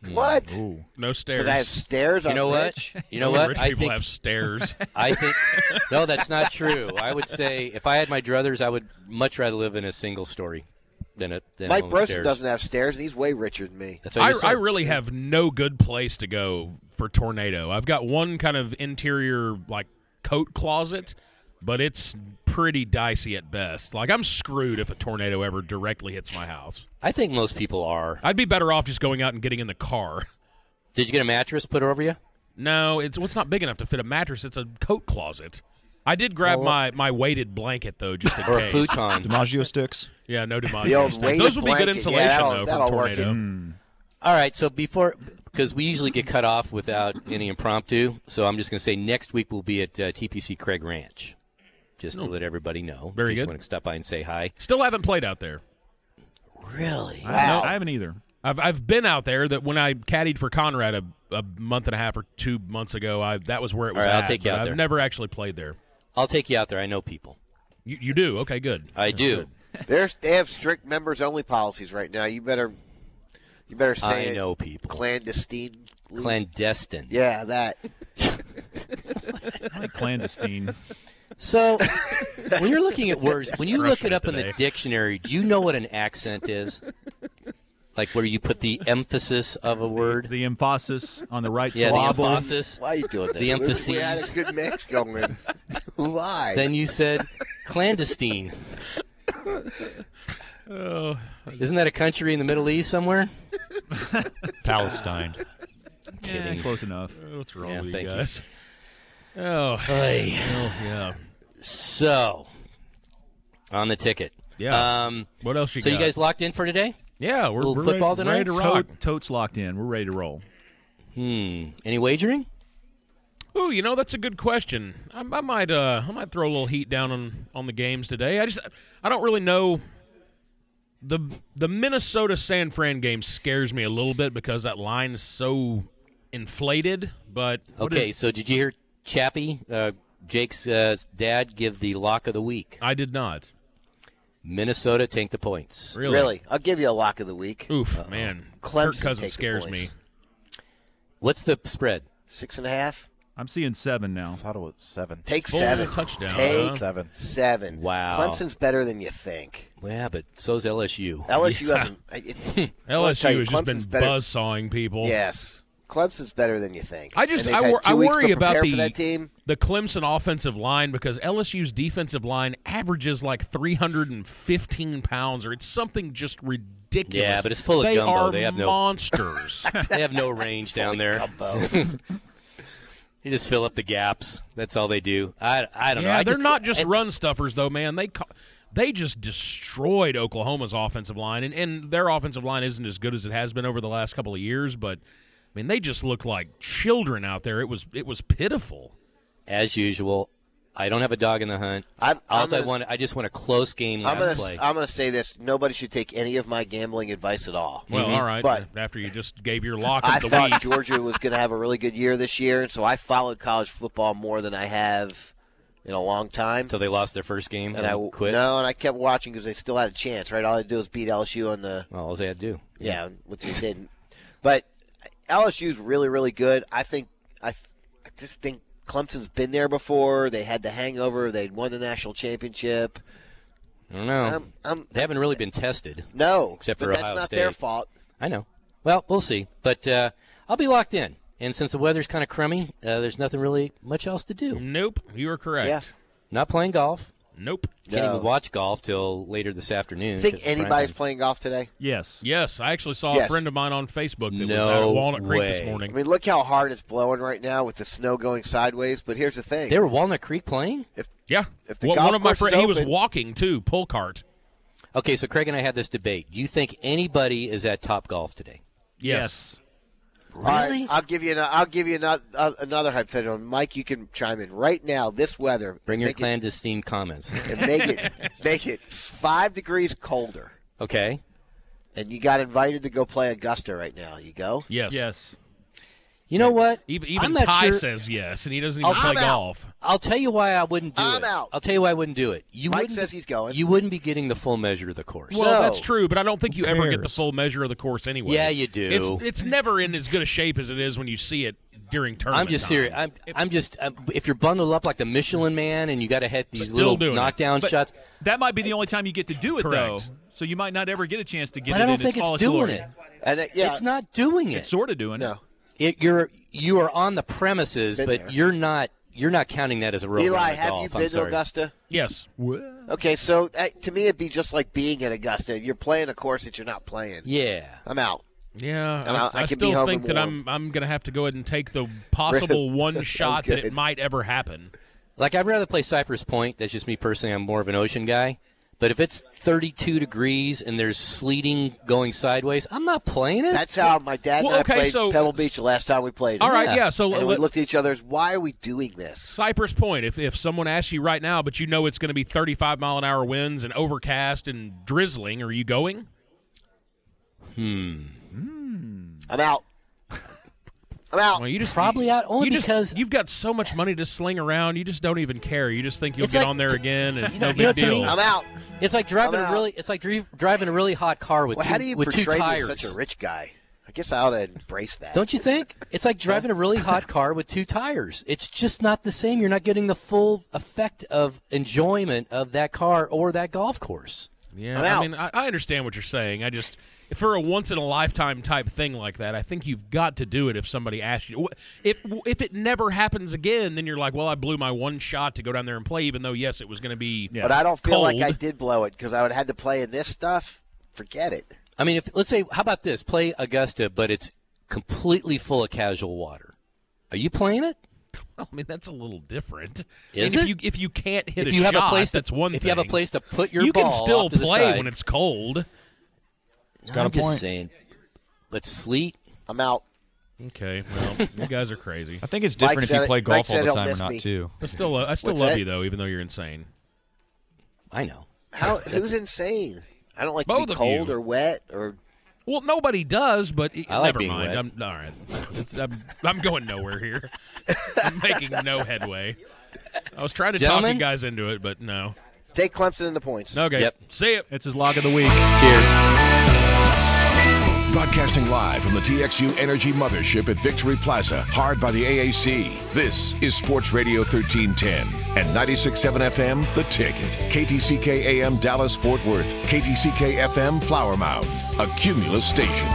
Speaker 11: Mm.
Speaker 1: what?
Speaker 2: Ooh.
Speaker 11: No
Speaker 1: Because I have
Speaker 11: stairs.
Speaker 1: stairs.
Speaker 4: You know
Speaker 1: I'm
Speaker 4: what?
Speaker 1: rich.
Speaker 4: You know
Speaker 11: Only
Speaker 4: what?
Speaker 11: Rich
Speaker 4: I
Speaker 11: people
Speaker 4: think
Speaker 11: have stairs.
Speaker 4: I think no, that's not true. I would say if I had my druthers, I would much rather live in a single story than a than
Speaker 1: Mike
Speaker 4: on
Speaker 1: Broson
Speaker 4: stairs.
Speaker 1: doesn't have stairs, and he's way richer than me.
Speaker 4: That's what I,
Speaker 11: I,
Speaker 4: just said.
Speaker 11: I really have no good place to go for tornado. I've got one kind of interior like coat closet, but it's pretty dicey at best. Like I'm screwed if a tornado ever directly hits my house.
Speaker 4: I think most people are.
Speaker 11: I'd be better off just going out and getting in the car.
Speaker 4: Did you get a mattress put over you?
Speaker 11: No, it's well, it's not big enough to fit a mattress. It's a coat closet. I did grab
Speaker 4: Well-
Speaker 11: my, my weighted blanket though, just in
Speaker 4: Or a
Speaker 11: case.
Speaker 4: futon?
Speaker 12: DiMaggio sticks.
Speaker 11: Yeah, no
Speaker 1: The
Speaker 11: DiMaggio
Speaker 1: old
Speaker 11: sticks.
Speaker 1: weighted
Speaker 11: Those would be good
Speaker 1: blanket, yeah,
Speaker 11: insulation
Speaker 1: that'll-
Speaker 11: though
Speaker 1: that'll
Speaker 11: from
Speaker 1: work
Speaker 11: tornado. Mm.
Speaker 4: All right. So before, because we usually get cut off without any impromptu, so I'm just going to say next week we'll be at uh, TPC Craig Ranch, just to let everybody know.
Speaker 11: Oh. Very
Speaker 4: in case you
Speaker 11: good.
Speaker 4: Want to stop by and say hi?
Speaker 11: Still haven't played out there.
Speaker 4: Really?
Speaker 2: No, I haven't either.
Speaker 11: I've I've been out there. That when I caddied for Conrad a, a month and a half or two months ago, I that was where it was.
Speaker 4: All right, I'll
Speaker 11: at,
Speaker 4: take you
Speaker 11: but
Speaker 4: out
Speaker 11: I've
Speaker 4: there.
Speaker 11: never actually played there.
Speaker 4: I'll take you out there. I know people.
Speaker 11: You, you do okay, good.
Speaker 4: I do.
Speaker 1: There's they have strict members only policies right now. You better, you better say
Speaker 4: I
Speaker 1: it
Speaker 4: know people.
Speaker 1: clandestine.
Speaker 4: Clandestine.
Speaker 1: Yeah, that.
Speaker 2: Like clandestine.
Speaker 4: So, when you're looking at words, when you look
Speaker 11: Crushing
Speaker 4: it
Speaker 11: it
Speaker 4: up in the
Speaker 11: today.
Speaker 4: dictionary, do you know what an accent is? Like where you put the emphasis of a word?
Speaker 2: The emphasis on the right
Speaker 4: Yeah, the
Speaker 2: syllable.
Speaker 4: emphasis.
Speaker 1: Why are you doing this?
Speaker 4: The
Speaker 1: We, we had
Speaker 4: emphases.
Speaker 1: a good mix going. Why?
Speaker 4: Then you said clandestine.
Speaker 11: Oh,
Speaker 4: Isn't that a country in the Middle East somewhere?
Speaker 12: Palestine.
Speaker 2: Yeah, Eh, close enough.
Speaker 11: what's wrong
Speaker 4: Yeah,
Speaker 11: with you
Speaker 4: thank you.
Speaker 11: guys? Oh,
Speaker 4: Ay.
Speaker 11: hell yeah,
Speaker 4: So, on the ticket.
Speaker 11: yeah.
Speaker 4: Um,
Speaker 11: what else you
Speaker 4: so
Speaker 11: got?
Speaker 4: you guys locked in for today?
Speaker 11: yeah, we're,
Speaker 4: little
Speaker 11: we're
Speaker 4: football
Speaker 11: ready,
Speaker 4: tonight?
Speaker 11: ready to rock.
Speaker 2: Tote, totes locked in. We're ready to roll.
Speaker 4: Hmm. Any wagering?
Speaker 11: Ooh, you know that's a good question. I, I might, uh, I might throw a little heat down on on the games today. I just, I don't really know. the The Minnesota San Fran game scares me a little bit because that line is so inflated. But what
Speaker 4: Okay,
Speaker 11: is-
Speaker 4: so did you hear Chappie, uh, Jake's uh, dad, give the lock of the week?
Speaker 11: I did not
Speaker 4: Minnesota take the points.
Speaker 11: really.
Speaker 1: really? I'll give you a lock of the week.
Speaker 11: Oof, man.
Speaker 1: Clemson
Speaker 11: Kirk
Speaker 1: take the
Speaker 11: Cousins scares me.
Speaker 1: points.
Speaker 4: What's the spread?
Speaker 1: Six and a half.
Speaker 2: I'm seeing seven now.
Speaker 3: thought it was seven.
Speaker 1: Take
Speaker 11: Full
Speaker 1: seven.
Speaker 11: touchdown,
Speaker 1: Take
Speaker 11: huh?
Speaker 3: Seven.
Speaker 1: seven.
Speaker 4: Wow.
Speaker 1: Clemson's better than you think.
Speaker 4: Yeah, but so's LSU.
Speaker 1: LSU hasn't. It, it- I'll tell
Speaker 11: LSU
Speaker 1: you,
Speaker 11: has just been
Speaker 1: Clemson's better-
Speaker 11: buzz sawing people.
Speaker 1: Yes, Clemson's better than you think.
Speaker 11: I just
Speaker 1: And they've
Speaker 11: I,
Speaker 1: had
Speaker 11: wor-
Speaker 1: two
Speaker 11: I
Speaker 1: weeks
Speaker 11: worry
Speaker 1: to
Speaker 11: about
Speaker 1: prepare
Speaker 11: the
Speaker 1: for that team.
Speaker 11: the Clemson offensive line because LSU's defensive line averages like 315 pounds or it's something just ridiculous.
Speaker 4: Yeah, but it's full of
Speaker 11: they
Speaker 4: gumbo.
Speaker 11: Are
Speaker 4: They have no-
Speaker 11: monsters.
Speaker 4: They have no range down there. They just fill up the gaps. That's all they do. I, I don't know.
Speaker 11: yeah,
Speaker 4: I
Speaker 11: they're
Speaker 4: just-
Speaker 11: not just
Speaker 4: and-
Speaker 11: run stuffers though, man. They ca- they just destroyed Oklahoma's offensive line and and their offensive line isn't as good as it has been over the last couple of years, but I mean, they just look like children out there. It was it was pitiful.
Speaker 4: as usual. I don't have a dog in the hunt.
Speaker 1: I'm-
Speaker 4: Alls
Speaker 1: I'm gonna-
Speaker 4: I want, I just want a close game
Speaker 1: I'm
Speaker 4: last
Speaker 1: gonna uh,
Speaker 4: play.
Speaker 1: I'm gonna say this. Nobody should take any of my gambling advice at all.
Speaker 11: Well,
Speaker 4: Mm-hmm.
Speaker 11: all right.
Speaker 1: But-
Speaker 11: after you just gave your lock
Speaker 1: I
Speaker 11: of the
Speaker 1: thought
Speaker 11: week,
Speaker 1: Georgia was going to have a really good year this year, so I followed college football more than I have in a long time.
Speaker 4: Until they lost their first game
Speaker 1: and
Speaker 4: and,
Speaker 1: I
Speaker 4: quit.
Speaker 1: no, and I kept watching because they still had a chance, right? All they do is beat LSU on the
Speaker 4: Well, all they had to do.
Speaker 1: yeah, which they didn't. But LSU's really, really good. I think I, I just think Clemson's been there before. They had the hangover. They'd won the national championship.
Speaker 4: I don't know.
Speaker 1: I'm, I'm
Speaker 4: they haven't really been tested.
Speaker 1: no,
Speaker 4: Oh. Except
Speaker 1: but
Speaker 4: for
Speaker 1: that's
Speaker 4: Ohio
Speaker 1: not their
Speaker 4: State.
Speaker 1: fault.
Speaker 4: I know. Well, we'll see. But uh, I'll be locked in. And since the weather's kind of crummy, uh, there's nothing really much else to
Speaker 1: Mm-hmm.
Speaker 4: do.
Speaker 11: nope, you were correct.
Speaker 1: Yeah.
Speaker 4: Not playing golf.
Speaker 11: Nope.
Speaker 4: Can't
Speaker 1: No.
Speaker 4: even watch golf till later this afternoon.
Speaker 1: Think
Speaker 4: 'cause it's prime
Speaker 1: anybody's
Speaker 4: time.
Speaker 1: playing golf today?
Speaker 7: Yes.
Speaker 11: Yes, I actually saw a
Speaker 1: Yes.
Speaker 11: friend of mine on Facebook that was out
Speaker 4: No
Speaker 11: at Walnut Creek this
Speaker 4: way.
Speaker 1: I
Speaker 11: morning.
Speaker 1: mean, look how hard it's blowing right now with the snow going sideways. But here's the thing:
Speaker 4: They were Walnut Creek playing?
Speaker 11: Yeah,
Speaker 1: If the
Speaker 11: One-
Speaker 1: golf
Speaker 11: one of my
Speaker 1: course
Speaker 11: friends,
Speaker 1: is
Speaker 11: he was
Speaker 1: open-
Speaker 11: walking too, pull cart.
Speaker 4: Okay, so Craig and I had this debate. Do you think anybody is at Top Golf today?
Speaker 11: Yes,
Speaker 1: All right, I'll give you. An, I'll give you another, uh, another hypothetical. Mike, you can chime in right now. This weather.
Speaker 4: Bring your
Speaker 1: make it-
Speaker 4: clandestine comments.
Speaker 1: and make it make it five degrees colder.
Speaker 4: okay.
Speaker 1: And you got invited to go play Augusta right now. You go.
Speaker 11: yes,
Speaker 7: Yes.
Speaker 4: You know what?
Speaker 11: Even,
Speaker 4: I'm
Speaker 11: even
Speaker 4: not
Speaker 11: Ty
Speaker 4: sure-
Speaker 11: says yes, and he doesn't even
Speaker 1: I'm
Speaker 11: play
Speaker 1: out.
Speaker 11: golf.
Speaker 4: I'll tell you why I wouldn't do
Speaker 1: I'm
Speaker 4: it.
Speaker 1: out.
Speaker 4: I'll tell you why I wouldn't do it. You
Speaker 1: Mike
Speaker 4: wouldn't
Speaker 1: says
Speaker 4: be-
Speaker 1: he's going.
Speaker 4: You wouldn't be getting the full measure of the course.
Speaker 11: Well,
Speaker 1: No.
Speaker 11: that's true, but I don't think you ever get the
Speaker 7: cares?
Speaker 11: full measure of the course anyway.
Speaker 4: Yeah, you do.
Speaker 11: It's it's never in as good a shape as it is when you see it during tournament.
Speaker 4: I'm just
Speaker 11: time.
Speaker 4: serious. I'm, I'm just I'm, if you're bundled up like the Michelin Man and you got to hit these
Speaker 11: Still
Speaker 4: little
Speaker 11: doing it.
Speaker 4: knockdown
Speaker 7: But-
Speaker 4: shots,
Speaker 7: That might be the only time you get to do it, though.
Speaker 11: Correct.
Speaker 7: So you might not ever get a chance to get
Speaker 4: but
Speaker 7: it
Speaker 4: I don't
Speaker 7: in
Speaker 4: think
Speaker 7: its
Speaker 4: it's
Speaker 7: fullest
Speaker 4: doing
Speaker 7: glory.
Speaker 4: it. uh,
Speaker 1: And it, yeah,
Speaker 4: It's not doing it.
Speaker 7: It's sort of doing
Speaker 1: no.
Speaker 4: It- You're you are on the premises,
Speaker 1: Been
Speaker 4: but
Speaker 1: there.
Speaker 4: you're not you're not counting that as a real
Speaker 1: Eli,
Speaker 4: round of
Speaker 1: have
Speaker 4: golf.
Speaker 1: you
Speaker 4: I'm
Speaker 1: been to
Speaker 4: sorry.
Speaker 1: Augusta?
Speaker 11: Yes,
Speaker 7: it.
Speaker 1: Okay, so that, to me, it'd be just like being at Augusta. You're playing a course that you're not playing.
Speaker 4: Yeah.
Speaker 1: I'm out.
Speaker 11: yeah.
Speaker 1: And
Speaker 11: I,
Speaker 1: I-
Speaker 11: s-
Speaker 1: I
Speaker 11: I
Speaker 1: can be
Speaker 11: still
Speaker 1: home
Speaker 11: think
Speaker 1: and
Speaker 11: that
Speaker 1: warm.
Speaker 11: I'm I'm gonna have to go ahead and take the possible one
Speaker 1: Sounds
Speaker 11: shot that
Speaker 1: good.
Speaker 11: it might ever happen.
Speaker 4: Like I'd rather play Cypress Point. That's just me personally. I'm more of an ocean guy. But if it's 32 degrees and there's sleeting going sideways, I'm not playing it.
Speaker 1: That's how my dad
Speaker 11: Well,
Speaker 1: and I
Speaker 11: okay,
Speaker 1: played
Speaker 11: so-
Speaker 1: Pebble Beach the last time we played.
Speaker 11: All right,
Speaker 4: Yeah.
Speaker 11: yeah. so
Speaker 1: and
Speaker 11: let-
Speaker 1: we
Speaker 11: let-
Speaker 1: looked at each other. as, Why are we doing this?
Speaker 11: Cypress Point. If if someone asks you right now, but you know it's going to be 35 mile an hour winds and overcast and drizzling, are you going?
Speaker 1: I'm out. I'm out.
Speaker 11: Well, you just
Speaker 4: Probably out only
Speaker 11: you just-
Speaker 4: because-
Speaker 11: you've got so much money to sling around. You just don't even care. You just think you'll
Speaker 4: It's
Speaker 11: get
Speaker 4: like-
Speaker 11: on there again. And it's no
Speaker 4: You
Speaker 11: big
Speaker 4: know, to me,
Speaker 11: deal.
Speaker 1: I'm out.
Speaker 4: it's like driving
Speaker 1: I'm
Speaker 4: a
Speaker 1: out.
Speaker 4: really it's like dri- driving a really hot car with
Speaker 1: Well,
Speaker 4: two,
Speaker 1: how do you
Speaker 4: with two
Speaker 1: portray me as
Speaker 4: tires.
Speaker 1: such a rich guy? I guess I ought to embrace that.
Speaker 4: Don't you think? It's like driving a really hot car with two tires. It's just not the same. You're not getting the full effect of enjoyment of that car or that golf course.
Speaker 11: yeah,
Speaker 1: I'm
Speaker 11: I
Speaker 1: out.
Speaker 11: mean, I, I understand what you're saying. I just for a once in a lifetime type thing like that, I think you've got to do it if somebody asks you. Wh- If if it never happens again, then you're like, well, I blew my one shot to go down there and play, even though yes, it was going to be.
Speaker 7: Yeah.
Speaker 1: But I don't feel like
Speaker 11: Cold.
Speaker 1: I did blow it because I would have had to play in this stuff. Forget it.
Speaker 4: I mean, if let's say, how about this? Play Augusta, but it's completely full of casual water. Are you playing it?
Speaker 11: I mean, that's a little different.
Speaker 4: Is
Speaker 11: I mean,
Speaker 4: it?
Speaker 11: If you if you can't hit
Speaker 4: if
Speaker 11: a
Speaker 4: you have
Speaker 11: shot,
Speaker 4: a place to,
Speaker 11: that's one.
Speaker 4: If you have a
Speaker 11: thing.
Speaker 4: place to put your
Speaker 11: you
Speaker 4: ball,
Speaker 11: can still
Speaker 4: off to the
Speaker 11: play
Speaker 4: side.
Speaker 11: when it's cold.
Speaker 4: I'm just saying, but sleet.
Speaker 1: I'm out.
Speaker 11: Okay, well, you guys are crazy.
Speaker 7: I think it's
Speaker 1: Mike
Speaker 7: different if
Speaker 1: said
Speaker 7: you
Speaker 1: it-
Speaker 7: play
Speaker 1: Mike
Speaker 7: golf
Speaker 1: said
Speaker 7: all the
Speaker 1: he'll
Speaker 7: time or
Speaker 1: miss
Speaker 7: not,
Speaker 1: me.
Speaker 7: too.
Speaker 11: I still, lo- I still
Speaker 1: What's
Speaker 11: love
Speaker 1: that?
Speaker 11: you though, even though you're insane.
Speaker 4: I know.
Speaker 1: How, who's insane? I don't like
Speaker 11: Both
Speaker 1: to be
Speaker 11: of
Speaker 1: cold
Speaker 11: you.
Speaker 1: or wet or.
Speaker 11: Well, nobody does, but
Speaker 4: I like
Speaker 11: never
Speaker 4: being
Speaker 11: mind.
Speaker 4: wet.
Speaker 11: I'm all right. It's, I'm, I'm going nowhere here. I'm making no headway. I was trying to talk
Speaker 4: Gentlemen?
Speaker 11: you guys into it, but no.
Speaker 1: Take Clemson in the points.
Speaker 11: Okay.
Speaker 4: Yep.
Speaker 11: See ya.
Speaker 7: It's his log of the week.
Speaker 4: Cheers.
Speaker 13: Broadcasting live from the TXU Energy Mothership at Victory Plaza, hard by the AAC. This is Sports Radio 1310 and 96.7 FM, The Ticket. KTCK AM Dallas Fort Worth, KTCK FM Flower Mound, a cumulus station.